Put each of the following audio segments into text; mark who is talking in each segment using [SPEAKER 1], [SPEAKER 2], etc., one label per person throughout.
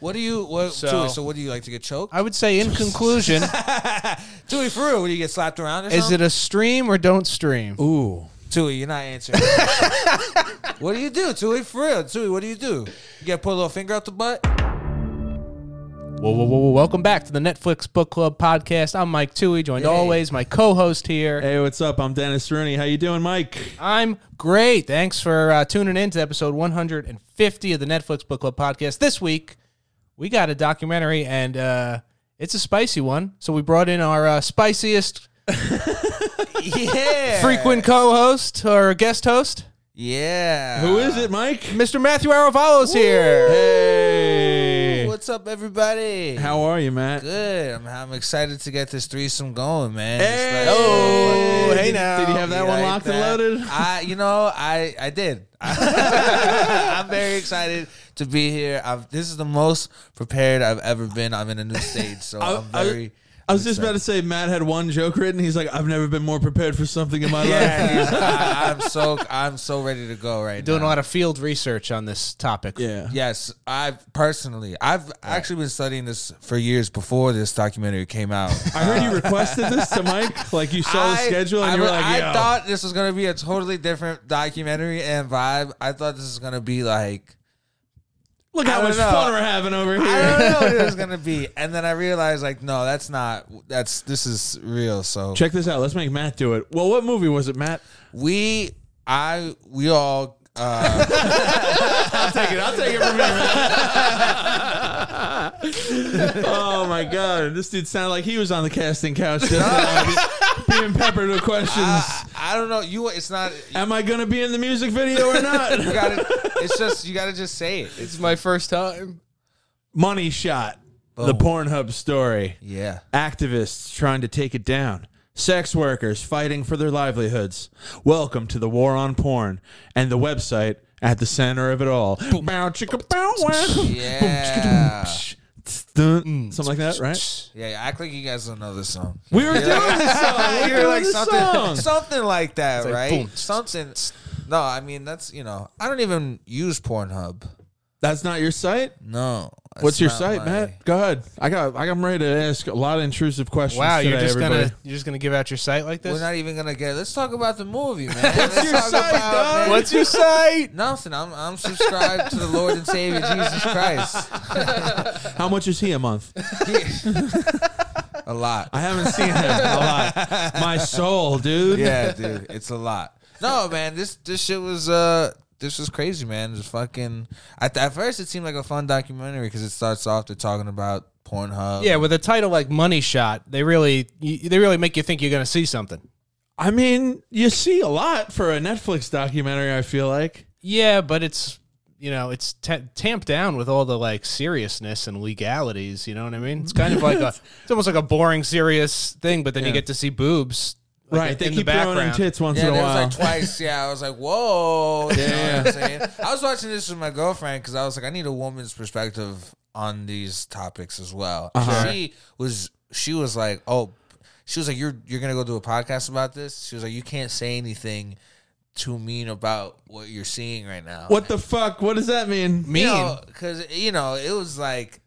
[SPEAKER 1] What do you? What, so,
[SPEAKER 2] So-
[SPEAKER 1] Tui, so what do you like to get choked?
[SPEAKER 2] I would say, in conclusion,
[SPEAKER 1] Tui, for real, what do you get slapped around? Or
[SPEAKER 2] is
[SPEAKER 1] something?
[SPEAKER 2] it a stream or don't stream?
[SPEAKER 3] Ooh.
[SPEAKER 1] Tui? You're not answering. what do you do, Tui? For real, Tui, what do you do? You get put a little finger out the butt.
[SPEAKER 2] Whoa, whoa, whoa, whoa. Welcome back to the Netflix Book Club podcast. I'm Mike Tui, joined
[SPEAKER 1] Hey.
[SPEAKER 2] always my co-host here.
[SPEAKER 3] Hey, what's up? I'm Dennis Rooney. How you doing, Mike?
[SPEAKER 2] I'm great. Thanks for uh, tuning in to episode 150 of the Netflix Book Club podcast. This week, we got a documentary, and uh, it's a spicy one. So we brought in our uh, spiciest
[SPEAKER 1] Yeah.
[SPEAKER 2] frequent co-host or guest host,
[SPEAKER 1] Yeah.
[SPEAKER 3] Who is it, Mike?
[SPEAKER 2] Mr. Matthew Arofalo's here.
[SPEAKER 3] Hey.
[SPEAKER 1] What's up, everybody?
[SPEAKER 3] How are you, Matt?
[SPEAKER 1] good? I'm, I'm excited to get this threesome going, man.
[SPEAKER 3] Hey.
[SPEAKER 1] It's like-
[SPEAKER 3] Oh,
[SPEAKER 1] Did-
[SPEAKER 3] hey
[SPEAKER 1] did-
[SPEAKER 3] now.
[SPEAKER 1] Did you
[SPEAKER 3] You
[SPEAKER 1] have that one
[SPEAKER 3] like
[SPEAKER 1] locked
[SPEAKER 3] that?
[SPEAKER 1] and loaded? I, you know, I, I did. I'm very excited to be here. I've, this is the most prepared I've ever been. I'm in a new stage, so
[SPEAKER 3] I-
[SPEAKER 1] I'm very.
[SPEAKER 3] I was just about to say Matt had one joke written. He's like, I've never been more prepared for something in my life.
[SPEAKER 1] Yeah, I, I'm so I'm so ready to go right
[SPEAKER 2] Doing a
[SPEAKER 1] now.
[SPEAKER 2] lot of field research on this topic.
[SPEAKER 3] Yeah.
[SPEAKER 1] Yes, I've personally I've actually been studying this for years before this documentary came out.
[SPEAKER 3] I heard you requested this to Mike. Like you saw the schedule and
[SPEAKER 1] I,
[SPEAKER 3] you were
[SPEAKER 1] re-
[SPEAKER 3] like,
[SPEAKER 1] I
[SPEAKER 3] Yo.
[SPEAKER 1] thought this was gonna be a totally different documentary and vibe. I thought this was gonna be like
[SPEAKER 3] look
[SPEAKER 1] I
[SPEAKER 3] how
[SPEAKER 1] don't
[SPEAKER 3] much
[SPEAKER 1] know.
[SPEAKER 3] fun we're having over
[SPEAKER 1] I
[SPEAKER 3] here.
[SPEAKER 1] don't know what it was gonna be, and then I realized like no, that's not that's this is real. So
[SPEAKER 3] Check this out. Let's make Matt do it. Well, what movie was it, Matt?
[SPEAKER 1] we I we all. Uh,
[SPEAKER 3] I'll take it. I'll take it from here. oh my god, this dude sounded like he was on the casting couch just now, being peppered with questions.
[SPEAKER 1] I, I don't know. You. It's not. You
[SPEAKER 3] Am I gonna be in the music video or not?
[SPEAKER 1] gotta. It's just. You gotta just say it. It's,
[SPEAKER 2] It's my first time.
[SPEAKER 3] Money shot. The Pornhub story.
[SPEAKER 1] yeah.
[SPEAKER 3] Activists trying to take it down. Sex workers fighting for their livelihoods. Welcome to the war on porn and the website at the center of it all. Bow, chicka, bow, wow.
[SPEAKER 1] Yeah.
[SPEAKER 3] Something like that, right?
[SPEAKER 1] Yeah. Act like you guys don't know this song.
[SPEAKER 3] We were doing this song. We were
[SPEAKER 1] You're
[SPEAKER 3] doing
[SPEAKER 1] like
[SPEAKER 3] this
[SPEAKER 1] something,
[SPEAKER 3] song.
[SPEAKER 1] something like that,
[SPEAKER 2] like,
[SPEAKER 1] right?
[SPEAKER 2] boom.
[SPEAKER 1] Something. No, I mean that's you know I don't even use Pornhub.
[SPEAKER 3] That's not your site.
[SPEAKER 1] No. that's
[SPEAKER 3] What's your
[SPEAKER 1] not
[SPEAKER 3] site,
[SPEAKER 1] my-
[SPEAKER 3] Matt? Go ahead. I got. I- I'm ready to ask a lot of intrusive questions.
[SPEAKER 2] Wow, you're
[SPEAKER 3] today,
[SPEAKER 2] just
[SPEAKER 3] everybody.
[SPEAKER 2] gonna you're just gonna give out your site like
[SPEAKER 1] We're
[SPEAKER 2] this?
[SPEAKER 1] not even gonna get. Let's talk about the movie, man. What's
[SPEAKER 3] your site, dog?
[SPEAKER 2] What's your site?
[SPEAKER 1] Nothing. I'm I'm subscribed to the Lord and Savior Jesus Christ.
[SPEAKER 3] How much is he a month?
[SPEAKER 1] A lot.
[SPEAKER 3] I haven't seen him a lot. My soul, dude.
[SPEAKER 1] Yeah, dude. It's a lot. No, man. This this shit was uh. This was crazy, man. Just fucking. At, at first, it seemed like a fun documentary because it starts off they're talking about Pornhub.
[SPEAKER 2] Yeah, with a title like Money Shot, they really you, they really make you think you're going to see something.
[SPEAKER 3] I mean, you see a lot for a Netflix documentary. I feel like.
[SPEAKER 2] Yeah, but it's you know it's ta tamped down with all the like seriousness and legalities. You know what I mean? It's kind of like a it's almost like a boring serious thing, but then you
[SPEAKER 3] Yeah.
[SPEAKER 2] get to see boobs. like,
[SPEAKER 3] Right. They
[SPEAKER 2] in
[SPEAKER 3] keep
[SPEAKER 2] the
[SPEAKER 3] throwing in
[SPEAKER 2] background.
[SPEAKER 3] tits once
[SPEAKER 1] Yeah,
[SPEAKER 3] in a
[SPEAKER 1] there
[SPEAKER 3] while.
[SPEAKER 1] was like twice. Yeah, I was like, whoa. You know
[SPEAKER 3] Yeah.
[SPEAKER 1] what I'm saying? I was watching this with my girlfriend because I was like, I need a woman's perspective on these topics as well.
[SPEAKER 3] Uh-huh.
[SPEAKER 1] She was, she was like, oh, she was like, you're you're gonna go do a podcast about this. She was like, you can't say anything too mean about what you're seeing right now.
[SPEAKER 3] what the fuck? What does that mean?
[SPEAKER 2] mean?
[SPEAKER 1] Because you know, it was like.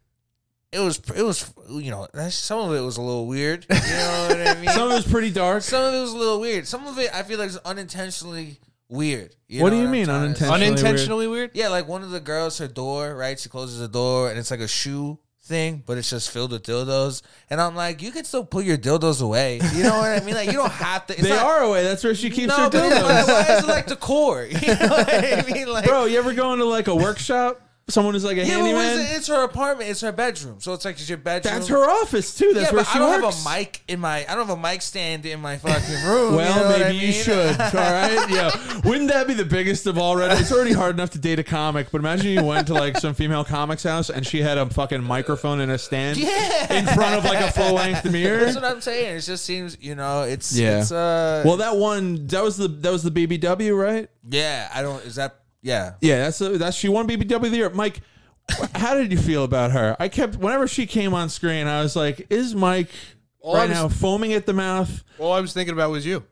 [SPEAKER 1] It was, it was, you know, that's, some of it was a little weird. You know what I mean?
[SPEAKER 3] Some of it's pretty dark.
[SPEAKER 1] Some of it was a little weird. Some of it I feel like is unintentionally weird.
[SPEAKER 3] What do
[SPEAKER 1] know
[SPEAKER 3] you
[SPEAKER 1] I'm
[SPEAKER 3] mean,
[SPEAKER 1] trying to say?
[SPEAKER 3] unintentionally?
[SPEAKER 2] unintentionally weird.
[SPEAKER 1] Yeah, like one of the girls, her door, right? She closes the door and it's like a shoe thing, but it's just filled with dildos. And I'm like, you can still put your dildos away. You know what I mean? Like you don't have to. It's
[SPEAKER 3] They
[SPEAKER 1] not,
[SPEAKER 3] are away. That's where she keeps
[SPEAKER 1] No,
[SPEAKER 3] her
[SPEAKER 1] but it's
[SPEAKER 3] dildos.
[SPEAKER 1] like, why is it like the core? You know what I mean? Like,
[SPEAKER 3] Bro, you ever go into like a workshop? Someone is like a
[SPEAKER 1] yeah, but what
[SPEAKER 3] handyman.
[SPEAKER 1] is it? it's her apartment. It's her bedroom. So it's like it's your bedroom.
[SPEAKER 3] That's her office too. That's
[SPEAKER 1] yeah,
[SPEAKER 3] where
[SPEAKER 1] but
[SPEAKER 3] she
[SPEAKER 1] I don't
[SPEAKER 3] works.
[SPEAKER 1] have a mic in my. I don't have a mic stand in my fucking room.
[SPEAKER 3] Well,
[SPEAKER 1] you know what I
[SPEAKER 3] maybe you
[SPEAKER 1] mean?
[SPEAKER 3] should. All right, yeah. Wouldn't that be the biggest of all? Red? It's already hard enough to date a comic, but imagine you went to like some female comic's house and she had a fucking microphone in a stand
[SPEAKER 1] Yeah.
[SPEAKER 3] in front of like a full length mirror.
[SPEAKER 1] That's what I'm saying. It just seems, you know, it's
[SPEAKER 3] Yeah.
[SPEAKER 1] it's uh
[SPEAKER 3] Well, that one that was the that was the BBW, right?
[SPEAKER 1] yeah, I don't is that yeah.
[SPEAKER 3] Yeah, that's the, that's she won BBW of the year. Mike, how did you feel about her? I kept whenever she came on screen, I was like, is Mike
[SPEAKER 2] All I
[SPEAKER 3] right
[SPEAKER 2] was-
[SPEAKER 3] now foaming at the mouth?
[SPEAKER 2] All I was thinking about was you.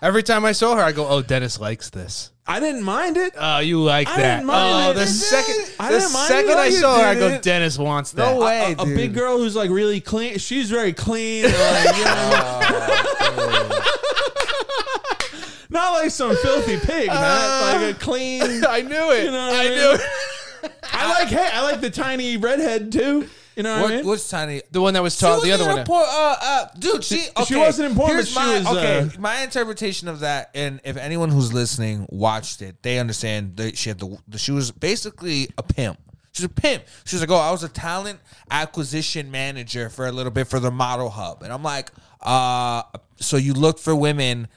[SPEAKER 2] Every time I saw her, I go, "Oh, Dennis likes this.
[SPEAKER 3] I didn't mind it.
[SPEAKER 2] Oh, you like
[SPEAKER 3] I
[SPEAKER 2] that.
[SPEAKER 3] didn't mind
[SPEAKER 2] oh,
[SPEAKER 3] it.
[SPEAKER 2] the
[SPEAKER 3] I
[SPEAKER 2] second,
[SPEAKER 3] didn't- I
[SPEAKER 2] the
[SPEAKER 3] didn't mind it.
[SPEAKER 2] second
[SPEAKER 3] No,
[SPEAKER 2] I
[SPEAKER 3] you
[SPEAKER 2] saw her, I go,
[SPEAKER 3] didn't.
[SPEAKER 2] Dennis wants that.
[SPEAKER 1] No way.
[SPEAKER 3] a, a
[SPEAKER 1] dude.
[SPEAKER 3] big girl who's like really clean. She's very clean. and, like, you know what I mean? Not like some filthy pig, man.
[SPEAKER 1] Uh,
[SPEAKER 3] Like a clean.
[SPEAKER 2] I knew it.
[SPEAKER 3] You know what I
[SPEAKER 2] I
[SPEAKER 3] mean?
[SPEAKER 2] knew it.
[SPEAKER 3] I like. Hey, I like the tiny redhead too. You know what, I
[SPEAKER 1] What,
[SPEAKER 3] mean?
[SPEAKER 1] what's tiny?
[SPEAKER 2] The one that was tall.
[SPEAKER 1] She
[SPEAKER 2] The other
[SPEAKER 1] wasn't
[SPEAKER 2] one.
[SPEAKER 1] in a Por- uh, uh, dude, she, okay.
[SPEAKER 3] wasn't in porn, but
[SPEAKER 1] Here's
[SPEAKER 3] she
[SPEAKER 1] my,
[SPEAKER 3] was,
[SPEAKER 1] Okay,
[SPEAKER 3] uh,
[SPEAKER 1] my interpretation of that, and if anyone who's listening watched it, they understand that she had the. She was basically a pimp. She's a pimp. She was like, "Oh, I was a talent acquisition manager for a little bit for the model hub," and I'm like, "Uh, so you look for women."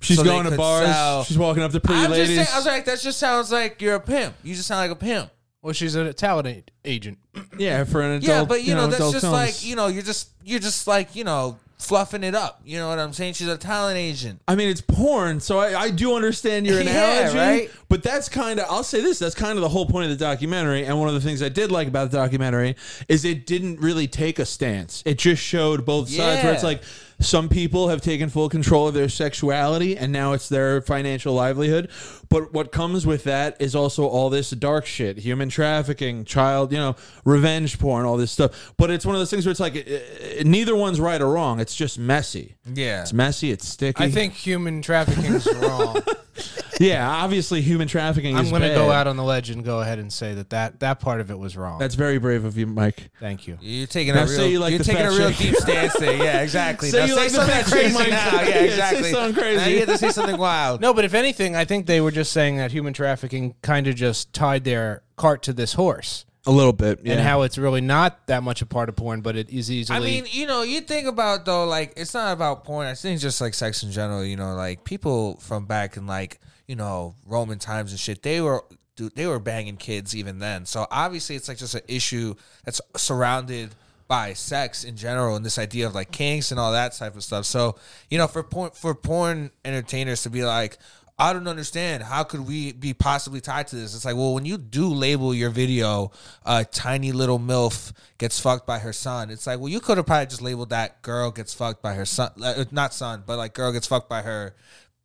[SPEAKER 3] She's
[SPEAKER 1] so they
[SPEAKER 3] going to
[SPEAKER 1] could
[SPEAKER 3] bars.
[SPEAKER 1] sell-
[SPEAKER 3] She's walking up to pretty
[SPEAKER 1] I'm
[SPEAKER 3] ladies.
[SPEAKER 1] just saying. I was like, that just sounds like you're a pimp. You just sound like a pimp.
[SPEAKER 2] Well, she's an Italian agent.
[SPEAKER 3] yeah, for an adult.
[SPEAKER 1] Yeah, but you, know, that's
[SPEAKER 3] adult
[SPEAKER 1] just
[SPEAKER 3] films.
[SPEAKER 1] like you know, you're just you're just like you know, fluffing it up. You know what I'm saying? She's a talent agent.
[SPEAKER 3] I mean, it's porn, so I, I do understand your
[SPEAKER 1] Yeah,
[SPEAKER 3] analogy.
[SPEAKER 1] right?
[SPEAKER 3] But that's kind of, I'll say this, that's kind of the whole point of the documentary. And one of the things I did like about the documentary is it didn't really take a stance. It just showed both sides where it's
[SPEAKER 1] Yeah.
[SPEAKER 3] like some people have taken full control of their sexuality and now it's their financial livelihood. But what comes with that is also all this dark shit human trafficking, child, you know, revenge porn, all this stuff. But it's one of those things where it's like eh, eh, neither one's right or wrong. It's just messy.
[SPEAKER 1] Yeah.
[SPEAKER 3] It's messy, it's sticky.
[SPEAKER 2] I think human trafficking is wrong.
[SPEAKER 3] Yeah, obviously human trafficking
[SPEAKER 2] I'm
[SPEAKER 3] is
[SPEAKER 2] going to
[SPEAKER 3] bad.
[SPEAKER 2] go out on the ledge and go ahead and say that that, that part of it was wrong.
[SPEAKER 3] That's very brave of you, Mike.
[SPEAKER 2] Thank you.
[SPEAKER 1] You're taking
[SPEAKER 3] Now
[SPEAKER 1] a real,
[SPEAKER 3] say you like
[SPEAKER 1] you're
[SPEAKER 3] the
[SPEAKER 1] taking a
[SPEAKER 3] fat
[SPEAKER 1] real
[SPEAKER 3] chick.
[SPEAKER 1] deep stance there. Yeah, exactly.
[SPEAKER 3] Say
[SPEAKER 1] now
[SPEAKER 3] you
[SPEAKER 1] say
[SPEAKER 3] like the
[SPEAKER 1] something
[SPEAKER 3] fat chick,
[SPEAKER 1] crazy
[SPEAKER 3] Mike.
[SPEAKER 1] now.
[SPEAKER 3] Yeah,
[SPEAKER 1] Yeah,
[SPEAKER 3] say
[SPEAKER 1] exactly.
[SPEAKER 3] something
[SPEAKER 1] Now
[SPEAKER 3] crazy.
[SPEAKER 1] you have to say something wild.
[SPEAKER 2] No, but if anything, I think they were just saying that human trafficking kind of just tied their cart to this horse
[SPEAKER 3] A little bit. Yeah.
[SPEAKER 2] and how it's really not that much a part of porn, but it is easily.
[SPEAKER 1] I mean, you know, you think about though, like it's not about porn. I think just like sex in general. You know, like people from back in like you know Roman times and shit, they were dude, they were banging kids even then. So obviously, it's like just an issue that's surrounded by sex in general and this idea of like kinks and all that type of stuff. So you know, for porn for porn entertainers to be like. I don't understand. How could we be possibly tied to this? It's like, well, when you do label your video, uh, tiny little milf gets fucked by her son. It's like, well, you could have probably just labeled that girl gets fucked by her son, uh, not son, but like girl gets fucked by her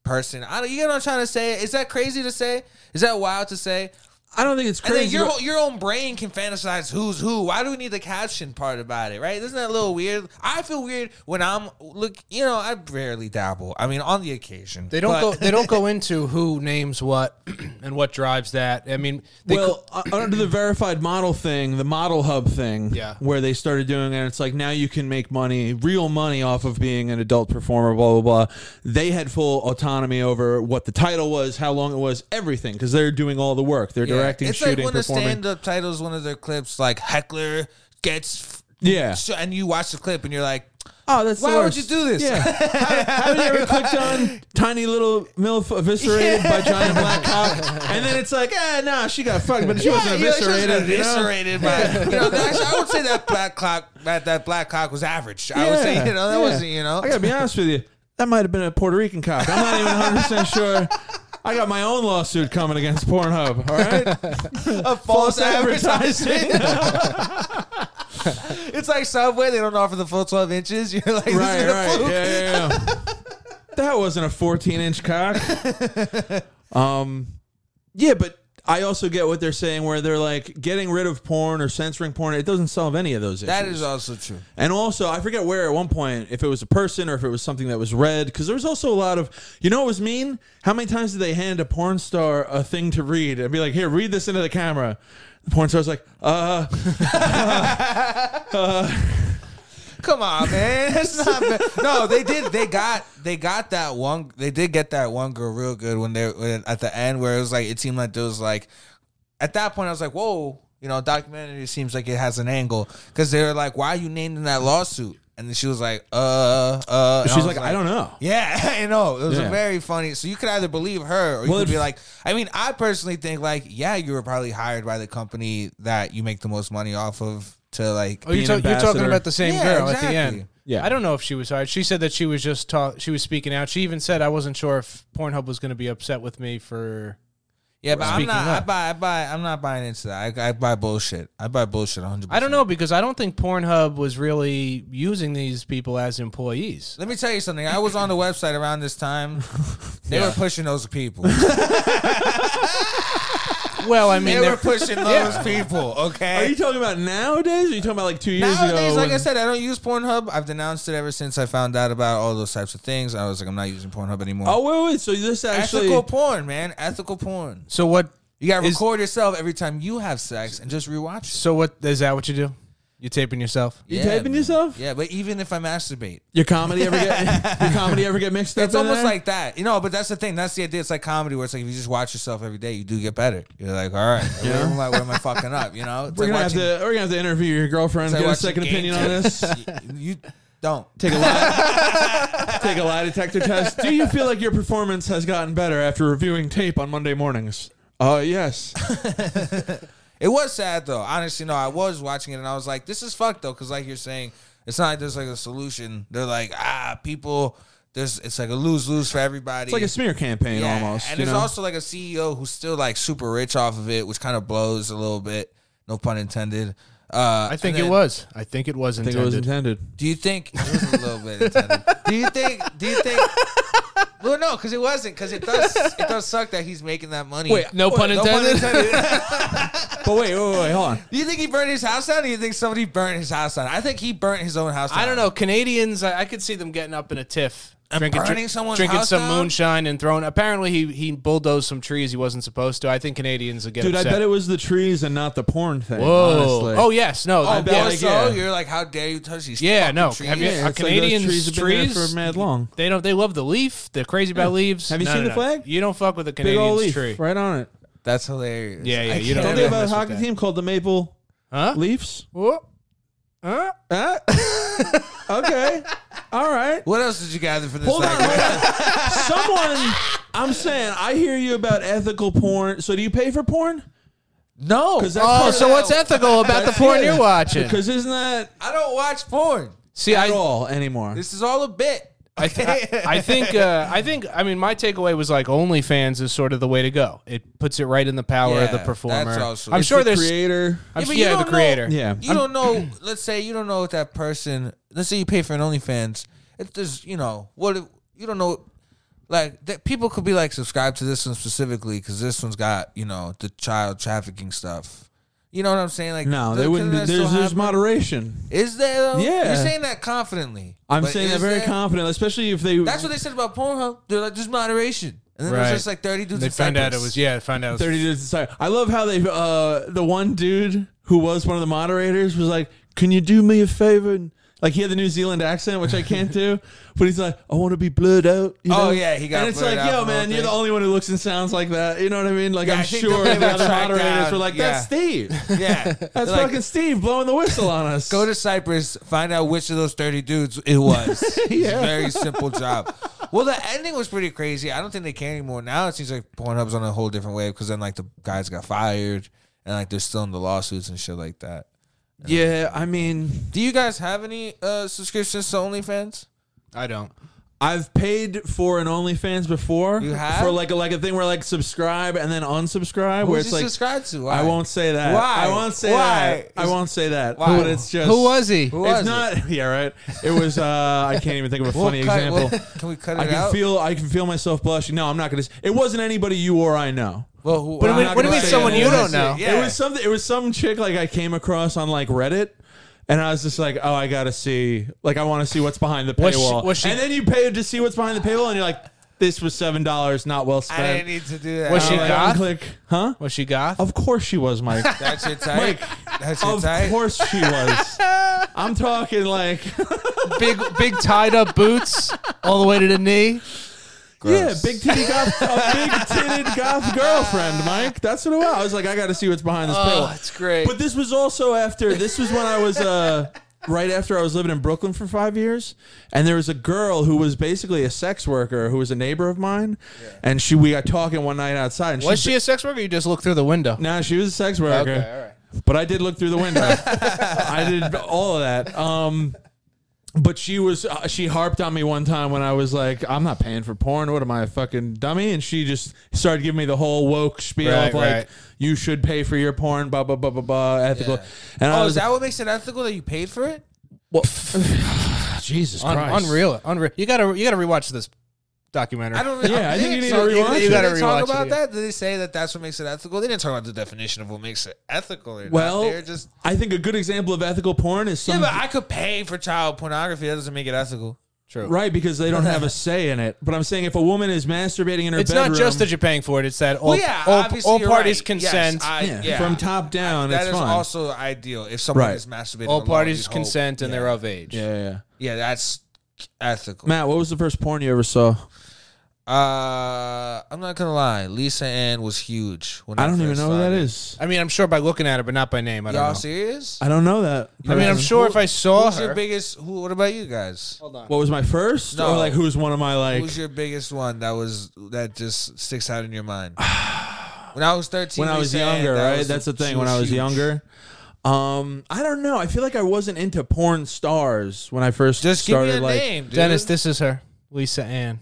[SPEAKER 1] person. I don't. You get what I'm trying to say? Is that crazy to say? Is that wild to say?
[SPEAKER 3] I don't think it's
[SPEAKER 1] And then
[SPEAKER 3] crazy.
[SPEAKER 1] your
[SPEAKER 3] but-
[SPEAKER 1] whole- your own brain can fantasize who's who. Why do we need the caption part about it, right? Isn't that a little weird? I feel weird when I'm look. You know, I rarely dabble. I mean, on the occasion,
[SPEAKER 2] They don't
[SPEAKER 1] but-
[SPEAKER 2] go. They don't go into who names what and what drives that. I mean, they
[SPEAKER 3] well, uh, under the verified model thing, the model hub thing,
[SPEAKER 2] Yeah.
[SPEAKER 3] where they started doing it, it's like now you can make money, real money, off of being an adult performer, blah, blah, blah. They had full autonomy over what the title was, how long it was, everything, because they're doing all the work. They're
[SPEAKER 1] Yeah.
[SPEAKER 3] directing,
[SPEAKER 1] it's
[SPEAKER 3] shooting,
[SPEAKER 1] like when
[SPEAKER 3] performing.
[SPEAKER 1] the stand-up titles one of their clips like heckler gets
[SPEAKER 3] Yeah.
[SPEAKER 1] so, and you watch the clip and you're like
[SPEAKER 3] Oh, that's the
[SPEAKER 1] Why would
[SPEAKER 3] worst.
[SPEAKER 1] you do this?
[SPEAKER 3] Yeah. how, have you ever clicked on tiny little milf eviscerated by giant black cock, and then it's like, ah, nah, she got fucked, but she wasn't
[SPEAKER 1] "Yeah, she was
[SPEAKER 3] eviscerated. you know?
[SPEAKER 1] eviscerated but you know that's- I would say that black cock that, that black cock was average I would say you know that
[SPEAKER 3] yeah.
[SPEAKER 1] wasn't you know
[SPEAKER 3] I gotta be honest with oh, you, that might have been a Puerto Rican cock. I'm not even 100 percent sure. I got my own lawsuit coming against Pornhub. All right,
[SPEAKER 1] a false it's like Subway they don't offer the full 12 inches you're like this
[SPEAKER 3] right,
[SPEAKER 1] is a
[SPEAKER 3] right.
[SPEAKER 1] fluke.
[SPEAKER 3] Yeah, yeah, yeah. that wasn't a 14 inch cock. um, yeah, but I also get what they're saying, where they're like getting rid of porn or censoring porn. It doesn't solve any of those issues.
[SPEAKER 1] that is also true
[SPEAKER 3] And also, I forget where at one point, if it was a person or if it was something that was read, because there was also a lot of, you know, what was mean. How many times did they hand a porn star a thing to read and be like, "Here, read this into the camera"? The porn star's like, "Uh,
[SPEAKER 1] Come on, man. That's not bad. No, they did. They got. They got that one. They did get that one girl real good when they when, at the end where it was like it seemed like there was like at that point I was like, whoa, you know, documentary seems like it has an angle because they were like, why are you named in that lawsuit? And then she was like, uh, uh. and
[SPEAKER 3] she's
[SPEAKER 1] was
[SPEAKER 3] like, I don't know."
[SPEAKER 1] yeah, I know. It was
[SPEAKER 3] Yeah.
[SPEAKER 1] a very funny. So you could either believe her or you
[SPEAKER 3] Well,
[SPEAKER 1] could
[SPEAKER 3] it-
[SPEAKER 1] be like, I mean, I personally think like, yeah, you were probably hired by the company that you make the most money off of to like.
[SPEAKER 2] Oh, you're,
[SPEAKER 3] being
[SPEAKER 2] ta- you're talking
[SPEAKER 3] ambassador.
[SPEAKER 2] about the same
[SPEAKER 1] Yeah,
[SPEAKER 2] girl at
[SPEAKER 1] exactly.
[SPEAKER 2] the end.
[SPEAKER 3] Yeah.
[SPEAKER 2] I don't know if she was hired. She said that she was just talk. She was speaking out. She even said I wasn't sure if Pornhub was going to be upset with me for
[SPEAKER 1] Yeah, but I'm
[SPEAKER 2] Speaking
[SPEAKER 1] not.
[SPEAKER 2] of.
[SPEAKER 1] I buy. I buy. I'm not buying into that. I, I buy bullshit. I buy bullshit. 100.
[SPEAKER 2] I don't know because I don't think Pornhub was really using these people as employees.
[SPEAKER 1] Let me tell you something. I was on the website around this time. They were pushing those people.
[SPEAKER 2] Well, I mean,
[SPEAKER 1] They
[SPEAKER 2] they're-
[SPEAKER 1] were pushing those people.
[SPEAKER 3] Are you
[SPEAKER 1] Okay.
[SPEAKER 3] talking about nowadays? Or are you talking about like two years ago?
[SPEAKER 1] Nowadays, like I
[SPEAKER 3] when-
[SPEAKER 1] said, I don't use Pornhub. I've denounced it ever since I found out about all those types of things. I was like, I'm not using Pornhub anymore.
[SPEAKER 3] oh wait, wait. So this actually
[SPEAKER 1] ethical porn, man. Ethical porn.
[SPEAKER 2] so what?
[SPEAKER 1] You gotta
[SPEAKER 2] Is-
[SPEAKER 1] record yourself every time you have sex and just rewatch it.
[SPEAKER 2] So what is that? What you do? You taping yourself?
[SPEAKER 3] you
[SPEAKER 1] Yeah,
[SPEAKER 3] taping
[SPEAKER 1] man.
[SPEAKER 3] yourself?
[SPEAKER 1] Yeah, but even if I masturbate,
[SPEAKER 3] Your comedy ever get your comedy ever get mixed up?
[SPEAKER 1] it's
[SPEAKER 3] in
[SPEAKER 1] almost
[SPEAKER 3] there?
[SPEAKER 1] like that. You know, but that's the thing. That's the idea. It's like comedy where it's like if you just watch yourself every day, you do get better. You're like, all right, where, am I, where am I fucking up? You know? It's
[SPEAKER 3] we're
[SPEAKER 1] like
[SPEAKER 3] gonna have to we're gonna have to interview your girlfriend.
[SPEAKER 1] it's like watching
[SPEAKER 3] Get a second
[SPEAKER 1] game
[SPEAKER 3] opinion on
[SPEAKER 1] tapes.
[SPEAKER 3] this.
[SPEAKER 1] you, you don't.
[SPEAKER 3] Take a lie take a lie detector test. Do you feel like your performance has gotten better after reviewing tape on Monday mornings? Uh yes.
[SPEAKER 1] It was sad though. Honestly, no, I was watching it and I was like, this is fucked though, because like you're saying, it's not like there's like a solution. They're like, ah, people. There's it's like a lose lose for everybody.
[SPEAKER 3] It's like a smear campaign almost.
[SPEAKER 1] And
[SPEAKER 3] you
[SPEAKER 1] there's
[SPEAKER 3] know?
[SPEAKER 1] also like a CEO who's still like super rich off of it, which kind of blows a little bit. No pun intended. Uh,
[SPEAKER 2] I think
[SPEAKER 1] and
[SPEAKER 2] it
[SPEAKER 1] then-
[SPEAKER 2] was. I think it was
[SPEAKER 3] I think
[SPEAKER 2] intended.
[SPEAKER 3] it was intended.
[SPEAKER 1] Do you think it was a little bit intended? Do you think? Do you think? Well, no, because it wasn't. Because it does. It does suck that he's making that money.
[SPEAKER 3] Wait,
[SPEAKER 2] no pun
[SPEAKER 1] No pun
[SPEAKER 2] intended.
[SPEAKER 1] intended.
[SPEAKER 3] But wait, wait, wait, hold on.
[SPEAKER 1] do you think he burned his house down? Or do you think somebody burned his house down? I think he burnt his own house. down.
[SPEAKER 2] I don't know. Canadians, I, I could see them getting up in a tiff, drinking,
[SPEAKER 1] burning someone's
[SPEAKER 2] drinking
[SPEAKER 1] house
[SPEAKER 2] some
[SPEAKER 1] down?
[SPEAKER 2] moonshine, and throwing. Apparently, he he bulldozed some trees he wasn't supposed to. I think Canadians would get
[SPEAKER 3] Dude, I
[SPEAKER 2] upset.
[SPEAKER 3] bet it was the trees and not the porn thing.
[SPEAKER 2] Whoa!
[SPEAKER 3] honestly.
[SPEAKER 2] Oh yes, no.
[SPEAKER 1] Oh,
[SPEAKER 2] I
[SPEAKER 1] boy,
[SPEAKER 2] bet-
[SPEAKER 3] yeah, like,
[SPEAKER 1] so
[SPEAKER 3] yeah.
[SPEAKER 1] you're like, how dare you touch these?
[SPEAKER 2] Yeah,
[SPEAKER 1] fucking
[SPEAKER 2] no.
[SPEAKER 1] trees?
[SPEAKER 2] Have you-
[SPEAKER 3] Yeah,
[SPEAKER 2] Uh,
[SPEAKER 3] it's like those
[SPEAKER 2] Canadians,
[SPEAKER 3] trees have been there
[SPEAKER 2] trees-
[SPEAKER 3] for mad long.
[SPEAKER 2] They don't. They love the leaf. They're crazy about leaves.
[SPEAKER 3] Have you
[SPEAKER 2] No,
[SPEAKER 3] seen
[SPEAKER 2] no, no.
[SPEAKER 3] the flag?
[SPEAKER 2] You don't fuck with the
[SPEAKER 3] Big old
[SPEAKER 2] Canadians
[SPEAKER 3] leaf
[SPEAKER 2] tree,
[SPEAKER 3] right on it.
[SPEAKER 1] That's hilarious.
[SPEAKER 2] Yeah, yeah,
[SPEAKER 1] I
[SPEAKER 2] you don't-
[SPEAKER 1] can't
[SPEAKER 3] Don't they
[SPEAKER 2] Yeah,
[SPEAKER 3] have a
[SPEAKER 2] mess with
[SPEAKER 3] hockey
[SPEAKER 2] that.
[SPEAKER 3] team called the Maple
[SPEAKER 2] huh?
[SPEAKER 3] Leafs?
[SPEAKER 2] Whoa. Huh?
[SPEAKER 3] Ah. okay. All right.
[SPEAKER 1] What else did you gather from this?
[SPEAKER 3] Hold on.
[SPEAKER 1] segment?
[SPEAKER 3] hold on. Someone, I'm saying, I hear you about ethical porn. So do you pay for porn?
[SPEAKER 1] No.
[SPEAKER 3] 'Cause that's part
[SPEAKER 2] Oh,
[SPEAKER 3] of
[SPEAKER 2] so
[SPEAKER 3] that-
[SPEAKER 2] what's ethical about the
[SPEAKER 3] That's
[SPEAKER 2] porn
[SPEAKER 3] it.
[SPEAKER 2] you're watching?
[SPEAKER 3] Because isn't that
[SPEAKER 1] I don't watch porn.
[SPEAKER 2] See,
[SPEAKER 3] at
[SPEAKER 2] I,
[SPEAKER 3] all anymore?
[SPEAKER 1] This is all a bit.
[SPEAKER 2] I, I think uh, I think I mean my takeaway was like OnlyFans is sort of the way to go. It puts it right in the power of the
[SPEAKER 1] Yeah,
[SPEAKER 2] performer.
[SPEAKER 1] that's also-
[SPEAKER 2] I'm
[SPEAKER 1] It's
[SPEAKER 2] sure
[SPEAKER 3] the
[SPEAKER 2] there's
[SPEAKER 3] creator.
[SPEAKER 2] I'm,
[SPEAKER 1] Yeah, but
[SPEAKER 2] yeah,
[SPEAKER 1] you
[SPEAKER 2] the
[SPEAKER 1] don't know-
[SPEAKER 2] creator.
[SPEAKER 3] yeah.
[SPEAKER 1] You don't know. Let's say you don't know what that person. Let's say you pay for an OnlyFans. If there's, you know, what if- you don't know, like that people could be like subscribe to this one specifically because this one's got you know the child trafficking stuff. You know what I'm saying? Like
[SPEAKER 3] no,
[SPEAKER 1] th-
[SPEAKER 3] they
[SPEAKER 1] couldn't
[SPEAKER 3] wouldn't. Be,
[SPEAKER 1] that still
[SPEAKER 3] there's there's
[SPEAKER 1] happen?
[SPEAKER 3] moderation.
[SPEAKER 1] Is there? Though?
[SPEAKER 3] Yeah.
[SPEAKER 1] you're saying that confidently.
[SPEAKER 3] I'm
[SPEAKER 1] but
[SPEAKER 3] saying that
[SPEAKER 1] is
[SPEAKER 3] very
[SPEAKER 1] there?
[SPEAKER 3] confident, especially if they.
[SPEAKER 1] That's what they said about Pornhub. They're like, there's moderation, and then there's
[SPEAKER 2] Right.
[SPEAKER 1] just like 30 dudes.
[SPEAKER 2] They
[SPEAKER 1] in
[SPEAKER 2] found out it
[SPEAKER 1] diapers.
[SPEAKER 2] was yeah, found out it was,
[SPEAKER 3] Thirty days. Sorry, I love how they. Uh, the one dude who was one of the moderators was like, "Can you do me a favor?" And, like he had the New Zealand accent, which I can't do, but he's like, "I want to be blurred out." you
[SPEAKER 1] Oh,
[SPEAKER 3] know?
[SPEAKER 1] yeah, he got
[SPEAKER 3] And it's
[SPEAKER 1] blurred
[SPEAKER 3] like,
[SPEAKER 1] out
[SPEAKER 3] yo,
[SPEAKER 1] the whole
[SPEAKER 3] man, you're the
[SPEAKER 1] thing.
[SPEAKER 3] only one who looks and sounds like that. You know what I mean? Like
[SPEAKER 1] Yeah,
[SPEAKER 3] I'm
[SPEAKER 1] I think the
[SPEAKER 3] sure
[SPEAKER 1] way
[SPEAKER 3] the
[SPEAKER 1] they
[SPEAKER 3] other
[SPEAKER 1] tracked
[SPEAKER 3] moderators
[SPEAKER 1] down-
[SPEAKER 3] were like, "That's Steve.
[SPEAKER 1] Yeah,
[SPEAKER 3] That's
[SPEAKER 1] They're like,
[SPEAKER 3] fucking Steve blowing the whistle on us."
[SPEAKER 1] Go to Cyprus, find out which of those 30 dudes it was. It's a
[SPEAKER 3] Yeah.
[SPEAKER 1] very simple job. Well, the ending was pretty crazy. I don't think they can anymore. Now it seems like Pornhub's on a whole different wave because then, like, the guys got fired and, like, they're still in the lawsuits and shit like that.
[SPEAKER 3] yeah, I mean,
[SPEAKER 1] Do you guys have any uh, subscriptions to OnlyFans?
[SPEAKER 2] I don't.
[SPEAKER 3] I've paid for an OnlyFans before.
[SPEAKER 1] You have?
[SPEAKER 3] for like a, like a thing where like subscribe and then unsubscribe, where
[SPEAKER 1] Who'd
[SPEAKER 3] it's
[SPEAKER 1] you
[SPEAKER 3] like
[SPEAKER 1] subscribe to? Why?
[SPEAKER 3] I won't say that.
[SPEAKER 1] Why?
[SPEAKER 3] I won't say
[SPEAKER 1] Why?
[SPEAKER 3] that. I won't say that.
[SPEAKER 1] Why?
[SPEAKER 3] But it's just
[SPEAKER 2] Who was he?
[SPEAKER 1] Who
[SPEAKER 3] It's
[SPEAKER 1] was
[SPEAKER 3] not. Yeah, right. It was. uh I can't even think of a
[SPEAKER 1] We'll
[SPEAKER 3] funny
[SPEAKER 1] cut-
[SPEAKER 3] example.
[SPEAKER 1] we'll- can we cut it
[SPEAKER 3] I can
[SPEAKER 1] out?
[SPEAKER 3] feel. I can feel myself blushing. No, I'm not gonna. s- It wasn't anybody you or I know.
[SPEAKER 1] well, who,
[SPEAKER 2] What do you
[SPEAKER 1] I'm
[SPEAKER 2] mean-
[SPEAKER 1] not
[SPEAKER 2] what do you
[SPEAKER 1] gonna
[SPEAKER 2] mean
[SPEAKER 1] say
[SPEAKER 2] someone
[SPEAKER 1] who
[SPEAKER 2] you
[SPEAKER 1] was
[SPEAKER 2] don't
[SPEAKER 1] it?
[SPEAKER 2] know?
[SPEAKER 1] Yeah.
[SPEAKER 3] It was something. It was some chick like I came across on like Reddit. And I was just like, oh, I gotta see, like, I want to see what's behind the
[SPEAKER 2] Was she-
[SPEAKER 3] paywall.
[SPEAKER 2] was she-
[SPEAKER 3] and then you paid to see what's behind the paywall, and you're like, this was seven dollars, not well
[SPEAKER 1] I
[SPEAKER 3] spent.
[SPEAKER 1] didn't e- need to do that. Oh,
[SPEAKER 2] Was she
[SPEAKER 1] I'm like,
[SPEAKER 2] got- goth?
[SPEAKER 3] Click, huh?
[SPEAKER 2] Was she goth?
[SPEAKER 3] Of course she was, Mike.
[SPEAKER 1] That's your type. That's your
[SPEAKER 3] of
[SPEAKER 1] type.
[SPEAKER 3] course she was. eh? I'm talking like,
[SPEAKER 2] big big tied up boots all the way to the knee.
[SPEAKER 3] yeah, big titty goth, a big titted goth girlfriend, Mike. That's what it was. I was like, I got to see what's behind this
[SPEAKER 1] Oh,
[SPEAKER 3] paywall.
[SPEAKER 2] it's great.
[SPEAKER 3] But this was also after this was when I was uh right after I was living in Brooklyn for five years, and there was a girl who was basically a sex worker who was a neighbor of mine, and she we got talking one night outside. And
[SPEAKER 2] Was she a sex worker? You just looked through the window.
[SPEAKER 3] No, she was a sex worker.
[SPEAKER 2] Okay, all right.
[SPEAKER 3] But I did look through the window. I did all of that. Um, But she was uh, she harped on me one time when I was like, I'm not paying for porn. What am I a fucking dummy? And she just started giving me the whole woke spiel
[SPEAKER 2] Right,
[SPEAKER 3] of like,
[SPEAKER 2] right.
[SPEAKER 3] you should pay for your porn, blah blah blah blah blah, ethical.
[SPEAKER 1] Yeah.
[SPEAKER 3] And I
[SPEAKER 1] Oh, is
[SPEAKER 3] was
[SPEAKER 1] that what makes it ethical that you paid for it?
[SPEAKER 3] well, Jesus
[SPEAKER 2] Un-
[SPEAKER 3] Christ,
[SPEAKER 2] unreal, unreal. You gotta you gotta rewatch this documentary.
[SPEAKER 1] I don't.
[SPEAKER 3] Yeah, I think you need to
[SPEAKER 1] did-
[SPEAKER 3] rewatch
[SPEAKER 1] did
[SPEAKER 2] it.
[SPEAKER 1] they
[SPEAKER 2] You
[SPEAKER 1] talk
[SPEAKER 2] gotta rewatch it
[SPEAKER 1] about
[SPEAKER 2] again.
[SPEAKER 1] that? Did they say that that's what makes it ethical? They didn't talk about the definition of what makes it ethical. Or
[SPEAKER 3] Well,
[SPEAKER 1] not. they're just
[SPEAKER 3] I think a good example of ethical porn is
[SPEAKER 1] yeah,
[SPEAKER 3] some
[SPEAKER 1] but I could pay for child pornography. That doesn't make it ethical.
[SPEAKER 2] True.
[SPEAKER 3] right because they don't have a say in it. But I'm saying if a woman is masturbating in her
[SPEAKER 2] It's
[SPEAKER 3] bedroom,
[SPEAKER 2] not just that you're paying for it. It's that all
[SPEAKER 1] Well, yeah,
[SPEAKER 2] all,
[SPEAKER 1] obviously
[SPEAKER 2] all
[SPEAKER 1] you're
[SPEAKER 2] parties
[SPEAKER 1] right. Yes,
[SPEAKER 2] consent.
[SPEAKER 1] I-
[SPEAKER 3] yeah,
[SPEAKER 1] yeah.
[SPEAKER 3] from top down,
[SPEAKER 1] That
[SPEAKER 3] it's
[SPEAKER 1] is
[SPEAKER 3] fine.
[SPEAKER 1] also ideal if someone
[SPEAKER 3] Right.
[SPEAKER 1] is masturbating.
[SPEAKER 2] all
[SPEAKER 1] alone,
[SPEAKER 2] parties
[SPEAKER 1] you'd hope.
[SPEAKER 2] consent and
[SPEAKER 1] Yeah.
[SPEAKER 2] they're of age.
[SPEAKER 3] yeah, yeah.
[SPEAKER 1] Yeah, that's ethical.
[SPEAKER 3] Matt, what was the first porn you ever saw?
[SPEAKER 1] Uh, I'm not gonna lie. Lisa Ann was huge. When I,
[SPEAKER 3] I don't even
[SPEAKER 1] first
[SPEAKER 3] know
[SPEAKER 1] saw
[SPEAKER 3] who that
[SPEAKER 1] it.
[SPEAKER 3] is.
[SPEAKER 2] I mean, I'm sure by looking at her, but not by name. I don't
[SPEAKER 1] Y'all
[SPEAKER 2] know.
[SPEAKER 1] serious?
[SPEAKER 3] I don't know that.
[SPEAKER 2] I mean, I'm sure if I saw
[SPEAKER 1] Who's
[SPEAKER 2] her.
[SPEAKER 1] your biggest? Who? What about you guys?
[SPEAKER 2] Hold on.
[SPEAKER 3] What was my first?
[SPEAKER 1] No.
[SPEAKER 3] Or like who's one of my like
[SPEAKER 1] Who's your biggest one that was that just sticks out in your mind? when I was 13,
[SPEAKER 3] when I
[SPEAKER 1] they
[SPEAKER 3] was
[SPEAKER 1] said
[SPEAKER 3] younger,
[SPEAKER 1] that
[SPEAKER 3] right?
[SPEAKER 1] was-
[SPEAKER 3] That's the
[SPEAKER 1] she
[SPEAKER 3] thing. When I was
[SPEAKER 1] huge.
[SPEAKER 3] younger, um, I don't know. I feel like I wasn't into porn stars when I first
[SPEAKER 1] just give
[SPEAKER 3] started.
[SPEAKER 1] me a
[SPEAKER 3] like
[SPEAKER 1] name, dude.
[SPEAKER 2] Dennis, this is her, Lisa Ann.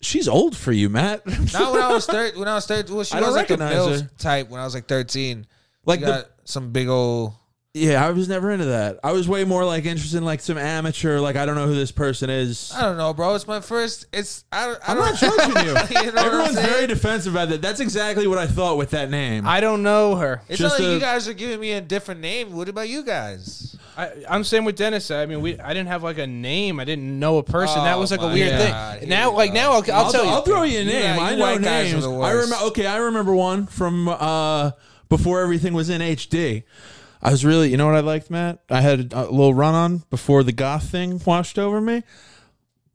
[SPEAKER 3] she's old for you, Matt.
[SPEAKER 1] Not when I was 13. When I was 13, well, she
[SPEAKER 3] I don't
[SPEAKER 1] was like a
[SPEAKER 3] recognize her.
[SPEAKER 1] MILF type. When I was like 13, like
[SPEAKER 3] Like the-
[SPEAKER 1] got some big old.
[SPEAKER 3] yeah, I was never into that. I was way more like interested in like some amateur. Like I don't know who this person is.
[SPEAKER 1] I don't know, bro. It's my first. It's I. don't- I
[SPEAKER 3] I'm
[SPEAKER 1] don't,
[SPEAKER 3] not judging you.
[SPEAKER 1] You know what I'm
[SPEAKER 3] Everyone's
[SPEAKER 1] saying?
[SPEAKER 3] very defensive about that. That's exactly what I thought with that name.
[SPEAKER 2] I don't know her.
[SPEAKER 1] It's
[SPEAKER 3] Just
[SPEAKER 1] not like
[SPEAKER 3] a-
[SPEAKER 1] you guys are giving me a different name. What about you guys?
[SPEAKER 2] I, I'm same with Dennis. I mean, we I didn't have like a name. I didn't know a person. that
[SPEAKER 1] Oh
[SPEAKER 2] was like a
[SPEAKER 1] my
[SPEAKER 2] weird
[SPEAKER 1] God,
[SPEAKER 2] thing.
[SPEAKER 1] here
[SPEAKER 2] Now,
[SPEAKER 1] we
[SPEAKER 2] like
[SPEAKER 1] go.
[SPEAKER 2] now, I'll, I'll,
[SPEAKER 3] I'll,
[SPEAKER 2] tell
[SPEAKER 3] th-
[SPEAKER 2] you.
[SPEAKER 3] I'll throw you a name.
[SPEAKER 1] Yeah,
[SPEAKER 3] I
[SPEAKER 1] you
[SPEAKER 3] know
[SPEAKER 1] white guys
[SPEAKER 3] names.
[SPEAKER 1] are the
[SPEAKER 3] I
[SPEAKER 1] worst.
[SPEAKER 3] remember. Okay, I remember one from uh, before everything was in HD. I was really, you know what I liked, Matt? I had a little run on before the goth thing washed over me.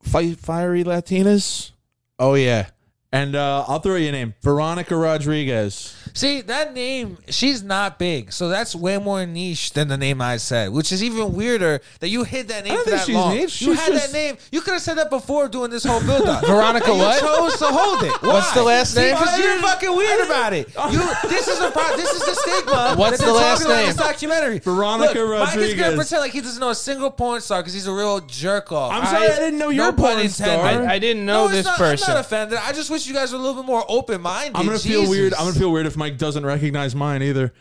[SPEAKER 3] Fi fiery Latinas. Oh yeah, and uh, I'll throw you a name, Veronica Rodriguez.
[SPEAKER 1] See that name? She's not big, so that's way more niche than the name I said, which is even weirder that you hid that name
[SPEAKER 3] don't
[SPEAKER 1] for
[SPEAKER 3] think
[SPEAKER 1] that
[SPEAKER 3] she's
[SPEAKER 1] long.
[SPEAKER 3] niche.
[SPEAKER 1] You
[SPEAKER 3] She's
[SPEAKER 1] had
[SPEAKER 3] just-
[SPEAKER 1] that name. You could have said that before doing this whole build up.
[SPEAKER 2] Veronica
[SPEAKER 1] You
[SPEAKER 2] what?
[SPEAKER 1] chose to hold it. Why?
[SPEAKER 2] What's the last name?
[SPEAKER 1] Because you're fucking weird about it. You, this is the pro- this is the stigma.
[SPEAKER 2] What's
[SPEAKER 1] that's
[SPEAKER 2] the last
[SPEAKER 1] talking about
[SPEAKER 2] name?
[SPEAKER 1] This documentary.
[SPEAKER 3] Veronica
[SPEAKER 1] Look, Mike is
[SPEAKER 3] Rodriguez.
[SPEAKER 1] gonna pretend like he doesn't know a single porn star because he's a real jerk off.
[SPEAKER 3] I'm sorry, I didn't know you were a porn star.
[SPEAKER 2] I, I didn't know
[SPEAKER 1] it's
[SPEAKER 2] this
[SPEAKER 1] not-
[SPEAKER 2] person.
[SPEAKER 1] I'm not offended. I just wish you guys were a little bit more open minded.
[SPEAKER 3] I'm gonna feel weird. I'm gonna feel weird if Mike doesn't recognize mine either.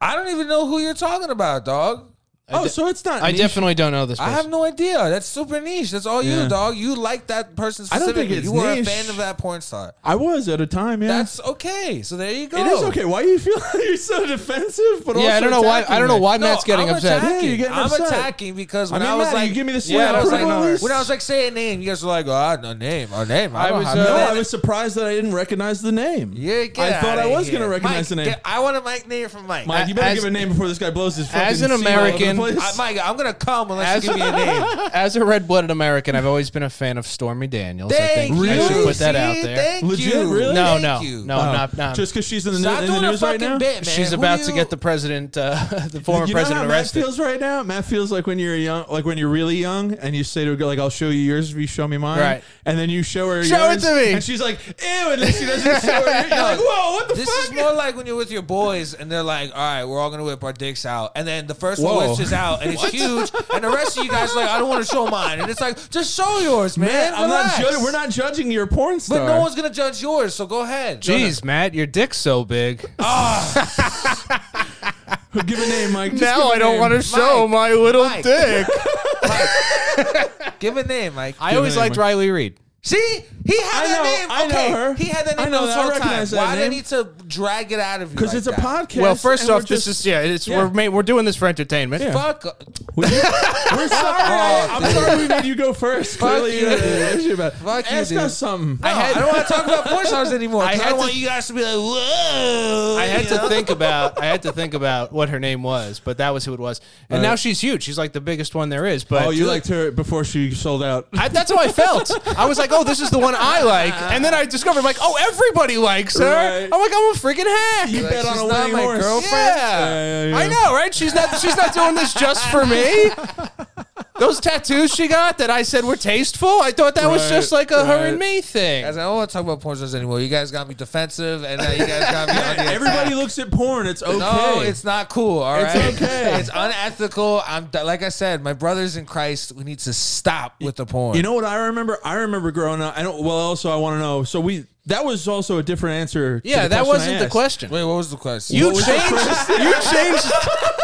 [SPEAKER 1] I don't even know who you're talking about, dog.
[SPEAKER 3] oh, so it's not.
[SPEAKER 2] I
[SPEAKER 3] niche.
[SPEAKER 2] definitely don't know this
[SPEAKER 1] I
[SPEAKER 2] person.
[SPEAKER 1] have no idea. That's super niche. That's all
[SPEAKER 3] Yeah.
[SPEAKER 1] you, dog. You like that person
[SPEAKER 3] I don't think
[SPEAKER 1] specifically.
[SPEAKER 3] it's
[SPEAKER 1] you were
[SPEAKER 3] niche.
[SPEAKER 1] a fan of that porn star.
[SPEAKER 3] I was at a time. Yeah,
[SPEAKER 1] That's okay. So there you go.
[SPEAKER 3] it is okay. Why do you feel you're so defensive? But also
[SPEAKER 2] yeah, I don't know why. I
[SPEAKER 3] attacking
[SPEAKER 2] don't know
[SPEAKER 3] me?
[SPEAKER 2] why
[SPEAKER 1] No,
[SPEAKER 2] Matt's getting
[SPEAKER 1] I'm
[SPEAKER 2] upset.
[SPEAKER 1] Attacking.
[SPEAKER 3] Yeah, you're getting
[SPEAKER 1] I'm
[SPEAKER 3] upset.
[SPEAKER 1] attacking because when
[SPEAKER 3] I
[SPEAKER 1] I,
[SPEAKER 3] mean,
[SPEAKER 1] was
[SPEAKER 3] Matt,
[SPEAKER 1] like,
[SPEAKER 3] you give me the
[SPEAKER 1] yeah,
[SPEAKER 3] slam
[SPEAKER 1] I was
[SPEAKER 2] approval at
[SPEAKER 1] like,
[SPEAKER 2] least.
[SPEAKER 1] when I was like, say a name, you guys were like, oh, no name, a name. I,
[SPEAKER 2] I
[SPEAKER 1] don't
[SPEAKER 2] was,
[SPEAKER 1] have
[SPEAKER 2] uh,
[SPEAKER 1] no
[SPEAKER 3] No,
[SPEAKER 2] Yeah.
[SPEAKER 3] I was surprised that I didn't recognize the name.
[SPEAKER 1] Yeah, get
[SPEAKER 3] I thought
[SPEAKER 1] outta
[SPEAKER 3] I was
[SPEAKER 1] here.
[SPEAKER 3] gonna recognize
[SPEAKER 1] Mike,
[SPEAKER 3] the name.
[SPEAKER 1] get- I want a Mike name from Mike.
[SPEAKER 3] Mike, you better
[SPEAKER 2] As-
[SPEAKER 3] give a name before this guy blows his fucking
[SPEAKER 2] as an
[SPEAKER 3] seat all over the
[SPEAKER 2] American-
[SPEAKER 3] place.
[SPEAKER 1] I, Mike, I'm gonna come unless you
[SPEAKER 2] As-
[SPEAKER 1] give me a name.
[SPEAKER 2] As a red-blooded American, I've always been a fan of Stormy Daniels. I think
[SPEAKER 1] you.
[SPEAKER 2] I should put that
[SPEAKER 1] See?
[SPEAKER 2] out there.
[SPEAKER 1] Thank
[SPEAKER 3] Legit,
[SPEAKER 1] you.
[SPEAKER 3] really?
[SPEAKER 2] no,
[SPEAKER 1] Thank
[SPEAKER 2] no,
[SPEAKER 1] you.
[SPEAKER 2] no,
[SPEAKER 3] Oh,
[SPEAKER 2] not not.
[SPEAKER 3] just because she's in the,
[SPEAKER 1] Stop
[SPEAKER 3] in the
[SPEAKER 1] doing
[SPEAKER 3] news
[SPEAKER 1] a
[SPEAKER 3] right
[SPEAKER 1] fucking
[SPEAKER 3] now.
[SPEAKER 1] bit, man.
[SPEAKER 2] She's
[SPEAKER 1] Who
[SPEAKER 2] about
[SPEAKER 1] you-
[SPEAKER 2] to get the president, uh, the former
[SPEAKER 3] you know how
[SPEAKER 2] president,
[SPEAKER 3] Matt
[SPEAKER 2] arrested.
[SPEAKER 3] feels right now. Matt feels like when you're young, like when you're really young, and you say to a girl, "Like I'll show you yours if you show me mine."
[SPEAKER 2] Right.
[SPEAKER 3] And then you show her
[SPEAKER 2] Show it
[SPEAKER 3] yours,
[SPEAKER 2] to me.
[SPEAKER 3] and she's like, "Ew!" And then she doesn't show her. yours. You're like, "Whoa, what the
[SPEAKER 1] This
[SPEAKER 3] fuck?"
[SPEAKER 1] is more like when you're with your boys and they're like, "All right, we're all gonna whip our dicks out," and then the first
[SPEAKER 3] Whoa.
[SPEAKER 1] one whips his out and it's huge, and the rest of you guys are like, "I don't want to show mine," and it's like, "Just show yours, man."
[SPEAKER 3] Matt, I'm not.
[SPEAKER 1] relax."
[SPEAKER 3] Judging, we're not judging your porn star.
[SPEAKER 1] But no one's gonna judge yours, so go ahead.
[SPEAKER 2] Jeez, Matt, your dick's so big.
[SPEAKER 3] give a name, Mike. Just
[SPEAKER 2] now
[SPEAKER 3] give a
[SPEAKER 2] I don't
[SPEAKER 3] name.
[SPEAKER 2] want to show my little
[SPEAKER 1] Mike.
[SPEAKER 2] dick.
[SPEAKER 1] Give a name, Mike.
[SPEAKER 2] I always
[SPEAKER 3] name,
[SPEAKER 2] liked
[SPEAKER 3] Mike.
[SPEAKER 2] Riley Reed.
[SPEAKER 1] See, he had
[SPEAKER 3] I
[SPEAKER 1] that
[SPEAKER 3] know-
[SPEAKER 1] name.
[SPEAKER 3] I know
[SPEAKER 1] okay.
[SPEAKER 3] her.
[SPEAKER 1] He had that
[SPEAKER 3] I
[SPEAKER 1] name
[SPEAKER 3] know
[SPEAKER 1] this
[SPEAKER 3] that. I
[SPEAKER 1] whole time.
[SPEAKER 3] recognize that
[SPEAKER 1] Why do I
[SPEAKER 3] name.
[SPEAKER 1] need to drag it out of you?
[SPEAKER 3] because
[SPEAKER 1] like
[SPEAKER 3] it's a
[SPEAKER 1] that?
[SPEAKER 3] podcast.
[SPEAKER 2] well, first
[SPEAKER 3] and
[SPEAKER 2] off,
[SPEAKER 3] we're
[SPEAKER 2] this
[SPEAKER 3] just-
[SPEAKER 2] is yeah, it's
[SPEAKER 3] Yeah.
[SPEAKER 2] we're ma- we're doing this for entertainment.
[SPEAKER 3] Yeah.
[SPEAKER 1] Fuck.
[SPEAKER 3] We're sorry. I'm sorry we made you go first. Clearly, you
[SPEAKER 1] you,
[SPEAKER 3] had an
[SPEAKER 1] dude.
[SPEAKER 3] issue about it.
[SPEAKER 1] Fuck you,
[SPEAKER 3] Ask
[SPEAKER 1] dude.
[SPEAKER 3] us something.
[SPEAKER 1] No, I, don't want to talk about porn stars anymore. 'cause
[SPEAKER 2] I
[SPEAKER 1] I,
[SPEAKER 2] had
[SPEAKER 1] don't
[SPEAKER 2] to-
[SPEAKER 1] want you guys to be like, whoa.
[SPEAKER 2] I had
[SPEAKER 1] you
[SPEAKER 2] to
[SPEAKER 1] know?
[SPEAKER 2] think about I had to think about what her name was, but that was who it was. And
[SPEAKER 3] Right.
[SPEAKER 2] now she's huge. She's like the biggest one there is. But
[SPEAKER 3] oh, you
[SPEAKER 2] dude,
[SPEAKER 3] liked her before she sold out.
[SPEAKER 2] I, that's how I felt. I was like, oh, this is the one I like, and then I discovered like, oh, everybody likes her.
[SPEAKER 3] Right.
[SPEAKER 2] I'm like, I'm a freaking hack.
[SPEAKER 3] You bet on
[SPEAKER 1] she's
[SPEAKER 3] a
[SPEAKER 1] not
[SPEAKER 3] winning
[SPEAKER 1] my
[SPEAKER 3] horse.
[SPEAKER 1] girlfriend.
[SPEAKER 2] Yeah.
[SPEAKER 3] Yeah, yeah, yeah.
[SPEAKER 2] I know, right? She's not she's not doing this just for me. Those tattoos she got that I said were tasteful, I thought that was
[SPEAKER 3] Right,
[SPEAKER 2] just like a her and
[SPEAKER 3] right.
[SPEAKER 2] me thing.
[SPEAKER 1] I was like, "Oh, I don't want to talk about porn stars anymore. You guys got me defensive, and now you guys got me on the attack.
[SPEAKER 3] Everybody looks at porn. It's okay.
[SPEAKER 1] No, it's not cool. All
[SPEAKER 3] It's
[SPEAKER 1] right,
[SPEAKER 3] okay.
[SPEAKER 1] It's unethical. I'm like I said, my brothers in Christ. We need to stop with the porn.
[SPEAKER 3] You know what I remember? I remember growing up. I don't. Well, also I want to know. So we that was also a different answer. to
[SPEAKER 2] yeah,
[SPEAKER 3] the
[SPEAKER 2] that
[SPEAKER 3] question I
[SPEAKER 2] wasn't the
[SPEAKER 3] asked.
[SPEAKER 2] question.
[SPEAKER 1] Wait, what was the question?
[SPEAKER 2] You
[SPEAKER 3] What was
[SPEAKER 2] changed.
[SPEAKER 3] the
[SPEAKER 2] you changed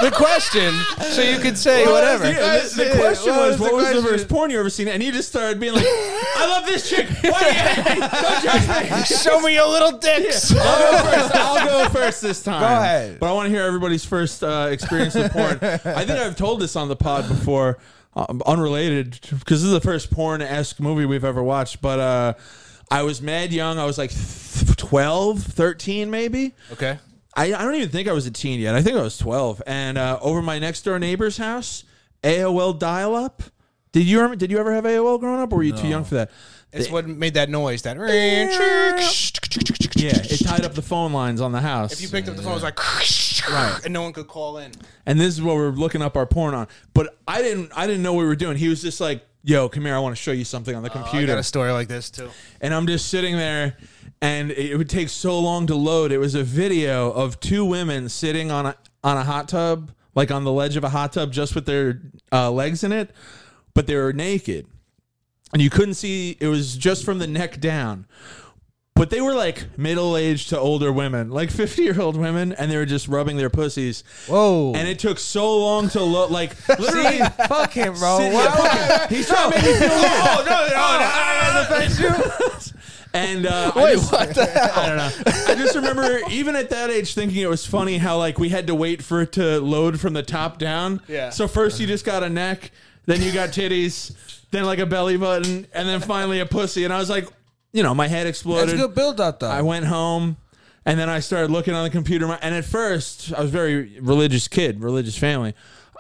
[SPEAKER 2] the question so you could say
[SPEAKER 3] Well,
[SPEAKER 2] whatever.
[SPEAKER 3] The, the- the question
[SPEAKER 1] What was
[SPEAKER 3] was,
[SPEAKER 1] the
[SPEAKER 3] what was the
[SPEAKER 1] question?
[SPEAKER 3] first porn you ever seen? And you just started being like, "I love this chick. Why do you hate me? Don't judge me."
[SPEAKER 2] Show me your little dicks.
[SPEAKER 3] I'll go first. I'll go first this time.
[SPEAKER 1] Go ahead.
[SPEAKER 3] But I want to hear everybody's first uh, experience with porn. I think I've told this on the pod before, um, unrelated, because this is the first porn esque movie we've ever watched. But uh, I was mad young. I was like th- 12, 13 maybe.
[SPEAKER 2] Okay.
[SPEAKER 3] I, I don't even think I was a teen yet. I think I was 12. And uh, over my next door neighbor's house, AOL dial up. Did you ever, did you ever have AOL growing up? Or were you too young for that?
[SPEAKER 2] It's what made that noise. That
[SPEAKER 3] Yeah, it tied up the phone lines on the house.
[SPEAKER 2] If you picked up the phone, it was like, and no one could call in.
[SPEAKER 3] and this is what we're looking up our porn on. But I didn't I didn't know what we were doing. He was just like, "Yo, come here, I want to show you something on the
[SPEAKER 2] I
[SPEAKER 3] computer."
[SPEAKER 2] got a story like this too.
[SPEAKER 3] and I'm just sitting there and it would take so long to load. It was a video of two women sitting on a on a hot tub, like on the ledge of a hot tub just with their uh, legs in it, but they were naked. And you couldn't see it was just from the neck down. But they were like middle aged to older women, like 50 year old women, and they were just rubbing their pussies.
[SPEAKER 2] Whoa.
[SPEAKER 3] And it took so long to load. Like, literally.
[SPEAKER 1] fuck him, bro.
[SPEAKER 3] sit-
[SPEAKER 1] Why-
[SPEAKER 3] yeah, fucking- Oh, He's trying to make me feel old. Oh, no, no, And uh, I, just, I don't know. I just remember even at that age thinking it was funny how like we had to wait for it to load from the top down.
[SPEAKER 2] Yeah.
[SPEAKER 3] So first you just got a neck, then you got titties, then like a belly button, and then finally a pussy. And I was like, you know, my head
[SPEAKER 1] That's
[SPEAKER 3] exploded.
[SPEAKER 1] a good build up, though.
[SPEAKER 3] I went home and then I started looking on the computer. And at first, I was a very religious kid, religious family.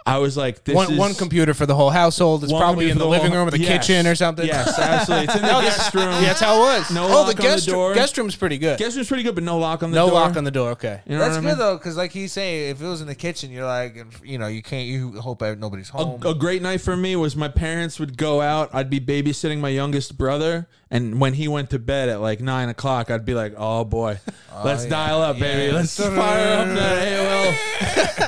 [SPEAKER 3] I was like, this
[SPEAKER 2] one,
[SPEAKER 3] is
[SPEAKER 2] one computer for the whole household. It's
[SPEAKER 3] one
[SPEAKER 2] probably
[SPEAKER 3] computer
[SPEAKER 2] in
[SPEAKER 3] for
[SPEAKER 2] the,
[SPEAKER 3] whole
[SPEAKER 2] living
[SPEAKER 3] hou-
[SPEAKER 2] room or the
[SPEAKER 3] Yes.
[SPEAKER 2] kitchen or something.
[SPEAKER 3] Yes, absolutely. It's in the guest room.
[SPEAKER 2] Yeah, that's how it was.
[SPEAKER 3] No
[SPEAKER 2] oh,
[SPEAKER 3] lock
[SPEAKER 2] the
[SPEAKER 3] on the
[SPEAKER 2] guest
[SPEAKER 3] door.
[SPEAKER 2] guest room's pretty good.
[SPEAKER 3] guest room's pretty good, but no lock on the
[SPEAKER 2] no
[SPEAKER 3] door.
[SPEAKER 2] lock on the door. Okay.
[SPEAKER 3] You know
[SPEAKER 1] That's
[SPEAKER 3] what I
[SPEAKER 1] good
[SPEAKER 3] mean?
[SPEAKER 1] though, because like he's saying, if it was in the kitchen, you're like, if- you know, you can't. You hope nobody's home.
[SPEAKER 3] A great night for me was my parents would go out. I'd be babysitting my youngest brother, and when he went to bed at like nine o'clock, I'd be like, "Oh boy, let's
[SPEAKER 1] yeah.
[SPEAKER 3] dial up, baby.
[SPEAKER 1] Yeah.
[SPEAKER 3] Let's fire up that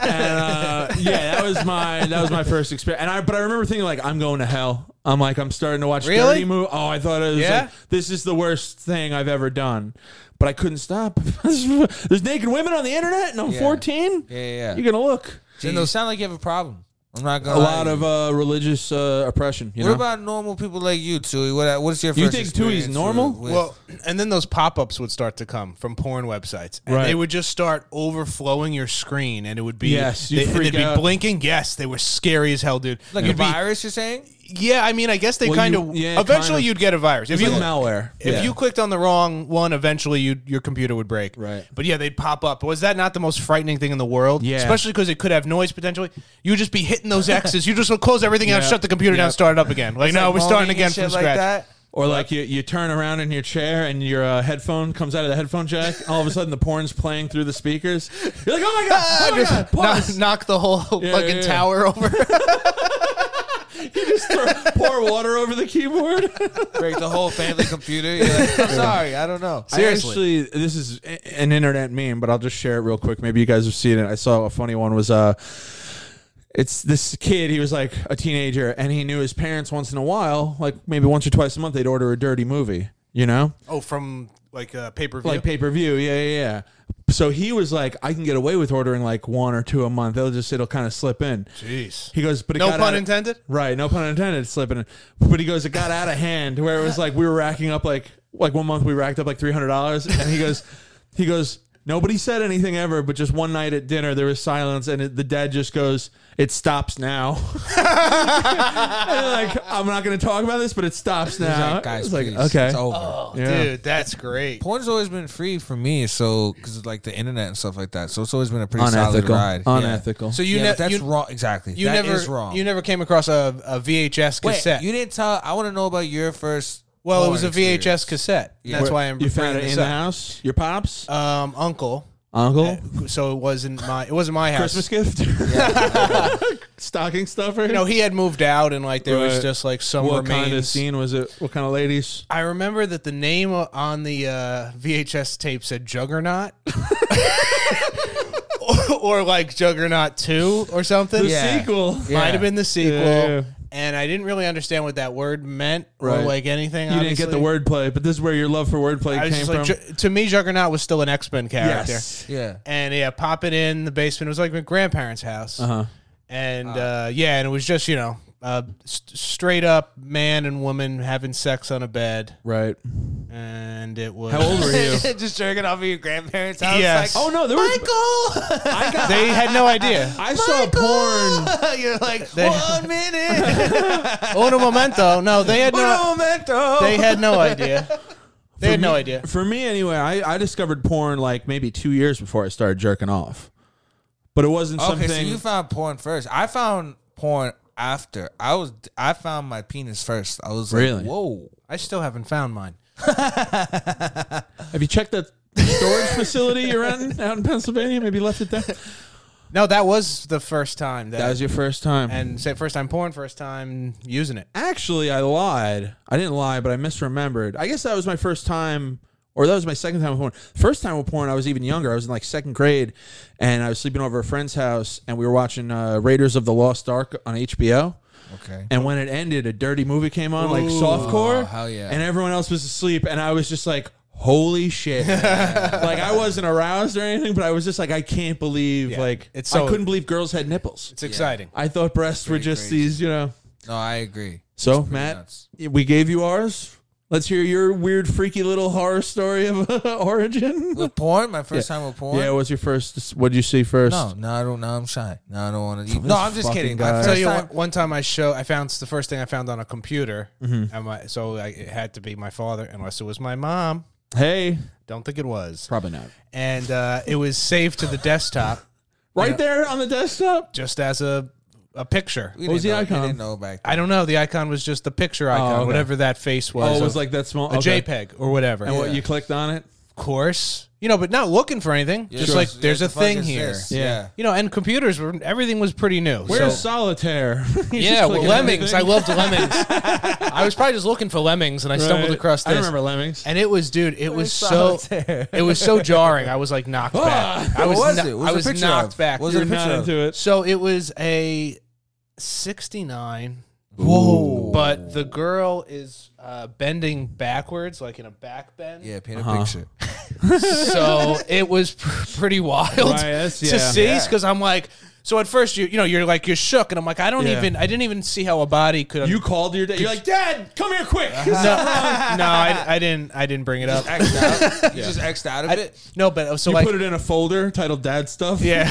[SPEAKER 3] AOL." and uh, yeah, that was my that was my first experience. And I but I remember thinking like, "I'm going to hell." I'm like, I'm starting to watch
[SPEAKER 2] Really?
[SPEAKER 3] dirty movie. Oh, I thought it was
[SPEAKER 2] Yeah?
[SPEAKER 3] like, this is the worst thing I've ever done. But I couldn't stop. There's naked women on the internet, and I'm 14.
[SPEAKER 1] yeah, yeah. yeah.
[SPEAKER 3] You're gonna look.
[SPEAKER 1] Then they'll sound like you have a problem. I'm not gonna.
[SPEAKER 3] a
[SPEAKER 1] lie
[SPEAKER 3] lot
[SPEAKER 1] to you.
[SPEAKER 3] of uh, religious uh, oppression. You
[SPEAKER 1] What
[SPEAKER 3] know?
[SPEAKER 1] about normal people like you, Tui? What, what's your?
[SPEAKER 3] You
[SPEAKER 1] first
[SPEAKER 3] think Tui's
[SPEAKER 1] experience
[SPEAKER 3] normal?
[SPEAKER 1] with- with-
[SPEAKER 2] Well, and then those pop-ups would start to come from porn websites, and
[SPEAKER 3] Right.
[SPEAKER 2] they would just start overflowing your screen, and it would be
[SPEAKER 3] Yes,
[SPEAKER 2] they,
[SPEAKER 3] you'd freak
[SPEAKER 2] would be
[SPEAKER 3] out.
[SPEAKER 2] blinking. Yes, they were scary as hell, dude.
[SPEAKER 1] like a
[SPEAKER 2] you'd be,
[SPEAKER 1] virus, you're saying?
[SPEAKER 2] yeah. I mean, I guess they
[SPEAKER 3] Well,
[SPEAKER 2] kind
[SPEAKER 3] you-
[SPEAKER 2] of.
[SPEAKER 3] yeah,
[SPEAKER 2] eventually,
[SPEAKER 3] kind of.
[SPEAKER 2] you'd get a virus if
[SPEAKER 3] It's
[SPEAKER 2] you
[SPEAKER 3] like malware.
[SPEAKER 2] if
[SPEAKER 3] Yeah.
[SPEAKER 2] you clicked on the wrong one. Eventually, you your computer would break.
[SPEAKER 3] Right.
[SPEAKER 2] But yeah, they'd pop up. Was that not the most frightening thing in the world?
[SPEAKER 3] Yeah.
[SPEAKER 2] Especially because it could have noise potentially. You'd just be hitting those X's. You just would close everything out,
[SPEAKER 3] Yeah.
[SPEAKER 2] shut the computer down,
[SPEAKER 3] Yeah.
[SPEAKER 2] start it up again. Like no,
[SPEAKER 1] Like
[SPEAKER 2] we're starting
[SPEAKER 1] moaning
[SPEAKER 2] again
[SPEAKER 1] and shit
[SPEAKER 2] from
[SPEAKER 1] like
[SPEAKER 2] scratch.
[SPEAKER 1] that?
[SPEAKER 3] or like you, you turn around in your chair and your uh, headphone comes out of the headphone jack. All of a sudden, the porn's playing through the speakers. You're like, oh my god! Oh my god!
[SPEAKER 2] Knock,
[SPEAKER 3] Pause.
[SPEAKER 2] knock the whole
[SPEAKER 3] Yeah,
[SPEAKER 2] fucking
[SPEAKER 3] yeah, yeah.
[SPEAKER 2] tower over.
[SPEAKER 3] Just throw, pour water over the keyboard.
[SPEAKER 1] Break the whole family computer. You're like, I'm sorry, I don't know.
[SPEAKER 3] I actually, this is a- an internet meme, but I'll just share it real quick. Maybe you guys have seen it. I saw a funny one was uh it's this kid, he was like a teenager and he knew his parents once in a while, like maybe once or twice a month they'd order a dirty movie, you know?
[SPEAKER 2] Oh, from like uh, pay per view.
[SPEAKER 3] Like pay per view, yeah, yeah, yeah. So he was like, I can get away with ordering like one or two a month. They'll just it'll kind of slip in.
[SPEAKER 2] Jeez.
[SPEAKER 3] He goes, but it
[SPEAKER 2] No
[SPEAKER 3] got
[SPEAKER 2] pun
[SPEAKER 3] out of-
[SPEAKER 2] intended.
[SPEAKER 3] Right, no pun intended, slipping. it. But he goes, it got out of hand where it was like we were racking up like like one month we racked up like three hundred dollars, and he goes, he goes, nobody said anything ever, but just one night at dinner there was silence, and it, the dad just goes, it stops now. And, like I'm not going to talk about this, but it stops now.
[SPEAKER 1] Like, guys,
[SPEAKER 3] It's like,
[SPEAKER 1] please,
[SPEAKER 3] okay,
[SPEAKER 1] it's over.
[SPEAKER 2] Oh,
[SPEAKER 3] Yeah.
[SPEAKER 2] Dude, that's great.
[SPEAKER 1] Porn's always been free for me, so because like the internet and stuff like that, so it's always been a pretty
[SPEAKER 3] unethical,
[SPEAKER 1] solid ride.
[SPEAKER 3] unethical.
[SPEAKER 2] So you
[SPEAKER 1] yeah,
[SPEAKER 2] ne-
[SPEAKER 1] but that's
[SPEAKER 2] you,
[SPEAKER 1] wrong. Exactly,
[SPEAKER 2] you
[SPEAKER 1] That
[SPEAKER 2] never
[SPEAKER 1] is wrong.
[SPEAKER 2] you never came across a, a VHS
[SPEAKER 1] Wait,
[SPEAKER 2] cassette.
[SPEAKER 1] you didn't tell. I want to know about your first.
[SPEAKER 2] well, it
[SPEAKER 1] porn
[SPEAKER 2] was a VHS
[SPEAKER 1] experience.
[SPEAKER 2] cassette. That's
[SPEAKER 3] Where-
[SPEAKER 2] why I'm
[SPEAKER 3] you found
[SPEAKER 2] bringing
[SPEAKER 3] it
[SPEAKER 2] this
[SPEAKER 3] in the
[SPEAKER 2] up.
[SPEAKER 3] house, your pops,
[SPEAKER 2] Um, uncle.
[SPEAKER 3] uncle,
[SPEAKER 2] So it wasn't my it wasn't my house.
[SPEAKER 3] Christmas gift. stocking stuffer?
[SPEAKER 2] You know, he had moved out, and like there was
[SPEAKER 3] Right.
[SPEAKER 2] just like some
[SPEAKER 3] what
[SPEAKER 2] remains.
[SPEAKER 3] kind of scene was it? What kind of ladies?
[SPEAKER 2] I remember that the name o- on the uh, VHS tape said Juggernaut, or, or like Juggernaut Two or something.
[SPEAKER 1] Yeah.
[SPEAKER 3] Sequel.
[SPEAKER 1] Yeah.
[SPEAKER 2] Might have been the sequel,
[SPEAKER 3] Yeah, yeah.
[SPEAKER 2] and I didn't really understand what that word meant or
[SPEAKER 3] Right.
[SPEAKER 2] like anything.
[SPEAKER 3] You didn't get the wordplay, but this is where your love for wordplay
[SPEAKER 2] I was
[SPEAKER 3] came
[SPEAKER 2] just
[SPEAKER 3] from.
[SPEAKER 2] like, Ju- to me, Juggernaut was still an X Men character.
[SPEAKER 3] yes.
[SPEAKER 1] Yeah.
[SPEAKER 2] and yeah, pop it in the basement. It was like my grandparents' house,
[SPEAKER 3] Uh-huh. Ah.
[SPEAKER 2] and uh, yeah, and it was just you know, uh, st- straight up man and woman having sex on a bed,
[SPEAKER 3] Right.
[SPEAKER 2] and it was.
[SPEAKER 3] How old were you?
[SPEAKER 1] Just jerking off at your grandparents' house.
[SPEAKER 2] Yes.
[SPEAKER 1] Like,
[SPEAKER 3] Oh no, there was.
[SPEAKER 1] Michael.
[SPEAKER 3] I got.
[SPEAKER 2] They had no idea.
[SPEAKER 3] I saw porn.
[SPEAKER 1] You're like
[SPEAKER 2] They-
[SPEAKER 1] one minute.
[SPEAKER 2] Uno momento. No, they had
[SPEAKER 1] Uno
[SPEAKER 2] no.
[SPEAKER 1] momento.
[SPEAKER 2] They had no idea. They had no idea.
[SPEAKER 3] For me, anyway, I, I discovered porn like maybe two years before I started jerking off, but it wasn't
[SPEAKER 1] okay,
[SPEAKER 3] something.
[SPEAKER 1] so you found porn first. I found porn after. I was I found my penis first. I was like,
[SPEAKER 3] Really?
[SPEAKER 1] whoa.
[SPEAKER 2] I still haven't found mine.
[SPEAKER 3] Have you checked that storage facility you're in out in Pennsylvania? Maybe left it there.
[SPEAKER 2] No, that was the first time that,
[SPEAKER 3] That was your first time.
[SPEAKER 2] and say first time porn, first time using it.
[SPEAKER 3] Actually, I lied. I didn't lie, but I misremembered. I guess that was my first time, or that was my second time with porn. First time with porn, I was even younger. I was in like second grade, and I was sleeping over at a friend's house, and we were watching uh, Raiders of the Lost Ark on HBO.
[SPEAKER 1] Okay.
[SPEAKER 3] And when it ended, a dirty movie came on, like softcore.
[SPEAKER 1] Oh, hell yeah.
[SPEAKER 3] And everyone else was asleep, and I was just like, "Holy shit!" like I wasn't aroused or anything, but I was just like, "I can't believe!"
[SPEAKER 2] Yeah.
[SPEAKER 3] Like
[SPEAKER 2] It's so-
[SPEAKER 3] I couldn't believe girls had nipples.
[SPEAKER 2] It's exciting.
[SPEAKER 3] I thought breasts were just
[SPEAKER 1] crazy.
[SPEAKER 3] these, you know.
[SPEAKER 1] No, I agree.
[SPEAKER 3] So Matt,
[SPEAKER 1] nuts.
[SPEAKER 3] we gave you ours. Let's hear your weird, freaky little horror story of origin.
[SPEAKER 1] With porn, my first time with porn.
[SPEAKER 3] Yeah, what's your first? What did you see first?
[SPEAKER 1] No, no, I don't. No, I'm shy. No, I don't want to. No, I'm just
[SPEAKER 3] fucking
[SPEAKER 1] kidding.
[SPEAKER 3] guy.
[SPEAKER 1] My
[SPEAKER 2] tell
[SPEAKER 1] first
[SPEAKER 2] you
[SPEAKER 1] time,
[SPEAKER 2] one, one time I show I found the first thing I found on a computer, and my, so I, it had to be my father, unless it was my mom.
[SPEAKER 3] Hey,
[SPEAKER 2] Don't think it was.
[SPEAKER 3] probably not.
[SPEAKER 2] And uh, it was saved to the desktop
[SPEAKER 3] Right there on the desktop.
[SPEAKER 2] just as a a picture.
[SPEAKER 1] we
[SPEAKER 3] What was
[SPEAKER 1] didn't
[SPEAKER 3] the
[SPEAKER 1] know-
[SPEAKER 3] icon?
[SPEAKER 1] We didn't know back. Then.
[SPEAKER 2] I don't know. The icon was just the picture icon,
[SPEAKER 3] okay.
[SPEAKER 2] whatever that face was.
[SPEAKER 3] Oh, it was
[SPEAKER 2] a-
[SPEAKER 3] like that small.
[SPEAKER 2] a
[SPEAKER 3] okay.
[SPEAKER 2] JPEG or whatever.
[SPEAKER 3] And what you clicked on it?
[SPEAKER 2] of course, you know, but not looking for anything.
[SPEAKER 1] Yeah,
[SPEAKER 2] just
[SPEAKER 1] sure.
[SPEAKER 2] like there's
[SPEAKER 1] Yeah,
[SPEAKER 2] a
[SPEAKER 1] the fuck
[SPEAKER 2] thing
[SPEAKER 1] is
[SPEAKER 2] here.
[SPEAKER 1] this?
[SPEAKER 3] Yeah.
[SPEAKER 1] Yeah.
[SPEAKER 2] You know, and computers were everything was pretty new.
[SPEAKER 3] Where's
[SPEAKER 2] so-
[SPEAKER 3] solitaire? You
[SPEAKER 2] Yeah,
[SPEAKER 3] just
[SPEAKER 2] well,
[SPEAKER 3] click on
[SPEAKER 2] lemmings. I
[SPEAKER 3] everything.
[SPEAKER 2] loved lemmings. I was probably just looking for lemmings, and I stumbled
[SPEAKER 3] Right.
[SPEAKER 2] across
[SPEAKER 3] I
[SPEAKER 2] this.
[SPEAKER 3] remember lemmings.
[SPEAKER 2] And it was, dude, it was so, it was so jarring. I was like knocked back. I
[SPEAKER 1] What
[SPEAKER 2] was,
[SPEAKER 1] was
[SPEAKER 2] kno-
[SPEAKER 1] it? What
[SPEAKER 2] I
[SPEAKER 1] was the
[SPEAKER 2] was
[SPEAKER 1] picture
[SPEAKER 2] knocked
[SPEAKER 1] of?
[SPEAKER 2] back.
[SPEAKER 1] Was
[SPEAKER 3] You're
[SPEAKER 1] it a
[SPEAKER 3] not
[SPEAKER 1] picture of-
[SPEAKER 3] into it.
[SPEAKER 2] so it was a '69,
[SPEAKER 1] Whoa.
[SPEAKER 2] but the girl is uh, bending backwards, like in a back bend.
[SPEAKER 1] Yeah, paint
[SPEAKER 3] Uh-huh.
[SPEAKER 1] a picture.
[SPEAKER 2] so it was pr- pretty wild
[SPEAKER 3] Right, that's-
[SPEAKER 2] to
[SPEAKER 3] yeah.
[SPEAKER 2] see
[SPEAKER 1] Yeah.
[SPEAKER 2] because I'm like, so at first you, you know, you're like you're shook, and I'm like, I don't
[SPEAKER 3] Yeah.
[SPEAKER 2] even, I didn't even see how a body could.
[SPEAKER 3] You called your dad. You're like, Dad, come here quick.
[SPEAKER 2] no, no, I, I didn't. I didn't bring it up.
[SPEAKER 1] Xed out. You just Xed out of it.
[SPEAKER 2] No, but so
[SPEAKER 3] you
[SPEAKER 2] like,
[SPEAKER 3] put it in a folder titled Dad Stuff.
[SPEAKER 2] yeah.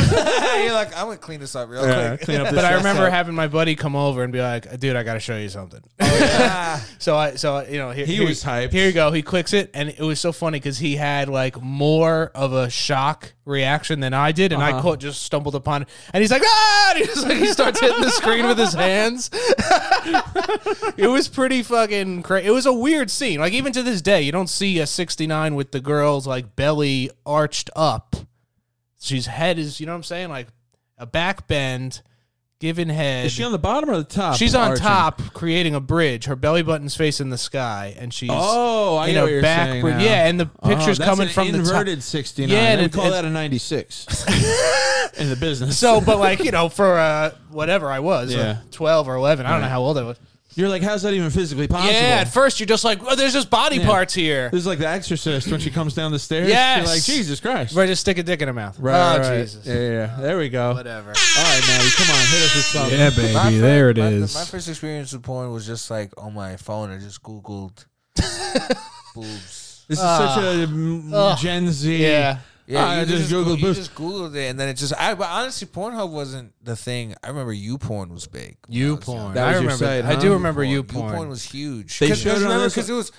[SPEAKER 1] You're like, I'm gonna clean this up real
[SPEAKER 3] Yeah,
[SPEAKER 1] quick.
[SPEAKER 3] clean up this
[SPEAKER 2] but I
[SPEAKER 3] mess
[SPEAKER 2] remember
[SPEAKER 3] up.
[SPEAKER 2] having my buddy come over and be like, "Dude, I got to show you something." so I, so you know, here,
[SPEAKER 3] He
[SPEAKER 2] here-
[SPEAKER 3] was hyped.
[SPEAKER 2] Here you go. He clicks it, and it was so funny because he had like more of a shock reaction than I did, and
[SPEAKER 3] Uh-huh.
[SPEAKER 2] I caught just stumbled upon, it. and he's like, "Ah!" And he's like, he starts hitting the screen with his hands. it was pretty fucking crazy. It was a weird scene. Like even to this day, you don't see a '69 with the girl's like belly arched up. She's head is, you know what I'm saying, like a back bend, given head.
[SPEAKER 3] Is she on the bottom or the top?
[SPEAKER 2] She's on
[SPEAKER 3] Archie?
[SPEAKER 2] top, creating a bridge. Her belly button's facing the sky, and she's
[SPEAKER 3] Oh, I
[SPEAKER 2] you
[SPEAKER 3] know
[SPEAKER 2] know,
[SPEAKER 3] what you're saying
[SPEAKER 2] backward.
[SPEAKER 3] now.
[SPEAKER 2] Yeah, and the picture's
[SPEAKER 3] Oh, that's
[SPEAKER 2] coming
[SPEAKER 3] an
[SPEAKER 2] from the top.
[SPEAKER 3] inverted 69.
[SPEAKER 2] Yeah,
[SPEAKER 3] Yeah,
[SPEAKER 2] and
[SPEAKER 3] we
[SPEAKER 2] it-
[SPEAKER 3] call
[SPEAKER 2] it-
[SPEAKER 3] that a 96 in the business.
[SPEAKER 2] So, but like you know, for uh, whatever I was, uh,
[SPEAKER 3] Yeah.
[SPEAKER 2] twelve or eleven, I don't know how old I was.
[SPEAKER 3] you're like, how's that even physically possible?
[SPEAKER 2] Yeah, at first you're just like, oh, there's just body parts here.
[SPEAKER 3] this is like The Exorcist when she comes down the stairs.
[SPEAKER 2] Yes.
[SPEAKER 3] You're like, Jesus Christ.
[SPEAKER 2] Right, just stick a dick in her mouth.
[SPEAKER 3] Right,
[SPEAKER 2] oh
[SPEAKER 3] right, right.
[SPEAKER 2] Jesus,
[SPEAKER 3] Yeah, yeah, yeah. There we go.
[SPEAKER 2] whatever.
[SPEAKER 3] All right, Maddie, come on, hit us with something.
[SPEAKER 2] baby,
[SPEAKER 1] My fir- my, My first experience with porn was just like on my phone. I just Googled boobs.
[SPEAKER 3] This is such a mm, Gen Z.
[SPEAKER 2] Ah. Yeah.
[SPEAKER 1] Yeah,
[SPEAKER 3] I
[SPEAKER 1] you
[SPEAKER 3] just
[SPEAKER 1] Goo-
[SPEAKER 3] Googled
[SPEAKER 1] you
[SPEAKER 3] boobs.
[SPEAKER 1] just Googled it, and then it just. I but honestly, Pornhub wasn't the thing. I remember YouPorn was big. when I
[SPEAKER 2] You
[SPEAKER 1] was young.
[SPEAKER 2] porn.
[SPEAKER 3] That
[SPEAKER 2] I
[SPEAKER 3] was your
[SPEAKER 2] remember.
[SPEAKER 3] site,
[SPEAKER 2] I
[SPEAKER 3] huh?
[SPEAKER 2] do remember you
[SPEAKER 1] porn.
[SPEAKER 2] porn.
[SPEAKER 1] was huge.
[SPEAKER 3] They
[SPEAKER 1] Cause,
[SPEAKER 3] showed it on
[SPEAKER 1] cause remember,
[SPEAKER 3] this-
[SPEAKER 1] because it was.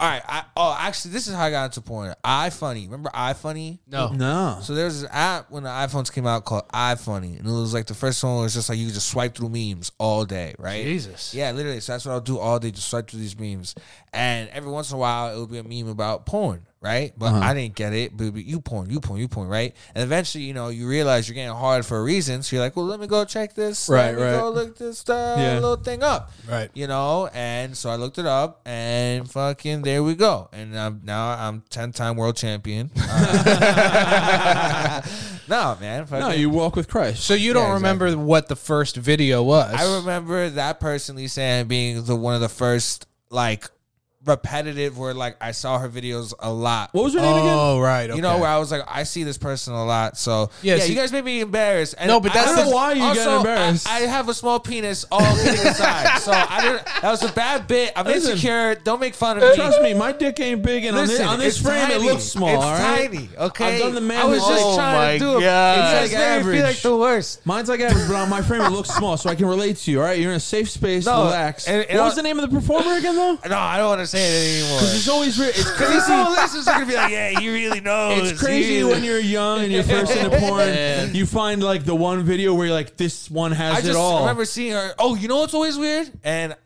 [SPEAKER 1] All right. I, oh, actually, this is how I got into porn. iFunny. Remember iFunny?
[SPEAKER 2] no.
[SPEAKER 3] No.
[SPEAKER 1] So there was an app when the iPhones came out called iFunny, and it was like the first one was just like you could just swipe through memes all day, right?
[SPEAKER 2] Jesus.
[SPEAKER 1] Yeah, literally. So that's what I'll do all day, just swipe through these memes, and every once in a while it would be a meme about porn. right? But
[SPEAKER 3] Uh-huh.
[SPEAKER 1] I didn't get it. But but you porn, you porn, you porn, right? And eventually, you know, you realize you're getting hard for a reason. So you're like, well, let me go check this.
[SPEAKER 3] Right,
[SPEAKER 1] Let me
[SPEAKER 3] right.
[SPEAKER 1] Go look this uh,
[SPEAKER 3] Yeah.
[SPEAKER 1] little thing up.
[SPEAKER 2] Right.
[SPEAKER 1] You know, and so I looked it up, and fucking there we go. And um, now I'm ten time world champion. Uh, no, man. Fucking,
[SPEAKER 3] No, you walk with Christ.
[SPEAKER 2] So you don't
[SPEAKER 1] Yeah,
[SPEAKER 2] remember what the first video was?
[SPEAKER 1] I remember that personally saying being the one of the first like repetitive where like I saw her videos a lot.
[SPEAKER 3] what was her name again?
[SPEAKER 2] Oh, right.
[SPEAKER 1] You know where I was like, I see this person a lot, so
[SPEAKER 2] Yeah,
[SPEAKER 1] yeah,
[SPEAKER 2] see-
[SPEAKER 1] you guys made me embarrassed. And
[SPEAKER 2] No, but that's
[SPEAKER 1] I
[SPEAKER 2] the-
[SPEAKER 3] why you get embarrassed.
[SPEAKER 1] I, I have a small penis, all kidding aside. so I didn't. That was a bad bit. I'm
[SPEAKER 3] Listen.
[SPEAKER 1] insecure. Don't make fun of me.
[SPEAKER 3] Trust me, my dick ain't big, and
[SPEAKER 1] Listen,
[SPEAKER 3] on this, on this
[SPEAKER 1] it's
[SPEAKER 3] frame
[SPEAKER 1] tiny.
[SPEAKER 3] it looks small.
[SPEAKER 1] It's
[SPEAKER 3] all right?
[SPEAKER 1] tiny. Okay,
[SPEAKER 3] I've done the man
[SPEAKER 1] I was just
[SPEAKER 3] Oh
[SPEAKER 1] trying to
[SPEAKER 2] my
[SPEAKER 1] do it.
[SPEAKER 2] God.
[SPEAKER 1] It's like average. Feel like
[SPEAKER 3] average.
[SPEAKER 1] the worst.
[SPEAKER 3] Mine's like average, but on my frame it looks small, so I can relate to you. All right, you're in a safe space,
[SPEAKER 1] No,
[SPEAKER 3] relax.
[SPEAKER 1] and- and
[SPEAKER 3] what was
[SPEAKER 1] I-
[SPEAKER 3] the name of the performer again, though?
[SPEAKER 1] No, I don't want to say it anymore.
[SPEAKER 3] Because it's always re- it's
[SPEAKER 1] Because these
[SPEAKER 3] crazy.
[SPEAKER 1] little listeners are gonna be like, "Yeah, you really know."
[SPEAKER 3] It's crazy when you're young and you're first into porn. You find like the one video where you're like, this one has
[SPEAKER 1] I
[SPEAKER 3] it
[SPEAKER 1] just
[SPEAKER 3] all.
[SPEAKER 1] remember seeing her. Oh, you know what's always weird? And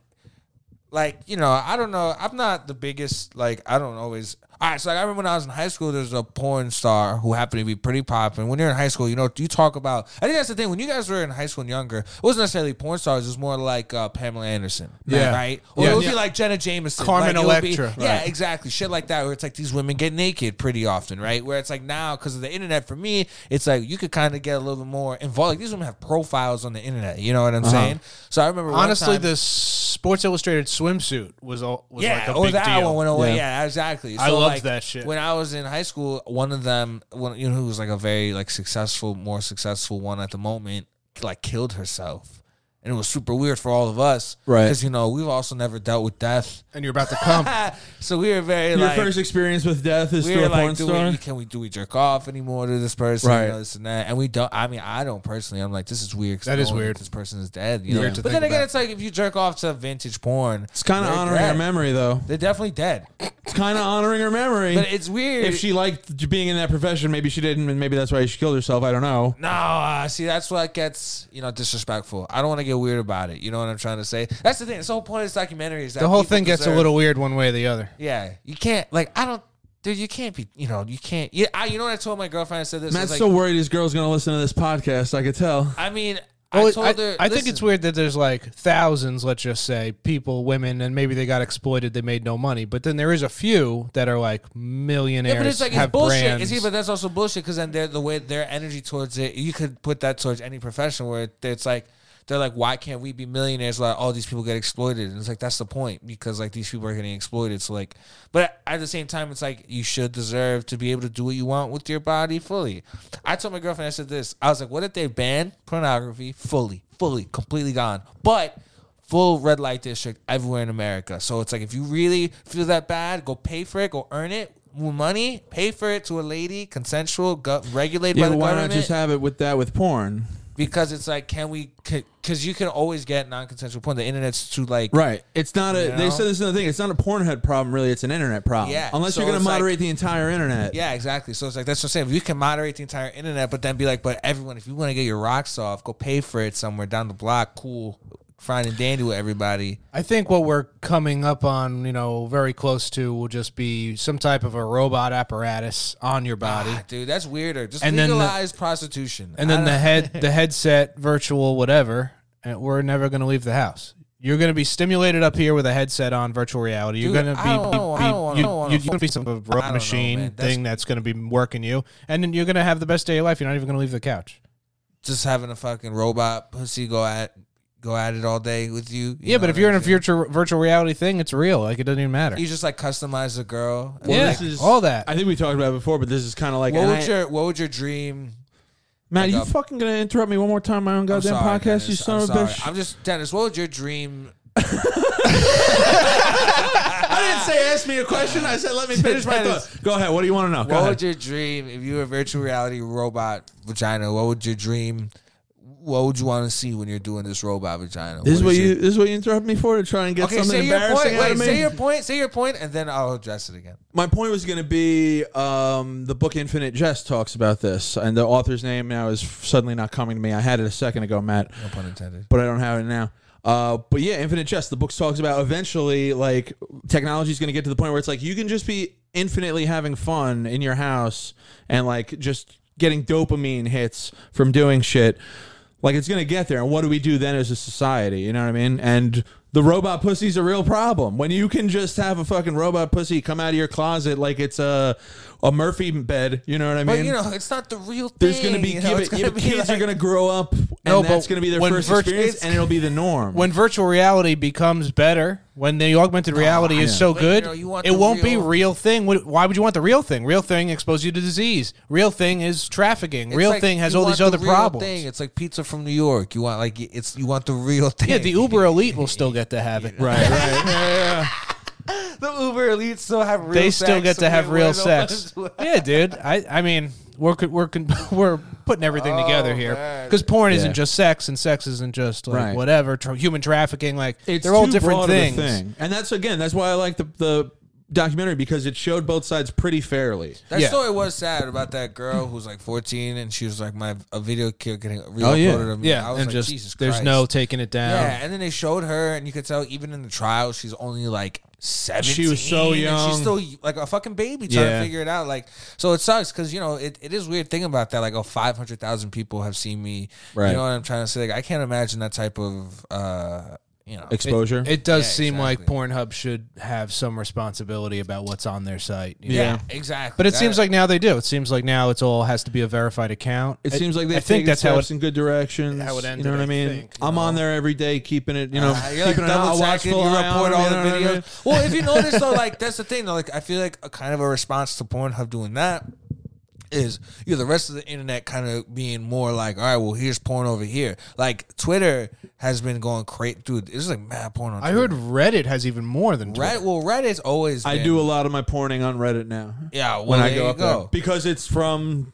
[SPEAKER 1] like, you know, I don't know. I'm not the biggest. Like, I don't always. All right, so like, I remember when I was in high school, there's a porn star who happened to be pretty poppin'. When you're in high school, you know, you talk about. I think that's the thing. When you guys were in high school and younger, it wasn't necessarily porn stars. It was more like uh, Pamela Anderson,
[SPEAKER 2] Yeah.
[SPEAKER 1] right? Or
[SPEAKER 2] Yeah.
[SPEAKER 1] it would
[SPEAKER 2] Yeah.
[SPEAKER 1] be like Jenna Jameson,
[SPEAKER 2] Carmen
[SPEAKER 1] Like, it would be-
[SPEAKER 2] Electra.
[SPEAKER 1] yeah, exactly. Shit like that, where it's like these women get naked pretty often, right? Where it's like now, because of the internet, for me, it's like you could kind of get a little bit more involved. Like these women have profiles on the internet. You know what I'm saying? So I remember one
[SPEAKER 2] Honestly,
[SPEAKER 1] time-
[SPEAKER 2] the Sports Illustrated swimsuit was all was
[SPEAKER 1] yeah,
[SPEAKER 2] like a
[SPEAKER 1] or
[SPEAKER 2] big
[SPEAKER 1] that
[SPEAKER 2] deal.
[SPEAKER 1] one went away.
[SPEAKER 3] Yeah.
[SPEAKER 1] Yeah, exactly.
[SPEAKER 2] I loved
[SPEAKER 1] like,
[SPEAKER 2] that shit.
[SPEAKER 1] When I was in high school, one of them, one you know, who was like a very like successful, more successful one at the moment, like killed herself, and it was super weird for all of us,
[SPEAKER 3] Right.
[SPEAKER 1] Because you know we've also never dealt with death,
[SPEAKER 2] and you're about to come.
[SPEAKER 1] so we were very
[SPEAKER 3] Your
[SPEAKER 1] like
[SPEAKER 3] first experience with death is
[SPEAKER 1] we
[SPEAKER 3] through
[SPEAKER 1] were
[SPEAKER 3] a porn
[SPEAKER 1] like, do
[SPEAKER 3] star.
[SPEAKER 1] we, can we do we jerk off anymore to this person?
[SPEAKER 3] Right.
[SPEAKER 1] You know, this and that. And we don't. I mean, I don't personally. I'm like, this is weird. 'cause
[SPEAKER 2] That
[SPEAKER 1] I
[SPEAKER 2] is
[SPEAKER 1] know
[SPEAKER 2] weird.
[SPEAKER 1] This person is dead. You know?
[SPEAKER 2] Weird to
[SPEAKER 1] But
[SPEAKER 2] think
[SPEAKER 1] then again,
[SPEAKER 2] about.
[SPEAKER 1] it's like if you jerk off to vintage porn,
[SPEAKER 3] it's kind of
[SPEAKER 1] they're
[SPEAKER 3] honoring her
[SPEAKER 1] dead.
[SPEAKER 3] memory, though.
[SPEAKER 1] They're definitely dead.
[SPEAKER 3] It's kind of honoring her memory.
[SPEAKER 1] But it's weird.
[SPEAKER 3] if she liked being in that profession, maybe she didn't, and maybe that's why she killed herself. I don't know.
[SPEAKER 1] No, uh, see, that's what gets you know disrespectful. I don't want to get weird about it. You know what I'm trying to say? That's the thing. It's the whole point of this documentary is that
[SPEAKER 2] the whole
[SPEAKER 1] people
[SPEAKER 2] thing gets a
[SPEAKER 1] deserve-
[SPEAKER 2] little weird one way or the other.
[SPEAKER 1] Yeah, you can't like I don't, dude. You can't be. You know, you can't. Yeah, I, you know what I told my girlfriend? I said this. I
[SPEAKER 3] Matt's
[SPEAKER 1] was like,
[SPEAKER 3] so worried his girl's gonna listen to this podcast. I could tell.
[SPEAKER 1] I mean,
[SPEAKER 2] Well,
[SPEAKER 1] I told her.
[SPEAKER 2] I think
[SPEAKER 1] "Listen,
[SPEAKER 2] it's weird that there's like thousands, let's just say, people, women, and maybe they got exploited, they made no money. But then there is a few that are like millionaires.
[SPEAKER 1] Yeah, but it's like
[SPEAKER 2] have
[SPEAKER 1] it's bullshit.
[SPEAKER 2] brands.
[SPEAKER 1] You see, but that's also bullshit because then they're, the way their energy towards it, you could put that towards any profession where it- it's like they're like, why can't we be millionaires? Like all these people get exploited, and it's like that's the point because like these people are getting exploited. So like, but at the same time, it's like you should deserve to be able to do what you want with your body fully. I told my girlfriend, I said this. I was like, what if they ban pornography fully, fully, completely gone, but full red light district everywhere in America. So it's like if you really feel that bad, go pay for it, go earn it, with money, pay for it to a lady, consensual, go- regulated by
[SPEAKER 3] Yeah, but
[SPEAKER 1] the
[SPEAKER 3] why not
[SPEAKER 1] government.
[SPEAKER 3] just have it with that with porn?
[SPEAKER 1] because it's like, can we? Because you can always get non-consensual porn. The internet's too like.
[SPEAKER 3] Right. It's not a.
[SPEAKER 1] You
[SPEAKER 3] They
[SPEAKER 1] know?
[SPEAKER 3] said this is another thing. It's not a Pornhead problem, really. It's an internet problem.
[SPEAKER 1] Yeah,
[SPEAKER 3] Unless
[SPEAKER 1] so
[SPEAKER 3] you're gonna
[SPEAKER 1] it's like-
[SPEAKER 3] moderate the entire internet.
[SPEAKER 1] Yeah, exactly. So it's like that's what I'm saying. If you can moderate the entire internet, but then be like, but everyone, if you want to get your rocks off, go pay for it somewhere down the block. Cool, fine and dandy with everybody.
[SPEAKER 2] I think what we're coming up on, you know, very close to will just be some type of a robot apparatus on your body.
[SPEAKER 1] Ah, dude, that's weirder. Just
[SPEAKER 2] And then the-
[SPEAKER 1] legalize prostitution.
[SPEAKER 2] and
[SPEAKER 1] I
[SPEAKER 2] then
[SPEAKER 1] don't-
[SPEAKER 2] the head the headset virtual whatever and we're never going to leave the house you're going to be stimulated up here with a headset on virtual reality you're
[SPEAKER 1] Dude,
[SPEAKER 2] going to
[SPEAKER 1] I don't know. I don't wanna-
[SPEAKER 2] be, be,
[SPEAKER 1] I don't wanna
[SPEAKER 2] you, you're going to be some of a
[SPEAKER 1] I
[SPEAKER 2] rope
[SPEAKER 1] don't know,
[SPEAKER 2] machine
[SPEAKER 1] man. That's-
[SPEAKER 2] thing that's going to be working you and then you're going to have the best day of your life you're not even going to leave the couch
[SPEAKER 1] just having a fucking robot pussy go at go at it all day with you. you
[SPEAKER 2] yeah but
[SPEAKER 1] know
[SPEAKER 2] if
[SPEAKER 1] what
[SPEAKER 2] you're in
[SPEAKER 1] I'm
[SPEAKER 2] a
[SPEAKER 1] saying?
[SPEAKER 2] virtual virtual reality thing it's real like it doesn't even matter
[SPEAKER 1] you just like customize the girl.
[SPEAKER 2] Well, Yeah,
[SPEAKER 3] this is-
[SPEAKER 2] all that.
[SPEAKER 3] I think we talked about it before, but this is kind of like.
[SPEAKER 1] What
[SPEAKER 3] and
[SPEAKER 1] would
[SPEAKER 3] I-
[SPEAKER 1] your what would your dream?
[SPEAKER 3] Matt, are you
[SPEAKER 1] up.
[SPEAKER 3] fucking gonna interrupt me one more time? in My own
[SPEAKER 1] I'm
[SPEAKER 3] goddamn
[SPEAKER 1] sorry,
[SPEAKER 3] podcast,
[SPEAKER 1] Dennis,
[SPEAKER 3] you son
[SPEAKER 1] I'm
[SPEAKER 3] of a
[SPEAKER 1] sorry.
[SPEAKER 3] bitch.
[SPEAKER 1] I'm just Dennis. What would your dream?
[SPEAKER 3] I didn't say ask me a question. I said let me finish my
[SPEAKER 1] Dennis.
[SPEAKER 3] thought. Go ahead. What do you want to know? Go
[SPEAKER 1] What
[SPEAKER 3] ahead.
[SPEAKER 1] would your dream if you were a virtual reality robot vagina? What would your dream? What would you want to see when you're doing this robot vagina?
[SPEAKER 3] this is what
[SPEAKER 1] your-
[SPEAKER 3] you. This is what you interrupt me for to try and get
[SPEAKER 1] Okay,
[SPEAKER 3] something
[SPEAKER 1] say your point.
[SPEAKER 3] embarrassing out
[SPEAKER 1] Wait,
[SPEAKER 3] of me.
[SPEAKER 1] say your point. Say your point, and then I'll address it again.
[SPEAKER 3] my point was going to be um, the book Infinite Jest talks about this, and the author's name now is suddenly not coming to me. I had it a second ago, Matt,
[SPEAKER 1] No pun intended.
[SPEAKER 3] but I don't have it now. Uh, but yeah, Infinite Jest, the book talks about eventually, like, technology is going to get to the point where it's like you can just be infinitely having fun in your house and like just getting dopamine hits from doing shit, like it's gonna get there. And what do we do then as a society? You know what I mean? And the robot pussy's a real problem. When you can just have a fucking robot pussy come out of your closet like it's a a Murphy bed, you know what I mean?
[SPEAKER 1] But you know, it's not the real thing.
[SPEAKER 3] There's going to be
[SPEAKER 1] you
[SPEAKER 3] kid,
[SPEAKER 1] know, it's gonna
[SPEAKER 3] yeah, but
[SPEAKER 1] be
[SPEAKER 3] kids are
[SPEAKER 1] like-
[SPEAKER 3] going to grow up, and
[SPEAKER 2] No, but
[SPEAKER 3] that's going to be their
[SPEAKER 2] when
[SPEAKER 3] first
[SPEAKER 2] virtu-
[SPEAKER 3] experience,
[SPEAKER 2] it's-
[SPEAKER 3] and it'll be the norm.
[SPEAKER 2] when virtual reality becomes better, when the augmented reality is
[SPEAKER 3] yeah.
[SPEAKER 2] so
[SPEAKER 1] But, you
[SPEAKER 2] good,
[SPEAKER 1] know, you want
[SPEAKER 2] it
[SPEAKER 1] the
[SPEAKER 2] won't be
[SPEAKER 1] real-
[SPEAKER 2] real thing. What- Why would you want the real thing? Real thing exposes you to disease. Real thing is trafficking.
[SPEAKER 1] it's
[SPEAKER 2] real
[SPEAKER 1] like
[SPEAKER 2] thing has
[SPEAKER 1] you
[SPEAKER 2] all
[SPEAKER 1] want
[SPEAKER 2] these
[SPEAKER 1] the
[SPEAKER 2] other
[SPEAKER 1] real
[SPEAKER 2] problems.
[SPEAKER 1] Thing. It's like pizza from New York. You want like it's you want the real thing.
[SPEAKER 2] Yeah, the Uber elite will still get to have it.
[SPEAKER 3] right, right.
[SPEAKER 1] the Uber elites still have real.
[SPEAKER 2] They still
[SPEAKER 1] sex,
[SPEAKER 2] get
[SPEAKER 1] so
[SPEAKER 2] to have
[SPEAKER 1] we're
[SPEAKER 2] real
[SPEAKER 1] the
[SPEAKER 2] sex.
[SPEAKER 1] ones who-
[SPEAKER 2] yeah, dude. I I mean, we're co- we're con- we're putting everything together here
[SPEAKER 1] Oh, man.
[SPEAKER 2] because porn
[SPEAKER 3] Yeah.
[SPEAKER 2] isn't just sex and sex isn't just like
[SPEAKER 3] Right.
[SPEAKER 2] whatever tra- human trafficking. Like
[SPEAKER 3] It's
[SPEAKER 2] they're all
[SPEAKER 3] too
[SPEAKER 2] different
[SPEAKER 3] broad of a
[SPEAKER 2] things.
[SPEAKER 3] thing. and that's again, that's why I like the the documentary because it showed both sides pretty fairly.
[SPEAKER 1] That
[SPEAKER 2] Yeah.
[SPEAKER 1] story was sad about that girl who's like 14 and she was like, my a video kid getting reuploaded
[SPEAKER 3] yeah.
[SPEAKER 1] of me.
[SPEAKER 2] Oh, Yeah,
[SPEAKER 1] I was
[SPEAKER 2] and
[SPEAKER 1] like,
[SPEAKER 2] just
[SPEAKER 1] Jesus
[SPEAKER 2] there's
[SPEAKER 1] Christ.
[SPEAKER 2] no taking it down.
[SPEAKER 1] Yeah, and then they showed her, and you could tell even in the trial, she's only like seventeen.
[SPEAKER 3] She was so
[SPEAKER 1] and
[SPEAKER 3] young.
[SPEAKER 1] she's still like a fucking baby trying
[SPEAKER 3] Yeah.
[SPEAKER 1] to figure it out. Like, so it sucks because you know it, it is weird thing about that. Like, oh, five hundred thousand people have seen me.
[SPEAKER 3] Right.
[SPEAKER 1] You know what I'm trying to say? Like, I can't imagine that type of uh, you know.
[SPEAKER 3] Exposure.
[SPEAKER 2] It does
[SPEAKER 1] Yeah,
[SPEAKER 2] seem
[SPEAKER 1] exactly.
[SPEAKER 2] like Pornhub should have some responsibility about what's on their site. you
[SPEAKER 1] yeah,
[SPEAKER 2] know?
[SPEAKER 1] exactly.
[SPEAKER 2] But it
[SPEAKER 1] That-
[SPEAKER 2] seems like now they do. It seems like now it's all has to be a verified account.
[SPEAKER 3] It
[SPEAKER 2] I-
[SPEAKER 3] seems like they
[SPEAKER 2] I think that's how
[SPEAKER 3] steps
[SPEAKER 2] it.
[SPEAKER 3] in good directions.
[SPEAKER 2] how it
[SPEAKER 3] You
[SPEAKER 2] ended,
[SPEAKER 3] know what I
[SPEAKER 2] I
[SPEAKER 3] mean?
[SPEAKER 2] think, you
[SPEAKER 3] I'm
[SPEAKER 2] know.
[SPEAKER 3] on there every day, keeping it. You know,
[SPEAKER 1] Uh, you're like
[SPEAKER 3] keeping an eye- a
[SPEAKER 1] double checking.
[SPEAKER 3] watchful
[SPEAKER 1] You
[SPEAKER 3] eye on
[SPEAKER 1] report
[SPEAKER 3] them,
[SPEAKER 1] all
[SPEAKER 3] you
[SPEAKER 1] the
[SPEAKER 3] know what I mean?
[SPEAKER 1] videos. Well, if you notice though, like that's the thing. Though, like I feel like a kind of a response to Pornhub doing that is you know the rest of the internet kind of being more like, all right, well here's porn over here. Like Twitter has been going crazy, dude. It's like mad porn on.
[SPEAKER 2] I
[SPEAKER 1] Twitter.
[SPEAKER 2] heard Reddit has even more than Twitter.
[SPEAKER 1] Reddit. Well, Reddit's always.
[SPEAKER 3] I
[SPEAKER 1] been-
[SPEAKER 3] do a lot of my porning on Reddit now.
[SPEAKER 1] Yeah, well,
[SPEAKER 3] when I
[SPEAKER 1] there
[SPEAKER 3] go
[SPEAKER 1] you
[SPEAKER 3] up there
[SPEAKER 1] go.
[SPEAKER 3] because it's from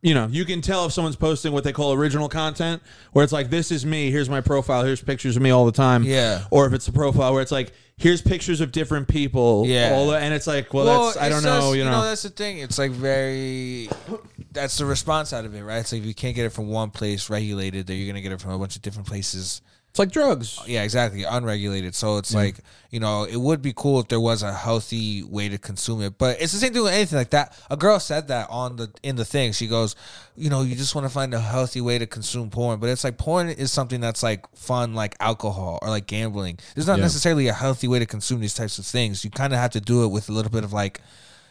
[SPEAKER 3] you know you can tell if someone's posting what they call original content where it's like this is me here's my profile here's pictures of me all the time
[SPEAKER 1] Yeah.
[SPEAKER 3] or if it's a profile where it's like here's pictures of different people
[SPEAKER 1] Yeah.
[SPEAKER 3] all the- and it's like well, that's I
[SPEAKER 1] it's
[SPEAKER 3] don't
[SPEAKER 1] just-
[SPEAKER 3] know you know,
[SPEAKER 1] that's the thing. It's like very. That's the response out of it, right? It's like if you can't get it from one place regulated, then you're gonna get it from a bunch of different places.
[SPEAKER 3] it's like drugs
[SPEAKER 1] Yeah, exactly. Unregulated. So it's like, you know, it would be cool if there was a healthy way to consume it. But it's the same thing with anything like that. A girl said that on the in the thing. She goes, you know, you just want to find a healthy way to consume porn. But it's like porn is something that's like fun, like alcohol or like gambling. There's not necessarily a healthy way to consume these types of things. You kind of have to do it with a little bit of like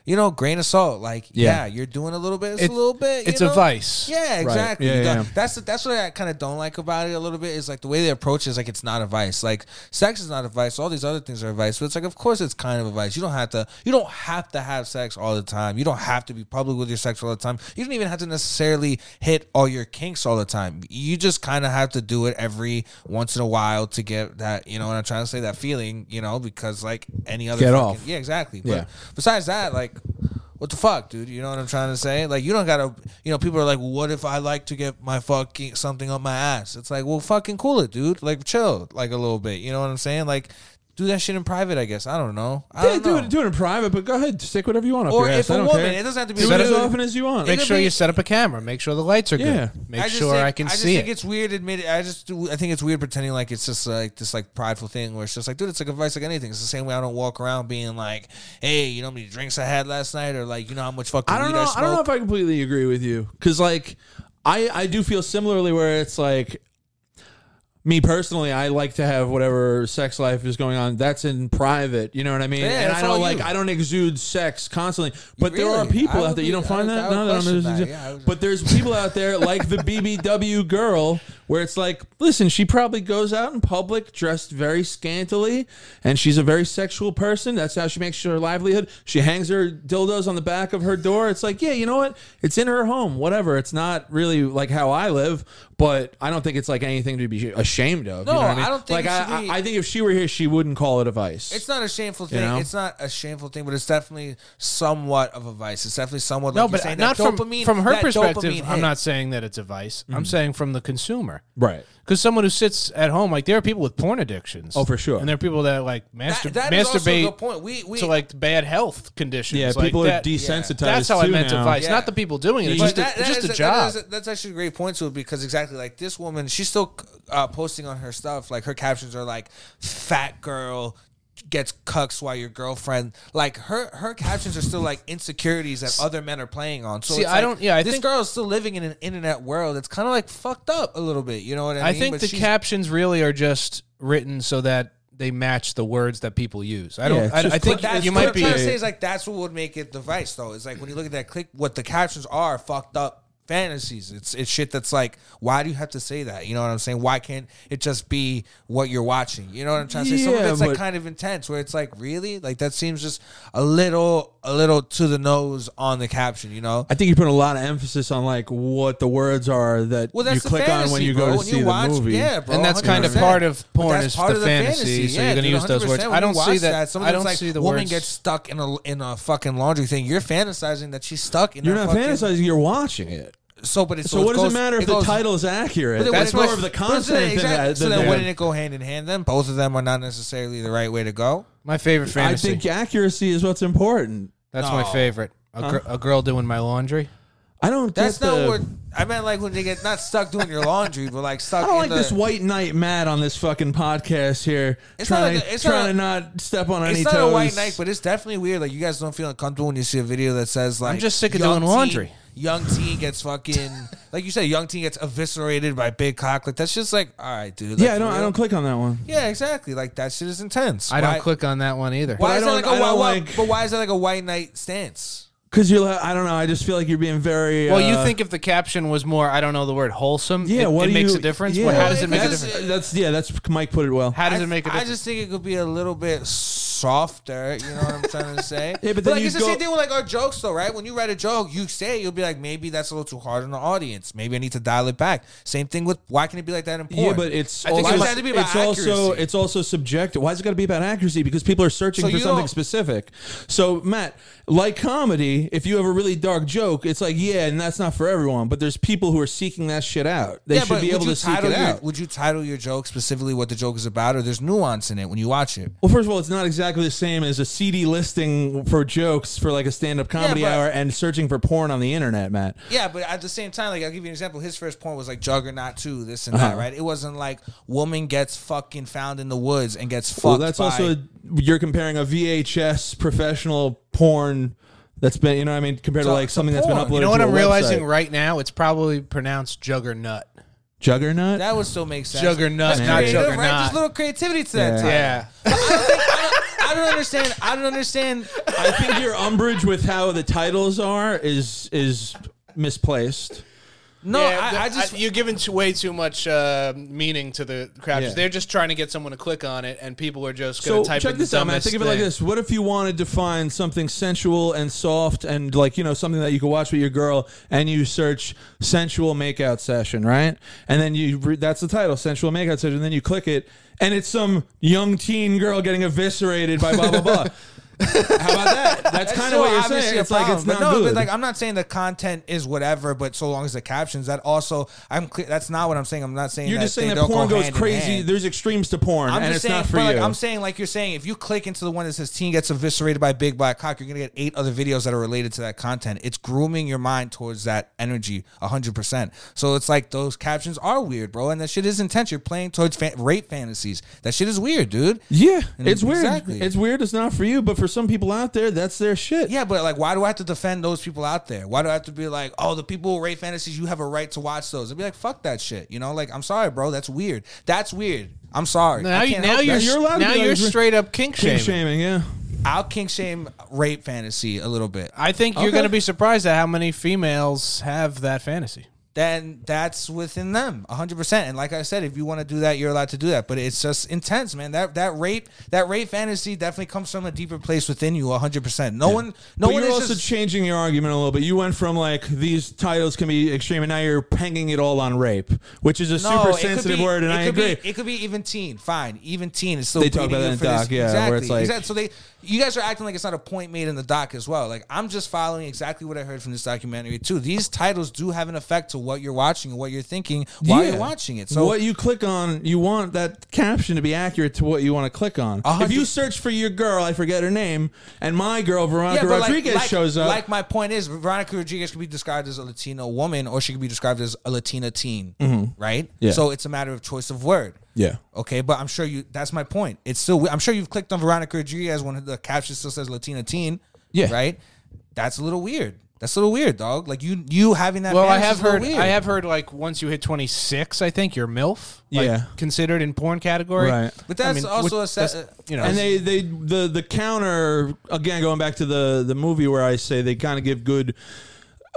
[SPEAKER 1] you know, grain of salt. Like, yeah,
[SPEAKER 3] Yeah.
[SPEAKER 1] you're doing a little bit. It's,
[SPEAKER 2] It's-
[SPEAKER 1] a little bit. you
[SPEAKER 2] it's a
[SPEAKER 1] know?
[SPEAKER 2] vice.
[SPEAKER 1] Yeah, exactly.
[SPEAKER 3] Yeah,
[SPEAKER 1] You
[SPEAKER 3] yeah,
[SPEAKER 1] got-
[SPEAKER 3] yeah.
[SPEAKER 1] that's that's what I kind of don't like about it a little bit is like the way they approach it is like it's not a vice. Like sex is not a vice. All these other things are a vice. But it's like of course it's kind of a vice. You don't have to you don't have to have sex all the time. You don't have to be public with your sex all the time. You don't even have to necessarily hit all your kinks all the time. You just kind of have to do it every once in a while to get that you know what I'm trying to say that feeling you know because like any other
[SPEAKER 3] Get
[SPEAKER 1] fucking-
[SPEAKER 3] off.
[SPEAKER 1] yeah exactly. But
[SPEAKER 3] Yeah.
[SPEAKER 1] besides that like what the fuck, dude? You know what I'm trying to say? Like, you don't gotta. You know, people are like, "What if I like to get my fucking something up my ass?" It's like, well, fucking cool it, dude. Like, chill, like a little bit. You know what I'm saying? Like, do that shit in private. I guess I don't know. I
[SPEAKER 3] yeah
[SPEAKER 1] don't
[SPEAKER 3] do
[SPEAKER 1] know.
[SPEAKER 3] it, do it in private but go ahead stick whatever you want up
[SPEAKER 1] Or
[SPEAKER 3] your
[SPEAKER 1] if
[SPEAKER 3] ass. I
[SPEAKER 1] a
[SPEAKER 3] don't
[SPEAKER 1] woman,
[SPEAKER 3] care.
[SPEAKER 1] it doesn't have to be.
[SPEAKER 3] do
[SPEAKER 1] a
[SPEAKER 3] it as
[SPEAKER 1] dude.
[SPEAKER 3] often as you want
[SPEAKER 2] Make
[SPEAKER 1] could
[SPEAKER 2] sure
[SPEAKER 1] be-
[SPEAKER 2] you set up a camera. Make sure the lights are
[SPEAKER 3] Yeah.
[SPEAKER 2] good. Make
[SPEAKER 1] I just
[SPEAKER 2] sure
[SPEAKER 1] think-
[SPEAKER 2] I can
[SPEAKER 1] just
[SPEAKER 2] see
[SPEAKER 1] think
[SPEAKER 2] it.
[SPEAKER 1] it's weird. Admitted, I just do. I think it's weird pretending like it's just like this like prideful thing where it's just like, dude, it's like advice like anything. It's the same way I don't walk around being like, hey, you know how many drinks I had last night, or like, you know how much fucking
[SPEAKER 3] I don't
[SPEAKER 1] weed
[SPEAKER 3] know.
[SPEAKER 1] I
[SPEAKER 3] I,
[SPEAKER 1] smoked.
[SPEAKER 3] don't know if I completely agree with you because, like, I I do feel similarly where it's like me personally, I like to have whatever sex life is going on. That's in private. You know what I mean?
[SPEAKER 1] Yeah,
[SPEAKER 3] and
[SPEAKER 1] that's
[SPEAKER 3] I don't
[SPEAKER 1] all
[SPEAKER 3] like
[SPEAKER 1] you.
[SPEAKER 3] I don't exude sex constantly. But there are
[SPEAKER 1] Really?
[SPEAKER 3] people
[SPEAKER 1] I
[SPEAKER 3] out
[SPEAKER 1] would
[SPEAKER 3] there. You
[SPEAKER 1] be-
[SPEAKER 3] don't
[SPEAKER 1] I
[SPEAKER 3] find
[SPEAKER 1] would-
[SPEAKER 3] that?
[SPEAKER 1] I would
[SPEAKER 3] No, no, no,
[SPEAKER 1] question
[SPEAKER 3] no.
[SPEAKER 1] that. Yeah, I would-
[SPEAKER 3] But there's people out there like the BBW girl where it's like, listen, she probably goes out in public dressed very scantily and she's a very sexual person. That's how she makes her livelihood. She hangs her dildos on the back of her door. It's like, yeah, you know what? It's in her home, whatever. It's not really like how I live, but I don't think it's like anything to be ashamed of. you
[SPEAKER 1] No,
[SPEAKER 3] know what I, mean?
[SPEAKER 1] I don't think
[SPEAKER 3] like
[SPEAKER 1] it should
[SPEAKER 3] I,
[SPEAKER 1] be-
[SPEAKER 3] I, I think if she were here, she wouldn't call it a vice.
[SPEAKER 1] It's not a shameful thing.
[SPEAKER 3] know?
[SPEAKER 1] It's not a shameful thing, but it's definitely somewhat of a vice. It's definitely somewhat.
[SPEAKER 2] no,
[SPEAKER 1] like
[SPEAKER 2] but
[SPEAKER 1] you're saying,
[SPEAKER 2] not
[SPEAKER 1] that
[SPEAKER 2] from
[SPEAKER 1] dopamine,
[SPEAKER 2] from her
[SPEAKER 1] that
[SPEAKER 2] perspective.
[SPEAKER 1] dopamine
[SPEAKER 2] I'm
[SPEAKER 1] hit. Mm.
[SPEAKER 2] not saying that it's a vice. I'm saying from the consumer.
[SPEAKER 3] right.
[SPEAKER 2] Because someone who sits at home, like there are people with porn addictions.
[SPEAKER 3] Oh, for sure.
[SPEAKER 2] And there are people that like master,
[SPEAKER 1] That, that is also a
[SPEAKER 2] masturbate
[SPEAKER 1] good point. We we
[SPEAKER 2] to like bad health conditions.
[SPEAKER 3] Yeah,
[SPEAKER 2] Like,
[SPEAKER 3] people
[SPEAKER 2] that-
[SPEAKER 3] are desensitized.
[SPEAKER 2] That's how I
[SPEAKER 3] too
[SPEAKER 2] meant to
[SPEAKER 3] now.
[SPEAKER 2] vice,
[SPEAKER 1] Yeah.
[SPEAKER 2] not the people doing it. It's
[SPEAKER 3] But
[SPEAKER 2] just, a,
[SPEAKER 1] that-
[SPEAKER 2] it's
[SPEAKER 1] that
[SPEAKER 2] just
[SPEAKER 1] is-
[SPEAKER 2] a
[SPEAKER 1] that
[SPEAKER 2] job.
[SPEAKER 1] is- that's actually a great point to it because exactly like this woman, she's still uh, posting on her stuff. Like her captions are like "fat girl." gets cucks while your girlfriend like her her captions are still like insecurities that other men are playing on. So
[SPEAKER 2] See,
[SPEAKER 1] it's
[SPEAKER 2] I
[SPEAKER 1] like,
[SPEAKER 2] don't- yeah, I
[SPEAKER 1] this
[SPEAKER 2] think-
[SPEAKER 1] girl is still living in an internet world. It's kind of like fucked up a little bit. You know what I,
[SPEAKER 2] I
[SPEAKER 1] mean?
[SPEAKER 2] think
[SPEAKER 1] But
[SPEAKER 2] the
[SPEAKER 1] she's-
[SPEAKER 2] captions really are just written so that they match the words that people use. I don't.
[SPEAKER 3] Yeah,
[SPEAKER 2] I,
[SPEAKER 3] just
[SPEAKER 2] I think
[SPEAKER 3] put that-
[SPEAKER 1] That's
[SPEAKER 2] you
[SPEAKER 1] what
[SPEAKER 2] might
[SPEAKER 1] I'm
[SPEAKER 2] be.
[SPEAKER 1] trying to say is like that's what would make it the vice though. It's like when you look at that click, what the captions are fucked up fantasies. It's it's shit that's like, why do you have to say that? You know what I'm saying? Why can't it just be what you're watching? You know what I'm trying to say? Some of
[SPEAKER 3] Yeah,
[SPEAKER 1] it's
[SPEAKER 3] but-
[SPEAKER 1] like kind of intense, where it's like really like that seems just a little a little to the nose on the caption. You know.
[SPEAKER 3] I think you put a lot of emphasis on like what the words are that
[SPEAKER 1] Well, that's
[SPEAKER 3] you
[SPEAKER 1] the
[SPEAKER 3] click
[SPEAKER 1] fantasy,
[SPEAKER 3] on when you
[SPEAKER 1] bro.
[SPEAKER 3] go to
[SPEAKER 1] when
[SPEAKER 3] see
[SPEAKER 1] you
[SPEAKER 3] the
[SPEAKER 1] watch,
[SPEAKER 3] movie.
[SPEAKER 1] Yeah, bro.
[SPEAKER 2] And that's kind of
[SPEAKER 1] 100%.
[SPEAKER 2] part of
[SPEAKER 1] But
[SPEAKER 2] porn
[SPEAKER 1] that's
[SPEAKER 2] is
[SPEAKER 1] part
[SPEAKER 2] the
[SPEAKER 1] of
[SPEAKER 2] fantasy, so
[SPEAKER 1] yeah,
[SPEAKER 2] you're gonna
[SPEAKER 1] dude,
[SPEAKER 2] use those
[SPEAKER 1] 100%.
[SPEAKER 2] words.
[SPEAKER 1] When
[SPEAKER 2] I
[SPEAKER 1] you
[SPEAKER 2] don't see
[SPEAKER 1] watch
[SPEAKER 2] that-
[SPEAKER 1] Some of
[SPEAKER 2] I
[SPEAKER 1] it's
[SPEAKER 2] don't
[SPEAKER 1] like,
[SPEAKER 2] see the
[SPEAKER 1] woman
[SPEAKER 2] words.
[SPEAKER 1] gets stuck in a in a fucking laundry thing. You're fantasizing that she's stuck in.
[SPEAKER 3] You're
[SPEAKER 1] her
[SPEAKER 3] not
[SPEAKER 1] fucking,
[SPEAKER 3] fantasizing. You're watching it.
[SPEAKER 1] So, but it's,
[SPEAKER 3] So, what does
[SPEAKER 1] goes-
[SPEAKER 3] it matter if the
[SPEAKER 1] goes-
[SPEAKER 3] title is accurate?
[SPEAKER 1] but it-
[SPEAKER 3] That's
[SPEAKER 1] but it-
[SPEAKER 3] more of the
[SPEAKER 1] but it's-
[SPEAKER 3] content than
[SPEAKER 1] exactly.
[SPEAKER 3] that.
[SPEAKER 1] So
[SPEAKER 3] than
[SPEAKER 1] then,
[SPEAKER 3] the-
[SPEAKER 1] wouldn't it go hand in hand? Then both of them are not necessarily the right way to go.
[SPEAKER 2] My favorite
[SPEAKER 3] I
[SPEAKER 2] fantasy.
[SPEAKER 3] think accuracy is what's important.
[SPEAKER 2] That's my
[SPEAKER 1] No.
[SPEAKER 2] favorite. A, gr- a girl doing my laundry.
[SPEAKER 3] I don't.
[SPEAKER 1] That's
[SPEAKER 3] get the,
[SPEAKER 1] not what I meant. Like when they get not stuck doing your laundry, but like stuck.
[SPEAKER 3] I don't
[SPEAKER 1] in
[SPEAKER 3] like
[SPEAKER 1] the,
[SPEAKER 3] this white knight Matt on this fucking podcast here.
[SPEAKER 1] It's not
[SPEAKER 3] trying
[SPEAKER 1] like
[SPEAKER 3] to,
[SPEAKER 1] a- it's
[SPEAKER 3] trying to not step on any
[SPEAKER 1] It's not
[SPEAKER 3] toes.
[SPEAKER 1] a white knife, but it's definitely weird. Like you guys don't feel uncomfortable when you see a video that says like
[SPEAKER 2] just sick of
[SPEAKER 1] young
[SPEAKER 2] doing laundry.
[SPEAKER 1] Young T gets fucking like you said. Young T gets eviscerated by big cock. Like that's just like all right, dude.
[SPEAKER 3] yeah, I
[SPEAKER 1] like,
[SPEAKER 3] don't.
[SPEAKER 1] for
[SPEAKER 3] I
[SPEAKER 1] real?
[SPEAKER 3] don't click on that one.
[SPEAKER 1] Yeah, exactly. Like that shit is intense.
[SPEAKER 2] I don't
[SPEAKER 1] Why-
[SPEAKER 2] click on that one either.
[SPEAKER 3] I
[SPEAKER 1] Why is that
[SPEAKER 3] don't-
[SPEAKER 1] like
[SPEAKER 3] I
[SPEAKER 1] a
[SPEAKER 3] don't
[SPEAKER 1] why, why-
[SPEAKER 3] like-
[SPEAKER 1] But why is that like a white knight stance?
[SPEAKER 3] Because you're. like- I don't know. I just feel like you're being very.
[SPEAKER 2] Well, you
[SPEAKER 3] uh,
[SPEAKER 2] think if the caption was more, I don't know the word wholesome,
[SPEAKER 3] Yeah.
[SPEAKER 2] it,
[SPEAKER 3] what
[SPEAKER 2] it
[SPEAKER 3] do
[SPEAKER 2] makes
[SPEAKER 3] you-
[SPEAKER 2] a difference?
[SPEAKER 3] Yeah.
[SPEAKER 2] Well, how does it
[SPEAKER 1] It
[SPEAKER 2] make a
[SPEAKER 1] does-
[SPEAKER 2] difference?
[SPEAKER 3] That's yeah. That's Mike put it well.
[SPEAKER 2] How does
[SPEAKER 1] I-
[SPEAKER 2] it make a difference?
[SPEAKER 1] I just think it could be a little bit softer. You know what I'm trying to say?
[SPEAKER 3] Yeah, but then
[SPEAKER 1] like
[SPEAKER 3] you
[SPEAKER 1] it's
[SPEAKER 3] go-
[SPEAKER 1] the same thing with like our jokes, though, right? When you write a joke, you say it, you'll be like, maybe that's a little too hard on the audience. Maybe I need to dial it back. Same thing with why can it be like that in porn?
[SPEAKER 3] Yeah, but it's
[SPEAKER 1] I think
[SPEAKER 3] also,
[SPEAKER 1] it has to be about
[SPEAKER 3] it's also
[SPEAKER 1] accuracy.
[SPEAKER 3] it's also subjective. Why is it got to be about accuracy? Because people are searching
[SPEAKER 1] So
[SPEAKER 3] for
[SPEAKER 1] you
[SPEAKER 3] something
[SPEAKER 1] don't-
[SPEAKER 3] specific. So Matt, like comedy, if you have a really dark joke, it's like yeah, and that's not for everyone. But there's people who are seeking that shit out. They
[SPEAKER 1] Yeah,
[SPEAKER 3] should
[SPEAKER 1] but
[SPEAKER 3] be
[SPEAKER 1] would
[SPEAKER 3] able
[SPEAKER 1] you
[SPEAKER 3] to seek it
[SPEAKER 1] title your,
[SPEAKER 3] out.
[SPEAKER 1] Would you title your joke specifically what the joke is about, or there's nuance in it when you watch it?
[SPEAKER 3] Well, first of all, it's not exactly the same as a CD listing for jokes for like a stand-up comedy
[SPEAKER 1] but-
[SPEAKER 3] hour and searching for porn on the internet, Matt.
[SPEAKER 1] Yeah, but at the same time, like I'll give you an example. His first point was like Juggernaut two, this and that, right? It wasn't like woman gets fucking found in the woods and gets fucked.
[SPEAKER 3] Well, that's
[SPEAKER 1] by-
[SPEAKER 3] also you're comparing a VHS professional porn that's been, you know, what I mean, compared to
[SPEAKER 1] So,
[SPEAKER 3] like
[SPEAKER 1] so
[SPEAKER 3] something that's been
[SPEAKER 1] porn.
[SPEAKER 3] uploaded.
[SPEAKER 2] you know what
[SPEAKER 3] to a
[SPEAKER 2] I'm
[SPEAKER 3] website.
[SPEAKER 2] realizing right now? It's probably pronounced juggernaut.
[SPEAKER 3] Juggernaut.
[SPEAKER 1] that would still make sense.
[SPEAKER 2] Juggernaut,
[SPEAKER 3] That's
[SPEAKER 2] not
[SPEAKER 3] creative,
[SPEAKER 1] creative,
[SPEAKER 2] juggernaut.
[SPEAKER 1] right? There's a little creativity to that. title.
[SPEAKER 2] yeah.
[SPEAKER 1] I don't understand. I don't understand.
[SPEAKER 3] I think your umbrage with how the titles are is is misplaced.
[SPEAKER 1] No,
[SPEAKER 2] Yeah,
[SPEAKER 1] I, I
[SPEAKER 2] the-
[SPEAKER 1] just.
[SPEAKER 2] you're giving too, way too much uh, meaning to the crowd.
[SPEAKER 3] Yeah.
[SPEAKER 2] They're just trying to get someone to click on it, and people are just
[SPEAKER 3] So
[SPEAKER 2] going to type
[SPEAKER 3] check
[SPEAKER 2] in
[SPEAKER 3] this
[SPEAKER 2] the
[SPEAKER 3] out, man.
[SPEAKER 2] dumbest
[SPEAKER 3] Think of it like
[SPEAKER 2] thing.
[SPEAKER 3] this: What if you wanted to find something sensual and soft, and like you know something that you could watch with your girl, and you search "sensual makeout session," right? And then you re- that's the title, "sensual makeout session." And then you click it, and it's some young teen girl getting eviscerated by blah blah blah. How about that? That's, kind of what you're saying. It's like it's
[SPEAKER 1] but
[SPEAKER 3] not
[SPEAKER 1] no,
[SPEAKER 3] good.
[SPEAKER 1] but like I'm not saying the content is whatever, but so long as the captions, that also I'm clear. That's not what I'm saying. I'm not saying
[SPEAKER 3] you're
[SPEAKER 1] that
[SPEAKER 3] just saying
[SPEAKER 1] they
[SPEAKER 3] that
[SPEAKER 1] don't
[SPEAKER 3] porn
[SPEAKER 1] go
[SPEAKER 3] goes
[SPEAKER 1] hand in
[SPEAKER 3] crazy.
[SPEAKER 1] hand.
[SPEAKER 3] There's extremes to porn,
[SPEAKER 1] I'm
[SPEAKER 3] and
[SPEAKER 1] just
[SPEAKER 3] it's
[SPEAKER 1] saying,
[SPEAKER 3] not for
[SPEAKER 1] but like,
[SPEAKER 3] you.
[SPEAKER 1] I'm saying, like you're saying, if you click into the one that says teen gets eviscerated by big black cock, you're gonna get eight other videos that are related to that content. It's grooming your mind towards that energy 100. percent So it's like those captions are weird, bro, and that shit is intense. You're playing towards fa- rape fantasies. That shit is weird, dude.
[SPEAKER 3] Yeah,
[SPEAKER 1] And
[SPEAKER 3] it's weird.
[SPEAKER 1] exactly.
[SPEAKER 3] It's weird. It's not for you, but for some people out there, that's their shit.
[SPEAKER 1] Yeah, but like, why do I have to defend those people out there? Why do I have to be like, oh, the people who rate fantasies, you have a right to watch those? I'd be like, fuck that shit. You know, like, I'm sorry, bro. That's weird. That's weird. I'm sorry.
[SPEAKER 2] Now,
[SPEAKER 1] I
[SPEAKER 2] you,
[SPEAKER 1] can't
[SPEAKER 2] now
[SPEAKER 1] help
[SPEAKER 2] you're
[SPEAKER 1] that.
[SPEAKER 3] You're allowed to
[SPEAKER 2] now
[SPEAKER 3] be
[SPEAKER 2] you're
[SPEAKER 3] like-
[SPEAKER 2] straight up kink
[SPEAKER 3] King
[SPEAKER 2] shaming.
[SPEAKER 3] shaming. Yeah,
[SPEAKER 1] I'll kink shame rape fantasy a little bit.
[SPEAKER 2] I think you're
[SPEAKER 3] Okay.
[SPEAKER 2] going to be surprised at how many females have that fantasy.
[SPEAKER 1] Then that's within them, 100. percent And like I said, if you want to do that, you're allowed to do that. But it's just intense, man. That that rape that rape fantasy definitely comes from a deeper place within you, 100. percent No one, no one
[SPEAKER 3] but you're
[SPEAKER 1] is
[SPEAKER 3] also
[SPEAKER 1] just-
[SPEAKER 3] changing your argument a little bit. You went from like these titles can be extreme, and now you're hanging it all on rape, which is a
[SPEAKER 1] it
[SPEAKER 3] super
[SPEAKER 1] could
[SPEAKER 3] sensitive
[SPEAKER 1] be-
[SPEAKER 3] word, and
[SPEAKER 1] it
[SPEAKER 3] I
[SPEAKER 1] could be-
[SPEAKER 3] agree.
[SPEAKER 1] it could be even teen. Fine, even teen is still.
[SPEAKER 3] They talk
[SPEAKER 1] beating you
[SPEAKER 3] about that in
[SPEAKER 1] for this-
[SPEAKER 3] doc, yeah,
[SPEAKER 1] exactly.
[SPEAKER 3] where it's like-
[SPEAKER 1] exactly. So they, you guys are acting like it's not a point made in the doc as well. Like I'm just following exactly what I heard from this documentary too. These titles do have an effect to what you're watching and what you're thinking while
[SPEAKER 3] Yeah.
[SPEAKER 1] you're watching it. So
[SPEAKER 3] what you click on, you want that caption to be accurate to what you want to click on.
[SPEAKER 1] A
[SPEAKER 3] If
[SPEAKER 1] hundred-
[SPEAKER 3] you search for your girl, I forget her name, and my girl Veronica
[SPEAKER 1] but
[SPEAKER 3] Rodriguez
[SPEAKER 1] like,
[SPEAKER 3] shows up.
[SPEAKER 1] Like my point is, Veronica Rodriguez could be described as a Latina woman, or she could be described as a Latina teen, right?
[SPEAKER 3] Yeah.
[SPEAKER 1] So it's a matter of choice of word.
[SPEAKER 3] yeah.
[SPEAKER 1] Okay, but I'm sure you. That's my point. It's still. I'm sure you've clicked on Veronica Rodriguez when the caption still says Latina teen.
[SPEAKER 3] Yeah.
[SPEAKER 1] Right. That's a little weird. That's a little weird, dog. Like you, you having that.
[SPEAKER 2] Well, I
[SPEAKER 1] fantasy
[SPEAKER 2] have
[SPEAKER 1] is a little
[SPEAKER 2] heard.
[SPEAKER 1] Weird.
[SPEAKER 2] I have heard like once you hit 26, I think you're milf. Like,
[SPEAKER 3] Yeah.
[SPEAKER 2] considered in porn category.
[SPEAKER 3] Right.
[SPEAKER 1] But that's
[SPEAKER 2] I mean,
[SPEAKER 1] also
[SPEAKER 2] what-
[SPEAKER 1] a set. uh,
[SPEAKER 2] that's-
[SPEAKER 1] you know.
[SPEAKER 3] And they, they the the counter again going back to the the movie where I say they kind of give good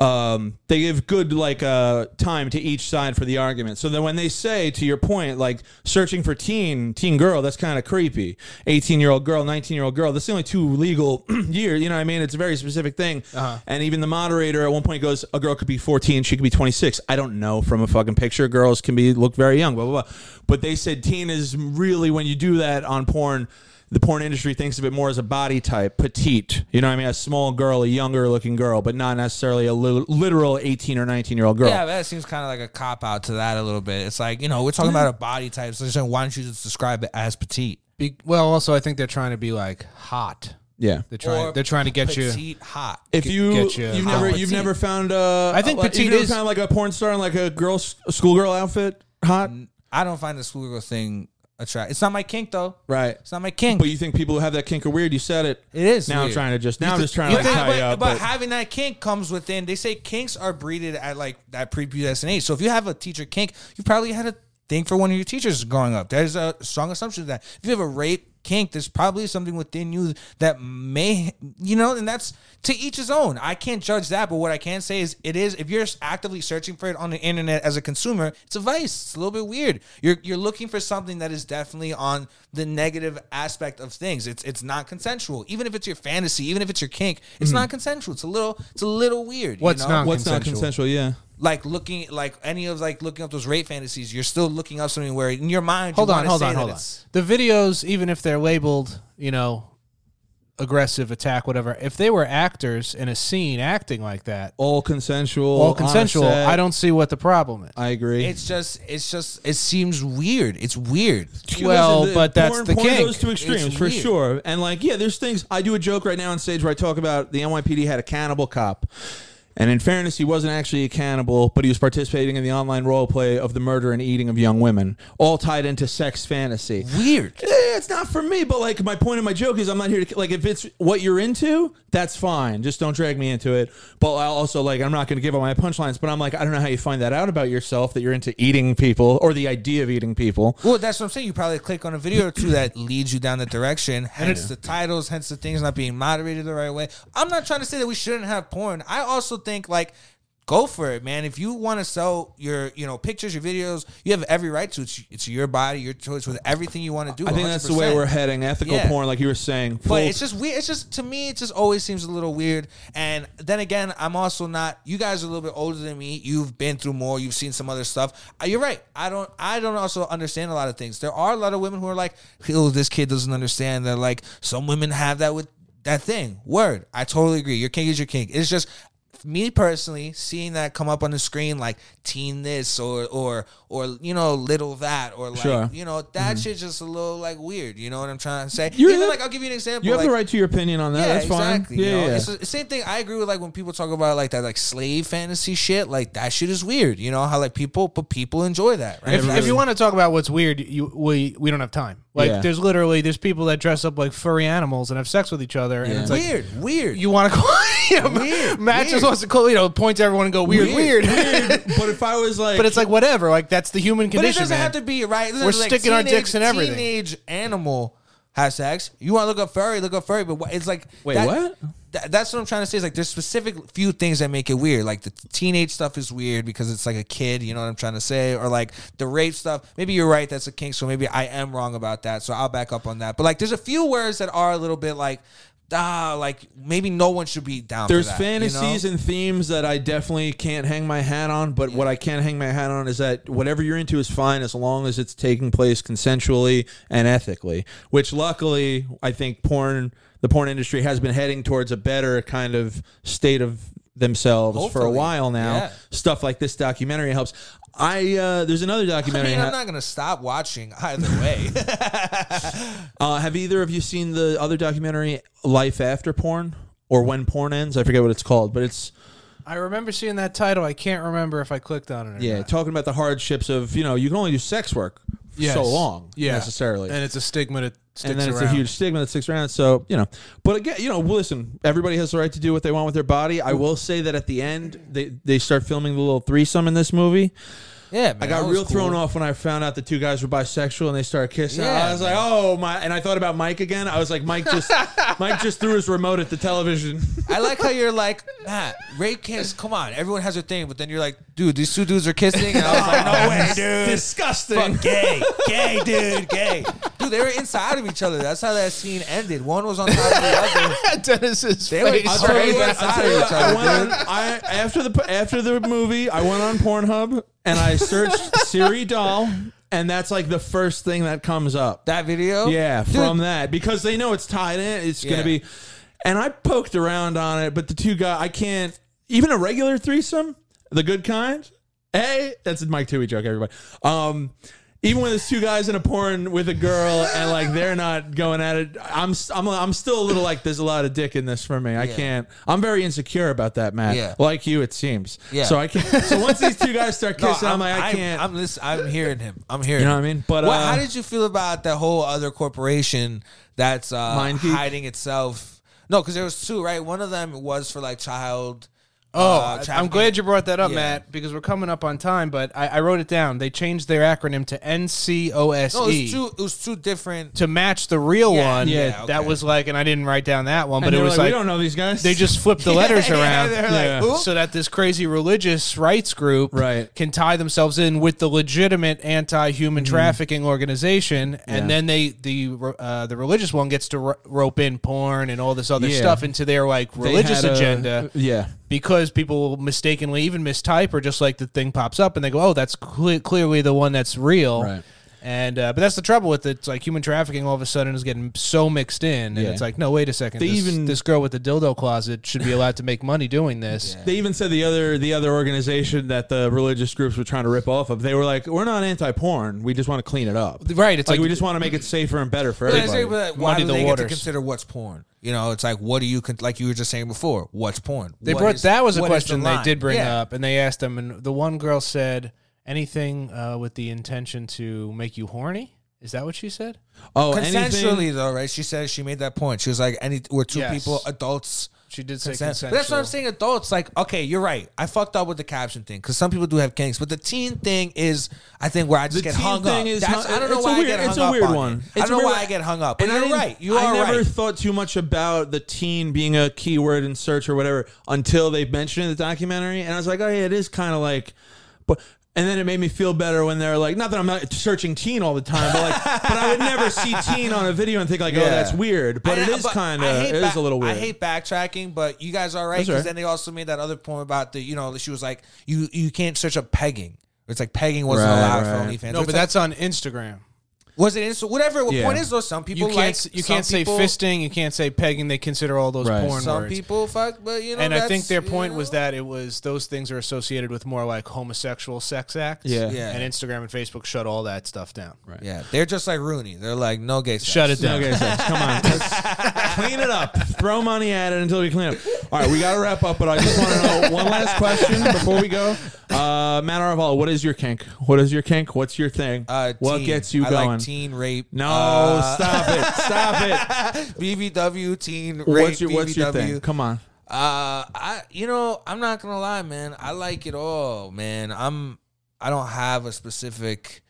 [SPEAKER 3] um they give good like uh time to each side for the argument. So then when they say to your point like searching for teen teen girl that's kind of creepy. 18-year-old girl, 19-year-old girl. That's the only two legal years, you know what I mean? It's a very specific thing. And even the moderator at one point goes a girl could be 14, she could be 26. I don't know from a fucking picture girls can be look very young, blah blah blah. But they said teen is really when you do that on porn the porn industry thinks of it more as a body type, petite. You know what I mean? A small girl, a younger looking girl, but not necessarily a li- literal 18 or 19 year old girl.
[SPEAKER 1] yeah, but that seems kind of like a cop out to that a little bit. It's like you know we're talking about a body type, so they're saying why don't you just describe it as petite
[SPEAKER 2] Be, well, also I think they're trying to be like hot.
[SPEAKER 3] Yeah.
[SPEAKER 2] They're trying.
[SPEAKER 1] Or
[SPEAKER 2] they're trying to get you.
[SPEAKER 1] petite hot?
[SPEAKER 3] If you,
[SPEAKER 2] get you-
[SPEAKER 3] you have never
[SPEAKER 1] I'm
[SPEAKER 3] you've
[SPEAKER 1] petite.
[SPEAKER 3] never found uh
[SPEAKER 2] I think
[SPEAKER 3] like,
[SPEAKER 2] petite
[SPEAKER 3] you've never
[SPEAKER 2] is-
[SPEAKER 3] found like a porn star in like a girl s- a schoolgirl outfit hot
[SPEAKER 1] I don't find the schoolgirl thing attract. It's not my kink though.
[SPEAKER 3] right
[SPEAKER 1] It's not my kink.
[SPEAKER 3] but you think people who have that kink are weird you said it
[SPEAKER 1] It is
[SPEAKER 3] now I'm
[SPEAKER 1] weird.
[SPEAKER 3] trying to just now I'm just trying
[SPEAKER 1] You
[SPEAKER 3] to like,
[SPEAKER 1] think-
[SPEAKER 3] tie
[SPEAKER 1] but,
[SPEAKER 3] you up
[SPEAKER 1] but
[SPEAKER 3] but-
[SPEAKER 1] having that kink comes within. They say kinks are breeded at like that prepubescent age. So if you have a teacher kink, you probably had a thing for one of your teachers growing up. There's a strong assumption of that if you have a rape kink, there's probably something within you that may, you know, and that's to each his own. I can't judge that, but what I can say is it is if you're actively searching for it on the internet as a consumer, it's a vice. It's a little bit weird. You're you're looking for something that is definitely on the negative aspect of things. It's it's not consensual. Even if it's your fantasy, even if it's your kink, it's not consensual. It's a little it's a little weird.
[SPEAKER 2] Hmm. What's
[SPEAKER 1] you know?
[SPEAKER 2] not
[SPEAKER 3] what's not
[SPEAKER 2] consensual.
[SPEAKER 3] consensual yeah
[SPEAKER 1] like looking like any of like looking up those rape fantasies, you're still looking up something where in your mind
[SPEAKER 2] Hold
[SPEAKER 1] you
[SPEAKER 2] on.
[SPEAKER 1] wanna
[SPEAKER 2] Hold
[SPEAKER 1] say
[SPEAKER 2] on.
[SPEAKER 1] that
[SPEAKER 2] Hold on.
[SPEAKER 1] it's-
[SPEAKER 2] The videos, even if they're labeled, you know, aggressive attack, whatever. If they were actors in a scene acting like that,
[SPEAKER 3] all consensual
[SPEAKER 1] Oh,
[SPEAKER 3] on
[SPEAKER 2] all
[SPEAKER 3] a
[SPEAKER 2] consensual,
[SPEAKER 3] set.
[SPEAKER 2] I don't see what the problem is.
[SPEAKER 3] I agree
[SPEAKER 1] It's just, it's just, it seems weird. It's weird.
[SPEAKER 2] Well,
[SPEAKER 3] Listen,
[SPEAKER 2] but that's
[SPEAKER 3] porn-
[SPEAKER 2] the
[SPEAKER 3] porn
[SPEAKER 2] kink.
[SPEAKER 3] goes to extremes
[SPEAKER 1] It's
[SPEAKER 3] for
[SPEAKER 1] weird.
[SPEAKER 3] sure. And like, yeah, there's things I do a joke right now on stage where I talk about the NYPD had a cannibal cop. And in fairness, he wasn't actually a cannibal, but he was participating in the online role play of the murder and eating of young women, all tied into sex fantasy.
[SPEAKER 1] Weird.
[SPEAKER 3] Eh, it's not for me, but like my point of my joke is I'm not here to like if it's what you're into, that's fine. Just don't drag me into it. But I also like I'm not going to give up my punchlines. But I'm like I don't know how you find that out about yourself that you're into eating people or the idea of eating people.
[SPEAKER 1] Well, that's what I'm saying. You probably click on a video or two that leads you down the direction. Hence the titles. Hence the things not being moderated the right way. I'm not trying to say that we shouldn't have porn. I also think like. Go for it, man. If you want to sell your, you know, pictures, your videos, you have every right to. It's, it's your body, your choice with everything you want to do.
[SPEAKER 3] I think that's the way
[SPEAKER 1] 100%.
[SPEAKER 3] we're heading. Ethical
[SPEAKER 1] Yeah.
[SPEAKER 3] porn, like you were saying. Full,
[SPEAKER 1] But it's just weird. It's just to me, it just always seems a little weird. And then again, I'm also not. You guys are a little bit older than me. You've been through more. You've seen some other stuff. Uh, You're right. I don't. I don't also understand a lot of things. There are a lot of women who are like, "Oh, this kid doesn't understand." They're like, some women have that with that thing. Word. I totally agree. Your king is your king. It's just me personally seeing that come up on the screen like teen this or or or you know little that or like
[SPEAKER 3] Sure. Mm-hmm.
[SPEAKER 1] you know that shit's just a little like weird you know what i'm trying to say
[SPEAKER 3] You're
[SPEAKER 1] even
[SPEAKER 3] the-
[SPEAKER 1] like i'll give you an example
[SPEAKER 3] you have
[SPEAKER 1] like,
[SPEAKER 3] the right to your opinion on that.
[SPEAKER 1] yeah,
[SPEAKER 3] that's fine.
[SPEAKER 1] exactly.
[SPEAKER 3] Yeah,
[SPEAKER 1] you know?
[SPEAKER 3] yeah.
[SPEAKER 1] It's the same thing. I agree with like when people talk about like that like slave fantasy shit. Like that shit is weird. You know how like people, but people enjoy that, right?
[SPEAKER 2] If, if you want to talk about what's weird, you we we don't have time. Like
[SPEAKER 3] Yeah.
[SPEAKER 2] there's literally there's people that dress up like furry animals and have sex with each other, and it's like
[SPEAKER 1] weird, weird.
[SPEAKER 2] you want to call you know,
[SPEAKER 1] Weird,
[SPEAKER 2] Matt just
[SPEAKER 1] weird.
[SPEAKER 2] wants to call you know point to everyone and go weird, weird.
[SPEAKER 1] Weird,
[SPEAKER 3] but if I was like,
[SPEAKER 2] but it's like whatever. Like that's the human
[SPEAKER 1] but it
[SPEAKER 2] condition.
[SPEAKER 1] doesn't
[SPEAKER 2] man.
[SPEAKER 1] have to be right. This
[SPEAKER 2] We're
[SPEAKER 1] is, like,
[SPEAKER 2] sticking our
[SPEAKER 1] teenage-
[SPEAKER 2] dicks in everything.
[SPEAKER 1] Teenage animal has sex. You want to look up furry, look up furry. But what, it's like
[SPEAKER 3] Wait,
[SPEAKER 1] that-
[SPEAKER 3] what?
[SPEAKER 1] tha- that's what I'm trying to say. Is like there's specific few things that make it weird. Like the teenage stuff is weird because it's like a kid. You know what I'm trying to say? Or like the rape stuff. Maybe you're right. That's a kink. So maybe I am wrong about that. So I'll back up on that. But like there's a few words that are a little bit like ah, like maybe no one should be down. for
[SPEAKER 3] there's
[SPEAKER 1] that, you know?
[SPEAKER 3] fantasies and themes that I definitely can't hang my hat on. But what I can hang my hat on is that whatever you're into is fine as long as it's taking place consensually and ethically. Which luckily, I think porn, the porn industry has been heading towards a better kind of state of themselves for a
[SPEAKER 1] Hopefully,
[SPEAKER 3] while now.
[SPEAKER 1] yeah.
[SPEAKER 3] Stuff like this documentary helps. I uh, there's another
[SPEAKER 1] I
[SPEAKER 3] documentary.
[SPEAKER 1] mean, I'm
[SPEAKER 3] ha-
[SPEAKER 1] not gonna stop watching either way.
[SPEAKER 3] uh, have either of you seen the other documentary, Life After Porn, or When Porn Ends? I forget what it's called, but it's
[SPEAKER 2] I remember seeing that title. I can't remember if I clicked on it. Or
[SPEAKER 3] yeah,
[SPEAKER 2] not.
[SPEAKER 3] talking about the hardships of you know you can only do sex work for
[SPEAKER 2] Yes.
[SPEAKER 3] so long
[SPEAKER 2] Yeah.
[SPEAKER 3] necessarily.
[SPEAKER 2] and it's a stigma that sticks
[SPEAKER 3] and then it's
[SPEAKER 2] around.
[SPEAKER 3] a huge stigma that sticks around. So you know, but again, you know, listen, everybody has the right to do what they want with their body. I will say that at the end, they they start filming the little threesome in this movie.
[SPEAKER 1] yeah, man,
[SPEAKER 3] I
[SPEAKER 1] that
[SPEAKER 3] got
[SPEAKER 1] was
[SPEAKER 3] real thrown
[SPEAKER 1] cool.
[SPEAKER 3] off when I found out the two guys were bisexual and they started kissing.
[SPEAKER 1] Yeah,
[SPEAKER 3] I was
[SPEAKER 1] man.
[SPEAKER 3] like, oh my! And I thought about Mike again. I was like, Mike just Mike just threw his remote at the television.
[SPEAKER 1] I like how you're like, Matt, rape kiss. Come on, everyone has their thing, but then you're like, dude, these two dudes are kissing, and I was like, no way, dude.
[SPEAKER 3] Disgusting.
[SPEAKER 1] Fuck, gay, gay, dude, gay. Dude, they were inside of each other. That's how that scene ended. One was on top of the other.
[SPEAKER 2] Dennis's
[SPEAKER 1] They were
[SPEAKER 2] face.
[SPEAKER 1] I'll
[SPEAKER 3] I'll tell you
[SPEAKER 1] Sorry,
[SPEAKER 3] what,
[SPEAKER 1] but
[SPEAKER 3] I'll tell you
[SPEAKER 1] sorry,
[SPEAKER 3] what, I
[SPEAKER 1] sorry,
[SPEAKER 3] went on- I- after the after the movie, I went on Pornhub and I searched Siri doll, and that's like the first thing that comes up.
[SPEAKER 1] That video?
[SPEAKER 3] yeah,
[SPEAKER 1] Dude,
[SPEAKER 3] from that because they know it's tied in. It's
[SPEAKER 1] Yeah.
[SPEAKER 3] gonna be, and I poked around on it, but the two guys, I can't even a regular threesome, the good kind. Hey, that's a Mike Tui joke, everybody. Um. Even when there's two guys in a porn with a girl and like they're not going at it, I'm s- I'm I'm still a little like there's a lot of dick in this for me. I can't. I'm very insecure about that, Matt.
[SPEAKER 1] Yeah.
[SPEAKER 3] Like you, it seems.
[SPEAKER 1] Yeah.
[SPEAKER 3] So I can't. So once these two guys start
[SPEAKER 1] no,
[SPEAKER 3] kissing, I'm, like I can't.
[SPEAKER 1] I'm, listen, I'm hearing him. I'm hearing
[SPEAKER 3] you know what I
[SPEAKER 1] him.
[SPEAKER 3] mean? But
[SPEAKER 1] Well,
[SPEAKER 3] uh,
[SPEAKER 1] how did you feel about that whole other corporation that's uh,
[SPEAKER 3] Mind Geek?
[SPEAKER 1] hiding itself? No, because there was two, right? One of them was for like child.
[SPEAKER 2] Oh,
[SPEAKER 1] uh,
[SPEAKER 2] I- I'm
[SPEAKER 1] trafficking.
[SPEAKER 2] glad you brought that up,
[SPEAKER 1] Yeah.
[SPEAKER 2] Matt, because we're coming up on time. But I, I wrote it down. They changed their acronym to NCOSE
[SPEAKER 1] No, it was two. It was two different.
[SPEAKER 2] E to match the real
[SPEAKER 1] Yeah,
[SPEAKER 2] one.
[SPEAKER 1] yeah, okay.
[SPEAKER 2] that was like, and I didn't write down that one,
[SPEAKER 3] And
[SPEAKER 2] but it
[SPEAKER 3] they were
[SPEAKER 2] was
[SPEAKER 3] we
[SPEAKER 2] like,
[SPEAKER 3] don't know these guys.
[SPEAKER 2] they just flipped the letters
[SPEAKER 1] Yeah,
[SPEAKER 2] around.
[SPEAKER 1] they're
[SPEAKER 3] Yeah.
[SPEAKER 1] like, "Oop."
[SPEAKER 2] so that this crazy religious rights group
[SPEAKER 3] Right. Mm-hmm.
[SPEAKER 2] can tie themselves in with the legitimate anti-human trafficking organization, and
[SPEAKER 3] Yeah.
[SPEAKER 2] then they the uh, the religious one gets to ro- rope in porn and all this other
[SPEAKER 3] Yeah.
[SPEAKER 2] stuff into their like
[SPEAKER 3] They
[SPEAKER 2] religious
[SPEAKER 3] had a-
[SPEAKER 2] agenda
[SPEAKER 3] yeah.
[SPEAKER 2] because people will mistakenly even mistype or just like the thing pops up and they go, oh, that's cle- clearly the one that's real.
[SPEAKER 3] Right.
[SPEAKER 2] And uh, but that's the trouble with it. It's like human trafficking all of a sudden is getting so mixed in, and
[SPEAKER 3] Yeah.
[SPEAKER 2] it's like, no, wait a second.
[SPEAKER 3] They
[SPEAKER 2] this,
[SPEAKER 3] even-
[SPEAKER 2] this girl with the dildo closet should be allowed to make money doing this.
[SPEAKER 3] They even said the other the other organization that the religious groups were trying to rip off of. They were like, "We're not anti-porn. We just want to clean it up.
[SPEAKER 2] Right, it's like-
[SPEAKER 3] we just want to make it safer and better for
[SPEAKER 1] But I say,
[SPEAKER 3] everybody."
[SPEAKER 1] but why
[SPEAKER 2] Muddy
[SPEAKER 1] do
[SPEAKER 2] the
[SPEAKER 1] they get to
[SPEAKER 2] waters.
[SPEAKER 1] consider what's porn? You know, it's like what do you con- like you were just saying before? What's porn?
[SPEAKER 2] They
[SPEAKER 1] What
[SPEAKER 2] brought
[SPEAKER 1] is-
[SPEAKER 2] that was a
[SPEAKER 1] what is the
[SPEAKER 2] question they
[SPEAKER 1] line?
[SPEAKER 2] did bring
[SPEAKER 1] Yeah.
[SPEAKER 2] up, and they asked them, and the one girl said, anything uh, with the intention to make you horny. Is that what she said?
[SPEAKER 3] Oh, anything.
[SPEAKER 1] Consensually though, right? She said she made that point. She was like, "Any, we're two
[SPEAKER 2] Yes.
[SPEAKER 1] people, adults."
[SPEAKER 2] She did say
[SPEAKER 1] Consent.
[SPEAKER 2] consensual.
[SPEAKER 1] But that's what I'm saying. Adults, like, okay, you're right. I fucked up with the caption thing because some people do have kinks, but the teen thing is, I think, where I just
[SPEAKER 3] The
[SPEAKER 1] get
[SPEAKER 3] teen
[SPEAKER 1] hung
[SPEAKER 3] thing
[SPEAKER 1] up.
[SPEAKER 3] is
[SPEAKER 1] That's-
[SPEAKER 3] not-
[SPEAKER 1] I don't know
[SPEAKER 3] it's a
[SPEAKER 1] why I
[SPEAKER 3] weird-
[SPEAKER 1] get hung
[SPEAKER 3] it's a
[SPEAKER 1] up
[SPEAKER 3] weird
[SPEAKER 1] on it.
[SPEAKER 3] one.
[SPEAKER 1] I
[SPEAKER 3] It's
[SPEAKER 1] don't
[SPEAKER 3] a
[SPEAKER 1] know
[SPEAKER 3] weird-
[SPEAKER 1] why I get hung up. But
[SPEAKER 3] And I
[SPEAKER 1] you're
[SPEAKER 3] didn't-
[SPEAKER 1] right. You
[SPEAKER 3] I
[SPEAKER 1] are
[SPEAKER 3] never
[SPEAKER 1] right.
[SPEAKER 3] thought too much about the teen being a keyword in search or whatever until they mentioned it in the documentary, and I was like, "Oh yeah, it is kind of like," but. And then it made me feel better when they're like, not that I'm not searching teen all the time, but like, but I would never see teen on a video and think like, oh,
[SPEAKER 1] Yeah.
[SPEAKER 3] that's weird. But
[SPEAKER 1] I
[SPEAKER 3] it
[SPEAKER 1] know,
[SPEAKER 3] is
[SPEAKER 1] but
[SPEAKER 3] kind
[SPEAKER 1] I
[SPEAKER 3] of,
[SPEAKER 1] hate
[SPEAKER 3] it is
[SPEAKER 1] back-
[SPEAKER 3] a little weird.
[SPEAKER 1] I hate backtracking, but you guys are right
[SPEAKER 3] That's
[SPEAKER 1] because
[SPEAKER 3] right.
[SPEAKER 1] then they also made that other point about the you know she was like you you can't search up pegging. It's like pegging wasn't
[SPEAKER 3] Right,
[SPEAKER 1] allowed
[SPEAKER 3] right.
[SPEAKER 1] for OnlyFans.
[SPEAKER 2] No,
[SPEAKER 1] It's
[SPEAKER 2] but
[SPEAKER 1] like,
[SPEAKER 2] that's on Instagram.
[SPEAKER 1] was it Insta- whatever. What
[SPEAKER 3] Yeah.
[SPEAKER 1] point is though? Some
[SPEAKER 2] You
[SPEAKER 1] people
[SPEAKER 2] can't
[SPEAKER 1] like
[SPEAKER 2] s- you
[SPEAKER 1] some
[SPEAKER 2] can't
[SPEAKER 1] people-
[SPEAKER 2] say fisting, you can't say pegging. They consider all those
[SPEAKER 3] Right.
[SPEAKER 2] porn
[SPEAKER 1] Some
[SPEAKER 2] words.
[SPEAKER 1] people fuck, but you know.
[SPEAKER 2] and I think
[SPEAKER 1] that's-
[SPEAKER 2] their
[SPEAKER 1] you
[SPEAKER 2] point
[SPEAKER 1] know?
[SPEAKER 2] was that it was those things are associated with more like homosexual sex acts.
[SPEAKER 3] Yeah.
[SPEAKER 1] Yeah.
[SPEAKER 2] And Instagram and Facebook shut all that stuff down. Right.
[SPEAKER 1] Yeah, they're just like Rooney. They're like no gay. Sex.
[SPEAKER 2] Shut it down.
[SPEAKER 3] Okay, so come on. Let's clean it up. Throw money at it until we clean it up. All right, we got to wrap up, but I just want to know one last question before we go. Uh, Matt Arval, what is your kink? What is your kink? What's your thing?
[SPEAKER 1] Uh,
[SPEAKER 3] what
[SPEAKER 1] teen.
[SPEAKER 3] gets you
[SPEAKER 1] I
[SPEAKER 3] going?
[SPEAKER 1] Like teen rape.
[SPEAKER 3] no,
[SPEAKER 1] uh,
[SPEAKER 3] stop it. Stop it.
[SPEAKER 1] BBW teen rape.
[SPEAKER 3] What's your, what's your
[SPEAKER 1] BBW.
[SPEAKER 3] thing? Come on.
[SPEAKER 1] Uh, I you know I'm not gonna lie, man. I like it all, man. I'm I don't have a specific.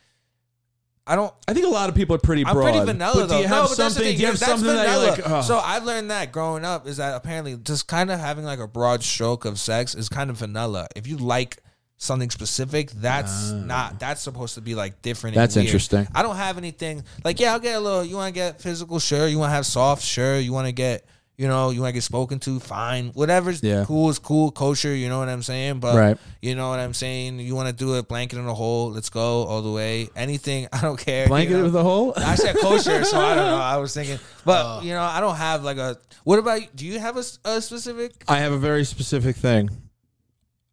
[SPEAKER 1] I don't.
[SPEAKER 3] I think a lot of people are pretty
[SPEAKER 1] I'm
[SPEAKER 3] broad.
[SPEAKER 1] pretty vanilla
[SPEAKER 3] but
[SPEAKER 1] though.
[SPEAKER 3] do you
[SPEAKER 1] no,
[SPEAKER 3] have
[SPEAKER 1] but that's the
[SPEAKER 3] something?
[SPEAKER 1] thing.
[SPEAKER 3] Do you have
[SPEAKER 1] that's
[SPEAKER 3] something that
[SPEAKER 1] vanilla.
[SPEAKER 3] you're like, oh.
[SPEAKER 1] So I've learned that growing up is that apparently just kind of having like a broad stroke of sex is kind of vanilla. If you like something specific, that's not that's supposed to be like different. and
[SPEAKER 3] Ah. That's
[SPEAKER 1] weird.
[SPEAKER 3] interesting.
[SPEAKER 1] I don't have anything like yeah. I'll get a little. You want to get physical? Sure. You want to have soft? Sure. You want to get you know, you want to get spoken to, fine. Whatever's
[SPEAKER 3] Yeah.
[SPEAKER 1] cool is cool, kosher, you know what I'm saying? But
[SPEAKER 3] Right.
[SPEAKER 1] you know what I'm saying? You want to do it, blanket in a hole, let's go all the way. Anything, I don't care. you
[SPEAKER 3] Blanket
[SPEAKER 1] know?
[SPEAKER 3] with a hole.
[SPEAKER 1] I said kosher, so I don't know. I was thinking,
[SPEAKER 3] Uh.
[SPEAKER 1] but you know, I don't have like a. What about? you? Do you have a, s- a specific?
[SPEAKER 3] I have a very specific thing.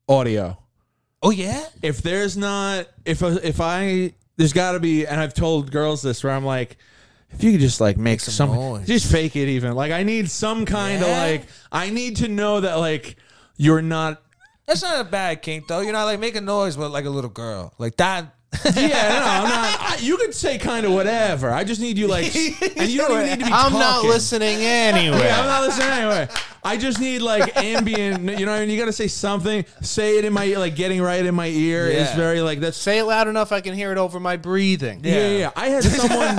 [SPEAKER 3] Audio.
[SPEAKER 1] Oh yeah,
[SPEAKER 3] if there's not if if I there's got to be and I've told girls this where I'm like if you could just like make,
[SPEAKER 1] some
[SPEAKER 3] some
[SPEAKER 1] noise.
[SPEAKER 3] just fake it even like I need some kind
[SPEAKER 1] Yeah.
[SPEAKER 3] of like I need to know that like you're not
[SPEAKER 1] that's not a bad kink though. You're not like make a noise, but like a little girl, like that.
[SPEAKER 3] yeah no I'm not I, you could say kind of whatever I just need you like s- and you don't even need to be
[SPEAKER 2] I'm not
[SPEAKER 3] talking.
[SPEAKER 2] listening
[SPEAKER 3] Yeah, I'm
[SPEAKER 2] anyway.
[SPEAKER 3] not listening anyway. I just need like ambient, you know. what I mean? you got to say something. Say it in my like getting right in my ear is
[SPEAKER 1] Yeah.
[SPEAKER 3] very like that's
[SPEAKER 2] Say it loud enough I can hear it over my breathing.
[SPEAKER 3] Yeah, yeah, yeah. I had someone,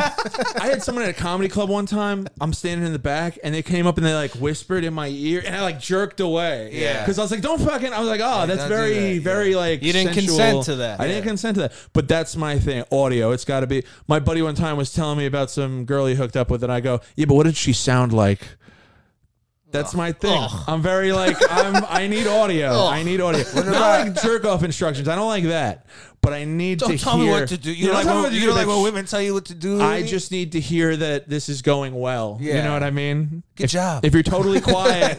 [SPEAKER 3] I had someone at a comedy club one time. I'm standing in the back, and they came up and they like whispered in my ear, and I like jerked away.
[SPEAKER 1] Yeah.
[SPEAKER 3] because I was like, "Don't fucking." I was like, "Oh, that's
[SPEAKER 1] don't do
[SPEAKER 3] very,
[SPEAKER 1] that,
[SPEAKER 3] very like."
[SPEAKER 2] You didn't
[SPEAKER 3] sensual."
[SPEAKER 2] consent to that.
[SPEAKER 3] I didn't consent to that. But that's my thing. Audio. It's got to be. My buddy one time was telling me about some girl he hooked up with, and I go, "Yeah, but what did she sound like?" That's my thing. I'm very like I'm. I need audio. I need audio. Not like jerk off instructions. I don't like that. But I need
[SPEAKER 1] Don't
[SPEAKER 3] to
[SPEAKER 1] tell
[SPEAKER 3] hear.
[SPEAKER 1] me what to do. You
[SPEAKER 3] Yeah,
[SPEAKER 1] know,
[SPEAKER 3] don't
[SPEAKER 1] like
[SPEAKER 3] tell me
[SPEAKER 1] when,
[SPEAKER 3] what to
[SPEAKER 1] you
[SPEAKER 3] do,
[SPEAKER 1] know, like
[SPEAKER 3] bitch.
[SPEAKER 1] when women tell you what to do.
[SPEAKER 3] I just need to hear that this is going well. You
[SPEAKER 1] Yeah.
[SPEAKER 3] know what I mean?
[SPEAKER 1] Good
[SPEAKER 3] if,
[SPEAKER 1] job.
[SPEAKER 3] If you're totally quiet,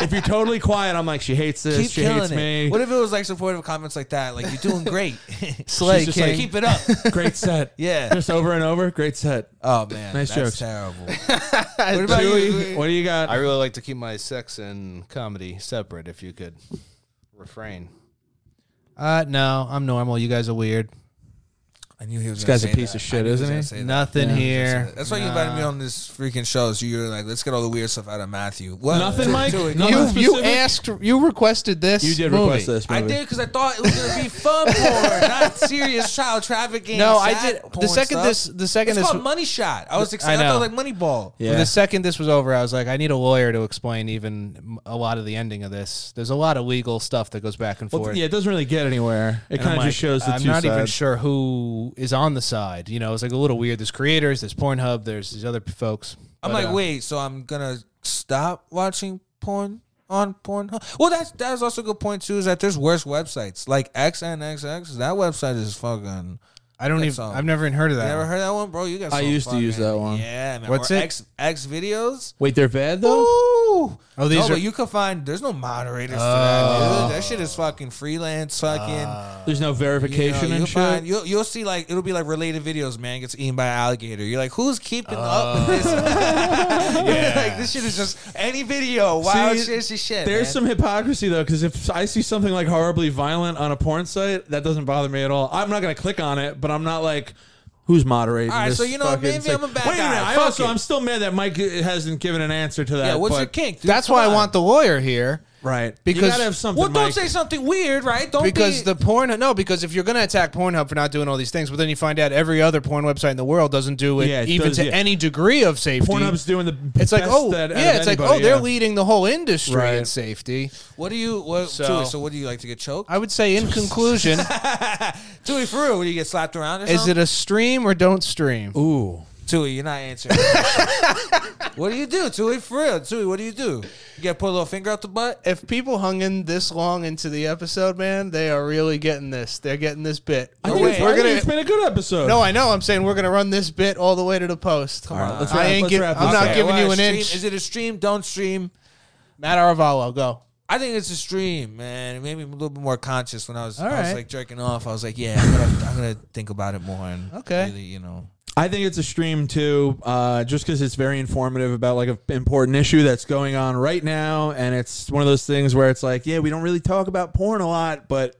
[SPEAKER 3] if you're totally quiet, I'm like, she hates this.
[SPEAKER 1] keep
[SPEAKER 3] she
[SPEAKER 1] killing
[SPEAKER 3] hates
[SPEAKER 1] it.
[SPEAKER 3] me.
[SPEAKER 1] What if it was like supportive comments like that? Like you're doing great. She's
[SPEAKER 2] Slay,
[SPEAKER 1] just like,
[SPEAKER 2] king.
[SPEAKER 1] keep it up.
[SPEAKER 3] great set.
[SPEAKER 1] Yeah.
[SPEAKER 3] Just over and over. Great set.
[SPEAKER 1] Oh man,
[SPEAKER 3] Nice
[SPEAKER 1] that's
[SPEAKER 3] jokes.
[SPEAKER 1] terrible. what about
[SPEAKER 3] Chewy,
[SPEAKER 1] you?
[SPEAKER 3] what do you got?
[SPEAKER 4] I really like to keep my sex and comedy separate. If you could refrain,
[SPEAKER 2] Uh, no, I'm normal. You guys are weird.
[SPEAKER 1] I knew he was. This
[SPEAKER 3] guy's a piece of shit, isn't he?
[SPEAKER 2] Nothing here.
[SPEAKER 1] That's why you invited me on this freaking show. So you're like, let's get all the weird stuff out of Matthew. What?
[SPEAKER 3] Nothing,
[SPEAKER 1] To-
[SPEAKER 3] Mike?
[SPEAKER 1] to-
[SPEAKER 3] Nothing
[SPEAKER 2] You, you
[SPEAKER 3] specific?
[SPEAKER 2] asked, you requested this.
[SPEAKER 3] You did
[SPEAKER 2] movie.
[SPEAKER 3] request this.
[SPEAKER 1] I
[SPEAKER 3] movie.
[SPEAKER 1] did because I thought it was gonna be fun porn, not serious child trafficking.
[SPEAKER 2] No,
[SPEAKER 1] sad
[SPEAKER 2] I did. The
[SPEAKER 1] porn
[SPEAKER 2] second
[SPEAKER 1] stuff.
[SPEAKER 2] this, the second
[SPEAKER 1] it's
[SPEAKER 2] this,
[SPEAKER 1] called Money Shot. I was excited.
[SPEAKER 2] I
[SPEAKER 1] I,
[SPEAKER 2] know.
[SPEAKER 1] thought it was like Moneyball.
[SPEAKER 3] Yeah.
[SPEAKER 2] the second this was over, I was like, I need a lawyer to explain even m- a lot of the ending of this. There's a lot of legal stuff that goes back and
[SPEAKER 3] Well,
[SPEAKER 2] forth.
[SPEAKER 3] yeah, it doesn't really get anywhere.
[SPEAKER 2] And
[SPEAKER 3] It
[SPEAKER 2] I'm
[SPEAKER 3] kind of
[SPEAKER 2] like,
[SPEAKER 3] just shows the
[SPEAKER 2] I'm
[SPEAKER 3] two
[SPEAKER 2] not even
[SPEAKER 3] sides.
[SPEAKER 2] sure who is on the side. You know, it's like a little weird. There's creators, there's Pornhub, there's these other p- folks.
[SPEAKER 1] I'm
[SPEAKER 2] But,
[SPEAKER 1] like,
[SPEAKER 2] uh,
[SPEAKER 1] wait, so I'm gonna stop watching porn on Pornhub? Well, that's that's also a good point too. Is that there's worse websites like XNXX. That website is fucking.
[SPEAKER 2] I don't
[SPEAKER 1] that
[SPEAKER 2] even.
[SPEAKER 1] song.
[SPEAKER 2] I've never even heard of
[SPEAKER 1] You
[SPEAKER 2] that.
[SPEAKER 1] never
[SPEAKER 2] one.
[SPEAKER 1] heard that one, bro? You got.
[SPEAKER 3] I
[SPEAKER 1] so
[SPEAKER 3] used to
[SPEAKER 1] fucking-
[SPEAKER 3] use that one.
[SPEAKER 1] Yeah, man.
[SPEAKER 2] What's
[SPEAKER 1] or
[SPEAKER 2] it?
[SPEAKER 1] X X videos.
[SPEAKER 3] Wait, they're bad though.
[SPEAKER 1] Ooh.
[SPEAKER 2] Oh, these
[SPEAKER 1] no,
[SPEAKER 2] are- Oh.
[SPEAKER 1] but you can find. There's no moderators for that, dude. That shit is fucking freelance, fucking.
[SPEAKER 2] Ah.
[SPEAKER 3] There's no
[SPEAKER 1] you know,
[SPEAKER 3] verification
[SPEAKER 1] you'll
[SPEAKER 3] and shit.
[SPEAKER 1] find you'll you'll see like it'll be like related videos. Man gets eaten by an alligator. You're like, who's keeping up with this?
[SPEAKER 2] Oh.
[SPEAKER 1] You're like this shit is just any video. Wild
[SPEAKER 3] See,
[SPEAKER 1] shit, shit, shit.
[SPEAKER 3] There's
[SPEAKER 1] man.
[SPEAKER 3] some hypocrisy though, because if I see something like horribly violent on a porn site, that doesn't bother me at all. I'm not gonna click on it, but I'm not like, who's moderating?
[SPEAKER 1] All right,
[SPEAKER 3] this
[SPEAKER 1] so you know,
[SPEAKER 3] fucking
[SPEAKER 1] maybe I'm a
[SPEAKER 3] thing?
[SPEAKER 1] bad
[SPEAKER 3] Wait a
[SPEAKER 1] guy.
[SPEAKER 3] minute. I
[SPEAKER 1] Fuck
[SPEAKER 3] also
[SPEAKER 1] it.
[SPEAKER 3] I'm still mad that Mike hasn't given an answer to that.
[SPEAKER 1] yeah. What's
[SPEAKER 3] but-
[SPEAKER 1] your kink? dude?
[SPEAKER 2] That's
[SPEAKER 1] Come
[SPEAKER 2] why I
[SPEAKER 1] on.
[SPEAKER 2] want the lawyer here.
[SPEAKER 3] Right.
[SPEAKER 2] Because-
[SPEAKER 3] you gotta have something.
[SPEAKER 1] Well, don't
[SPEAKER 3] Mike.
[SPEAKER 1] say something weird, right? Don't
[SPEAKER 2] Because
[SPEAKER 1] be,
[SPEAKER 2] the porn, no, because if you're going to attack Pornhub for not doing all these things, but then you find out every other porn website in the world doesn't do it
[SPEAKER 3] Yeah, it
[SPEAKER 2] even
[SPEAKER 3] does,
[SPEAKER 2] to
[SPEAKER 3] yeah.
[SPEAKER 2] any degree of safety.
[SPEAKER 3] Pornhub's doing the.
[SPEAKER 2] it's like
[SPEAKER 3] best
[SPEAKER 2] oh
[SPEAKER 3] that out
[SPEAKER 2] yeah,
[SPEAKER 3] of
[SPEAKER 2] it's like oh
[SPEAKER 3] anybody,
[SPEAKER 2] they're
[SPEAKER 3] yeah.
[SPEAKER 2] leading the whole industry in
[SPEAKER 3] Right.
[SPEAKER 2] safety.
[SPEAKER 1] what do you what
[SPEAKER 2] So-
[SPEAKER 1] so, Tui, so what do you like to get choked?
[SPEAKER 2] I would say in conclusion,
[SPEAKER 1] Tui for real, what do you get slapped around or
[SPEAKER 2] is
[SPEAKER 1] something?
[SPEAKER 2] it a stream or don't stream?
[SPEAKER 3] Ooh.
[SPEAKER 1] Tui, you're not answering. what do you do, Tui? For real, Tui, what do you do? You get put a little finger up the butt?
[SPEAKER 2] If people hung in this long into the episode, man, they are really getting this. They're getting this bit.
[SPEAKER 3] I
[SPEAKER 2] No,
[SPEAKER 3] think, it's,
[SPEAKER 2] we're
[SPEAKER 3] I think
[SPEAKER 2] gonna-
[SPEAKER 3] it's been a good episode.
[SPEAKER 2] no, I know. I'm saying we're gonna run this bit all the way to the post. Come
[SPEAKER 3] All right,
[SPEAKER 2] on,
[SPEAKER 3] let's
[SPEAKER 2] I
[SPEAKER 3] wrap-
[SPEAKER 2] ain't
[SPEAKER 3] let's
[SPEAKER 2] gi-
[SPEAKER 3] wrap
[SPEAKER 2] I'm
[SPEAKER 3] this
[SPEAKER 2] not
[SPEAKER 3] up.
[SPEAKER 2] giving
[SPEAKER 1] why,
[SPEAKER 2] you an
[SPEAKER 1] stream,
[SPEAKER 2] inch.
[SPEAKER 1] Is it a stream? Don't stream.
[SPEAKER 2] Matt Aravallo, go.
[SPEAKER 1] I think it's a stream, man. It made me a little bit more conscious when I was, I was
[SPEAKER 2] right.
[SPEAKER 1] like jerking off. I was like, yeah, I'm gonna, I'm gonna think about it more and
[SPEAKER 2] Okay.
[SPEAKER 1] really, you know.
[SPEAKER 3] I think it's a stream too, uh, just because it's very informative about like an important issue that's going on right now, and it's one of those things where it's like, yeah, we don't really talk about porn a lot, but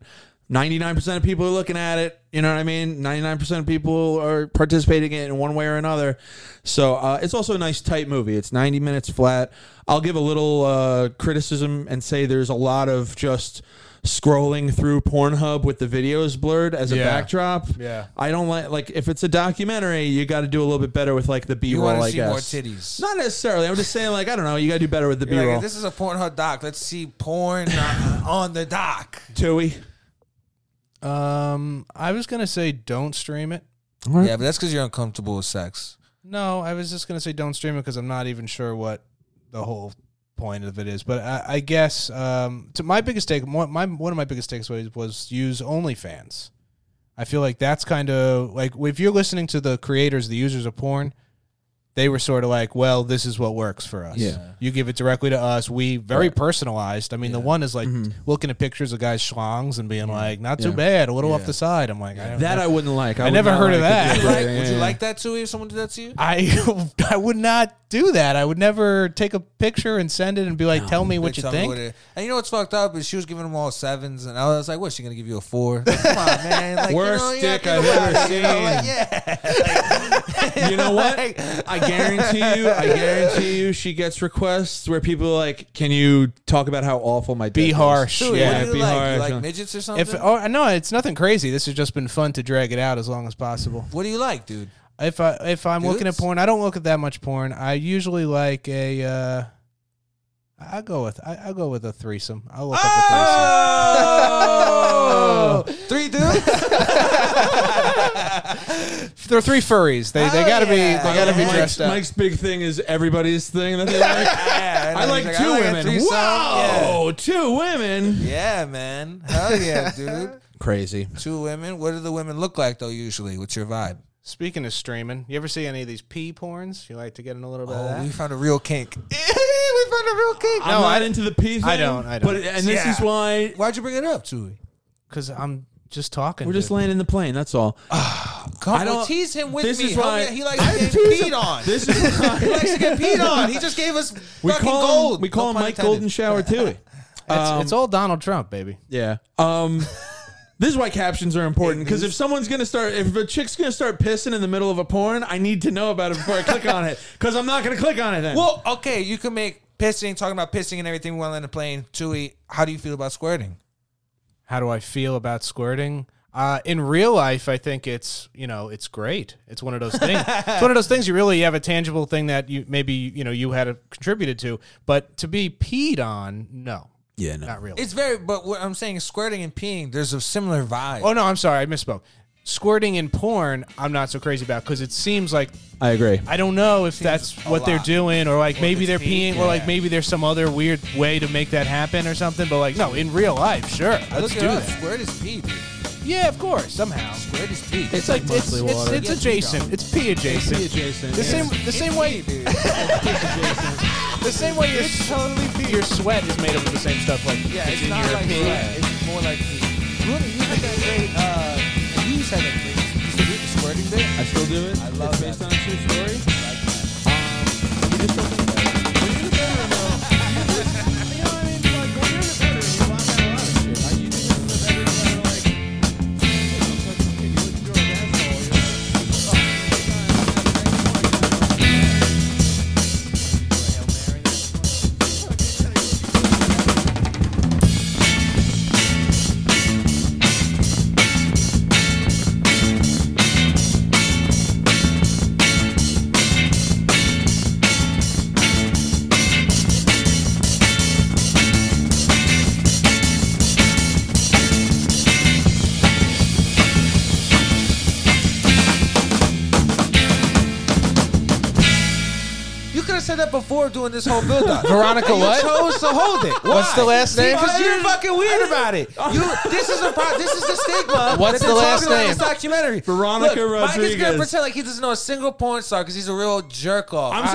[SPEAKER 3] ninety nine percent of people are looking at it. You know what I mean? Ninety nine percent of people are participating in it in one way or another. So uh, it's also a nice tight movie. It's ninety minutes flat. I'll give a little uh, criticism and say there's a lot of just scrolling through Pornhub with the videos blurred as a
[SPEAKER 2] Yeah.
[SPEAKER 3] backdrop.
[SPEAKER 2] Yeah.
[SPEAKER 3] I don't like like if it's a documentary, you got to do a little bit better with like the B
[SPEAKER 1] You want
[SPEAKER 3] roll.
[SPEAKER 1] to
[SPEAKER 3] I
[SPEAKER 1] see
[SPEAKER 3] guess
[SPEAKER 1] more titties.
[SPEAKER 3] not necessarily. I'm just saying like I don't know. You got to do better with the B
[SPEAKER 1] You're like,
[SPEAKER 3] roll.
[SPEAKER 1] if this is a Pornhub doc. Let's see porn uh, on the dock.
[SPEAKER 3] Tui.
[SPEAKER 2] Um, I was gonna say don't stream it.
[SPEAKER 1] Yeah, but that's because you're uncomfortable with sex.
[SPEAKER 2] No, I was just gonna say don't stream it because I'm not even sure what the whole point of it is. But I, I guess um, to my biggest take, one, my, one of my biggest takeaways was use OnlyFans. I feel like that's kind of like if you're listening to the creators, the users of porn, they were sort of like, well, this is what works for us.
[SPEAKER 3] Yeah.
[SPEAKER 2] You give it directly to us. We very personalized. I mean, the one is like looking at pictures of guys' schlongs and being like, not too
[SPEAKER 3] Mm-hmm. Yeah.
[SPEAKER 2] bad, a little off the side. I'm like, I don't
[SPEAKER 3] That
[SPEAKER 2] know.
[SPEAKER 3] I wouldn't like. I, would
[SPEAKER 2] never
[SPEAKER 3] not
[SPEAKER 2] heard of
[SPEAKER 3] like
[SPEAKER 2] that.
[SPEAKER 3] to do
[SPEAKER 1] Like,
[SPEAKER 3] Yeah,
[SPEAKER 1] would
[SPEAKER 3] yeah,
[SPEAKER 1] you
[SPEAKER 3] yeah.
[SPEAKER 1] like that too if someone did that to you?
[SPEAKER 2] I I would not do that. I would never take a picture and send it and be like, "Tell me what
[SPEAKER 1] Bitch,
[SPEAKER 2] you
[SPEAKER 1] tell me
[SPEAKER 2] think."
[SPEAKER 1] what it- and you know what's fucked up is she was giving them all sevens, and I was like, "What's she gonna give you a four? Come on, man! Like,
[SPEAKER 3] Worst
[SPEAKER 1] you know, you
[SPEAKER 3] dick
[SPEAKER 1] gotta think
[SPEAKER 3] I've
[SPEAKER 1] about
[SPEAKER 3] ever
[SPEAKER 1] it, you know?
[SPEAKER 3] seen.
[SPEAKER 1] Like, yeah,
[SPEAKER 3] You know what? I guarantee you. I guarantee you. She gets requests where people are like, "Can you talk about how awful my dick
[SPEAKER 2] Be
[SPEAKER 3] is?"
[SPEAKER 2] harsh.
[SPEAKER 1] Dude,
[SPEAKER 3] Yeah,
[SPEAKER 1] what do you
[SPEAKER 3] be
[SPEAKER 1] like?
[SPEAKER 3] hard.
[SPEAKER 1] You like midgets or something?
[SPEAKER 2] If oh no, it's nothing crazy. This has just been fun to drag it out as long as possible.
[SPEAKER 1] what do you like, dude?
[SPEAKER 2] If I if I'm looking at
[SPEAKER 1] Dudes?
[SPEAKER 2] porn, I don't look at that much porn. I usually like a. Uh, I I'll go with I, I'll go with a threesome. I'll look up a threesome.
[SPEAKER 1] Ah!
[SPEAKER 3] Oh!
[SPEAKER 1] Three dudes.
[SPEAKER 2] They're three furries. They they
[SPEAKER 1] Oh,
[SPEAKER 2] gotta be
[SPEAKER 1] yeah.
[SPEAKER 2] they gotta be
[SPEAKER 3] Mike's,
[SPEAKER 2] dressed up.
[SPEAKER 3] Mike's big thing is everybody's thing that they like.
[SPEAKER 1] Yeah, and
[SPEAKER 3] I
[SPEAKER 1] he's
[SPEAKER 3] like two
[SPEAKER 1] I a
[SPEAKER 3] women.
[SPEAKER 1] threesome.
[SPEAKER 3] Wow, two women.
[SPEAKER 1] Yeah. yeah, man. Hell yeah, dude.
[SPEAKER 3] Crazy.
[SPEAKER 1] Two women. What do the women look like though? Usually, what's your vibe?
[SPEAKER 2] Speaking of streaming, you ever see any of these pee porns? You like to get in a little bit of
[SPEAKER 1] Oh,
[SPEAKER 2] that?
[SPEAKER 1] we found a real kink. we found a real kink.
[SPEAKER 3] I'm not
[SPEAKER 2] I-
[SPEAKER 3] into the pee thing.
[SPEAKER 2] I don't, I don't.
[SPEAKER 3] But and this
[SPEAKER 1] Yeah.
[SPEAKER 3] is why
[SPEAKER 1] Why'd you bring it up, Tui?
[SPEAKER 2] Because I'm just talking.
[SPEAKER 3] we're just
[SPEAKER 2] dude.
[SPEAKER 3] landing the plane. That's all.
[SPEAKER 1] Come
[SPEAKER 3] I
[SPEAKER 1] well,
[SPEAKER 3] don't-
[SPEAKER 1] tease him with
[SPEAKER 3] this
[SPEAKER 1] me.
[SPEAKER 3] is
[SPEAKER 1] Help
[SPEAKER 3] why-
[SPEAKER 1] me- he likes to get peed on.
[SPEAKER 3] This is
[SPEAKER 1] he likes to get peed on. He just gave us
[SPEAKER 3] we
[SPEAKER 1] fucking
[SPEAKER 3] call
[SPEAKER 1] gold.
[SPEAKER 3] him, we call
[SPEAKER 1] No
[SPEAKER 3] him
[SPEAKER 1] pun
[SPEAKER 3] Mike
[SPEAKER 1] intended.
[SPEAKER 3] Golden Shower Tui.
[SPEAKER 2] It's, it's all Donald Trump, baby.
[SPEAKER 3] Yeah. Um, this is why captions are important because if someone's gonna start, if a chick's gonna start pissing in the middle of a porn, I need to know about it before I click on it because I'm not gonna click on it then.
[SPEAKER 1] Well, okay, you can make pissing, talking about pissing and everything while in the plane. Tui, how do you feel about squirting?
[SPEAKER 2] How do I feel about squirting? Uh, in real life, I think it's you know it's great. It's one of those things. it's one of those things you really have a tangible thing that you maybe you know you had uh, contributed to, but to be peed on, no,
[SPEAKER 3] yeah, no.
[SPEAKER 2] not really.
[SPEAKER 1] It's very, but what I'm saying is squirting and peeing, there's a similar vibe.
[SPEAKER 2] oh no, I'm sorry, I misspoke. Squirting in porn, I'm not so crazy about because it seems like
[SPEAKER 3] I agree.
[SPEAKER 2] I don't know if that's
[SPEAKER 1] a
[SPEAKER 2] what they're
[SPEAKER 1] lot.
[SPEAKER 2] doing, or like maybe
[SPEAKER 1] it's
[SPEAKER 2] they're
[SPEAKER 1] pee,
[SPEAKER 2] peeing, or like
[SPEAKER 1] yeah.
[SPEAKER 2] maybe there's some other weird way to make that happen or something. But like, no, in real life, sure, let's
[SPEAKER 1] Look
[SPEAKER 2] do
[SPEAKER 1] it up.
[SPEAKER 2] that.
[SPEAKER 1] Squirt is pee, dude.
[SPEAKER 2] Yeah, of course, somehow.
[SPEAKER 1] Squirt is pee.
[SPEAKER 3] It's like
[SPEAKER 2] It's,
[SPEAKER 3] mostly
[SPEAKER 2] it's,
[SPEAKER 3] water.
[SPEAKER 2] it's
[SPEAKER 1] Yes,
[SPEAKER 2] adjacent. It's pee adjacent.
[SPEAKER 3] adjacent.
[SPEAKER 2] The same the same way
[SPEAKER 1] dude.
[SPEAKER 2] the same way your totally your sweat is made up of the same stuff like
[SPEAKER 1] Yeah,
[SPEAKER 2] it's
[SPEAKER 1] it's
[SPEAKER 2] in
[SPEAKER 1] not
[SPEAKER 2] your
[SPEAKER 1] like
[SPEAKER 2] pee.
[SPEAKER 1] sweat. It's more like pee. You had you had that great, uh, you said that great you said squirting bit.
[SPEAKER 3] I still do it.
[SPEAKER 1] I love
[SPEAKER 3] it's based
[SPEAKER 1] that.
[SPEAKER 3] on a true story.
[SPEAKER 1] like that. You could have said that before doing this whole build up.
[SPEAKER 2] Veronica what?
[SPEAKER 1] chose to hold it.
[SPEAKER 2] What's the last name?
[SPEAKER 1] Because you're fucking weird about it. You, this is a pro- this is the stigma.
[SPEAKER 2] What's
[SPEAKER 1] that they're
[SPEAKER 2] the last
[SPEAKER 1] talking about in
[SPEAKER 2] name?
[SPEAKER 1] This documentary.
[SPEAKER 3] Veronica
[SPEAKER 1] Look, Mike is
[SPEAKER 3] Rodriguez.
[SPEAKER 1] gonna pretend like he doesn't know a single porn star because he's a real jerk off.
[SPEAKER 3] I'm
[SPEAKER 1] I-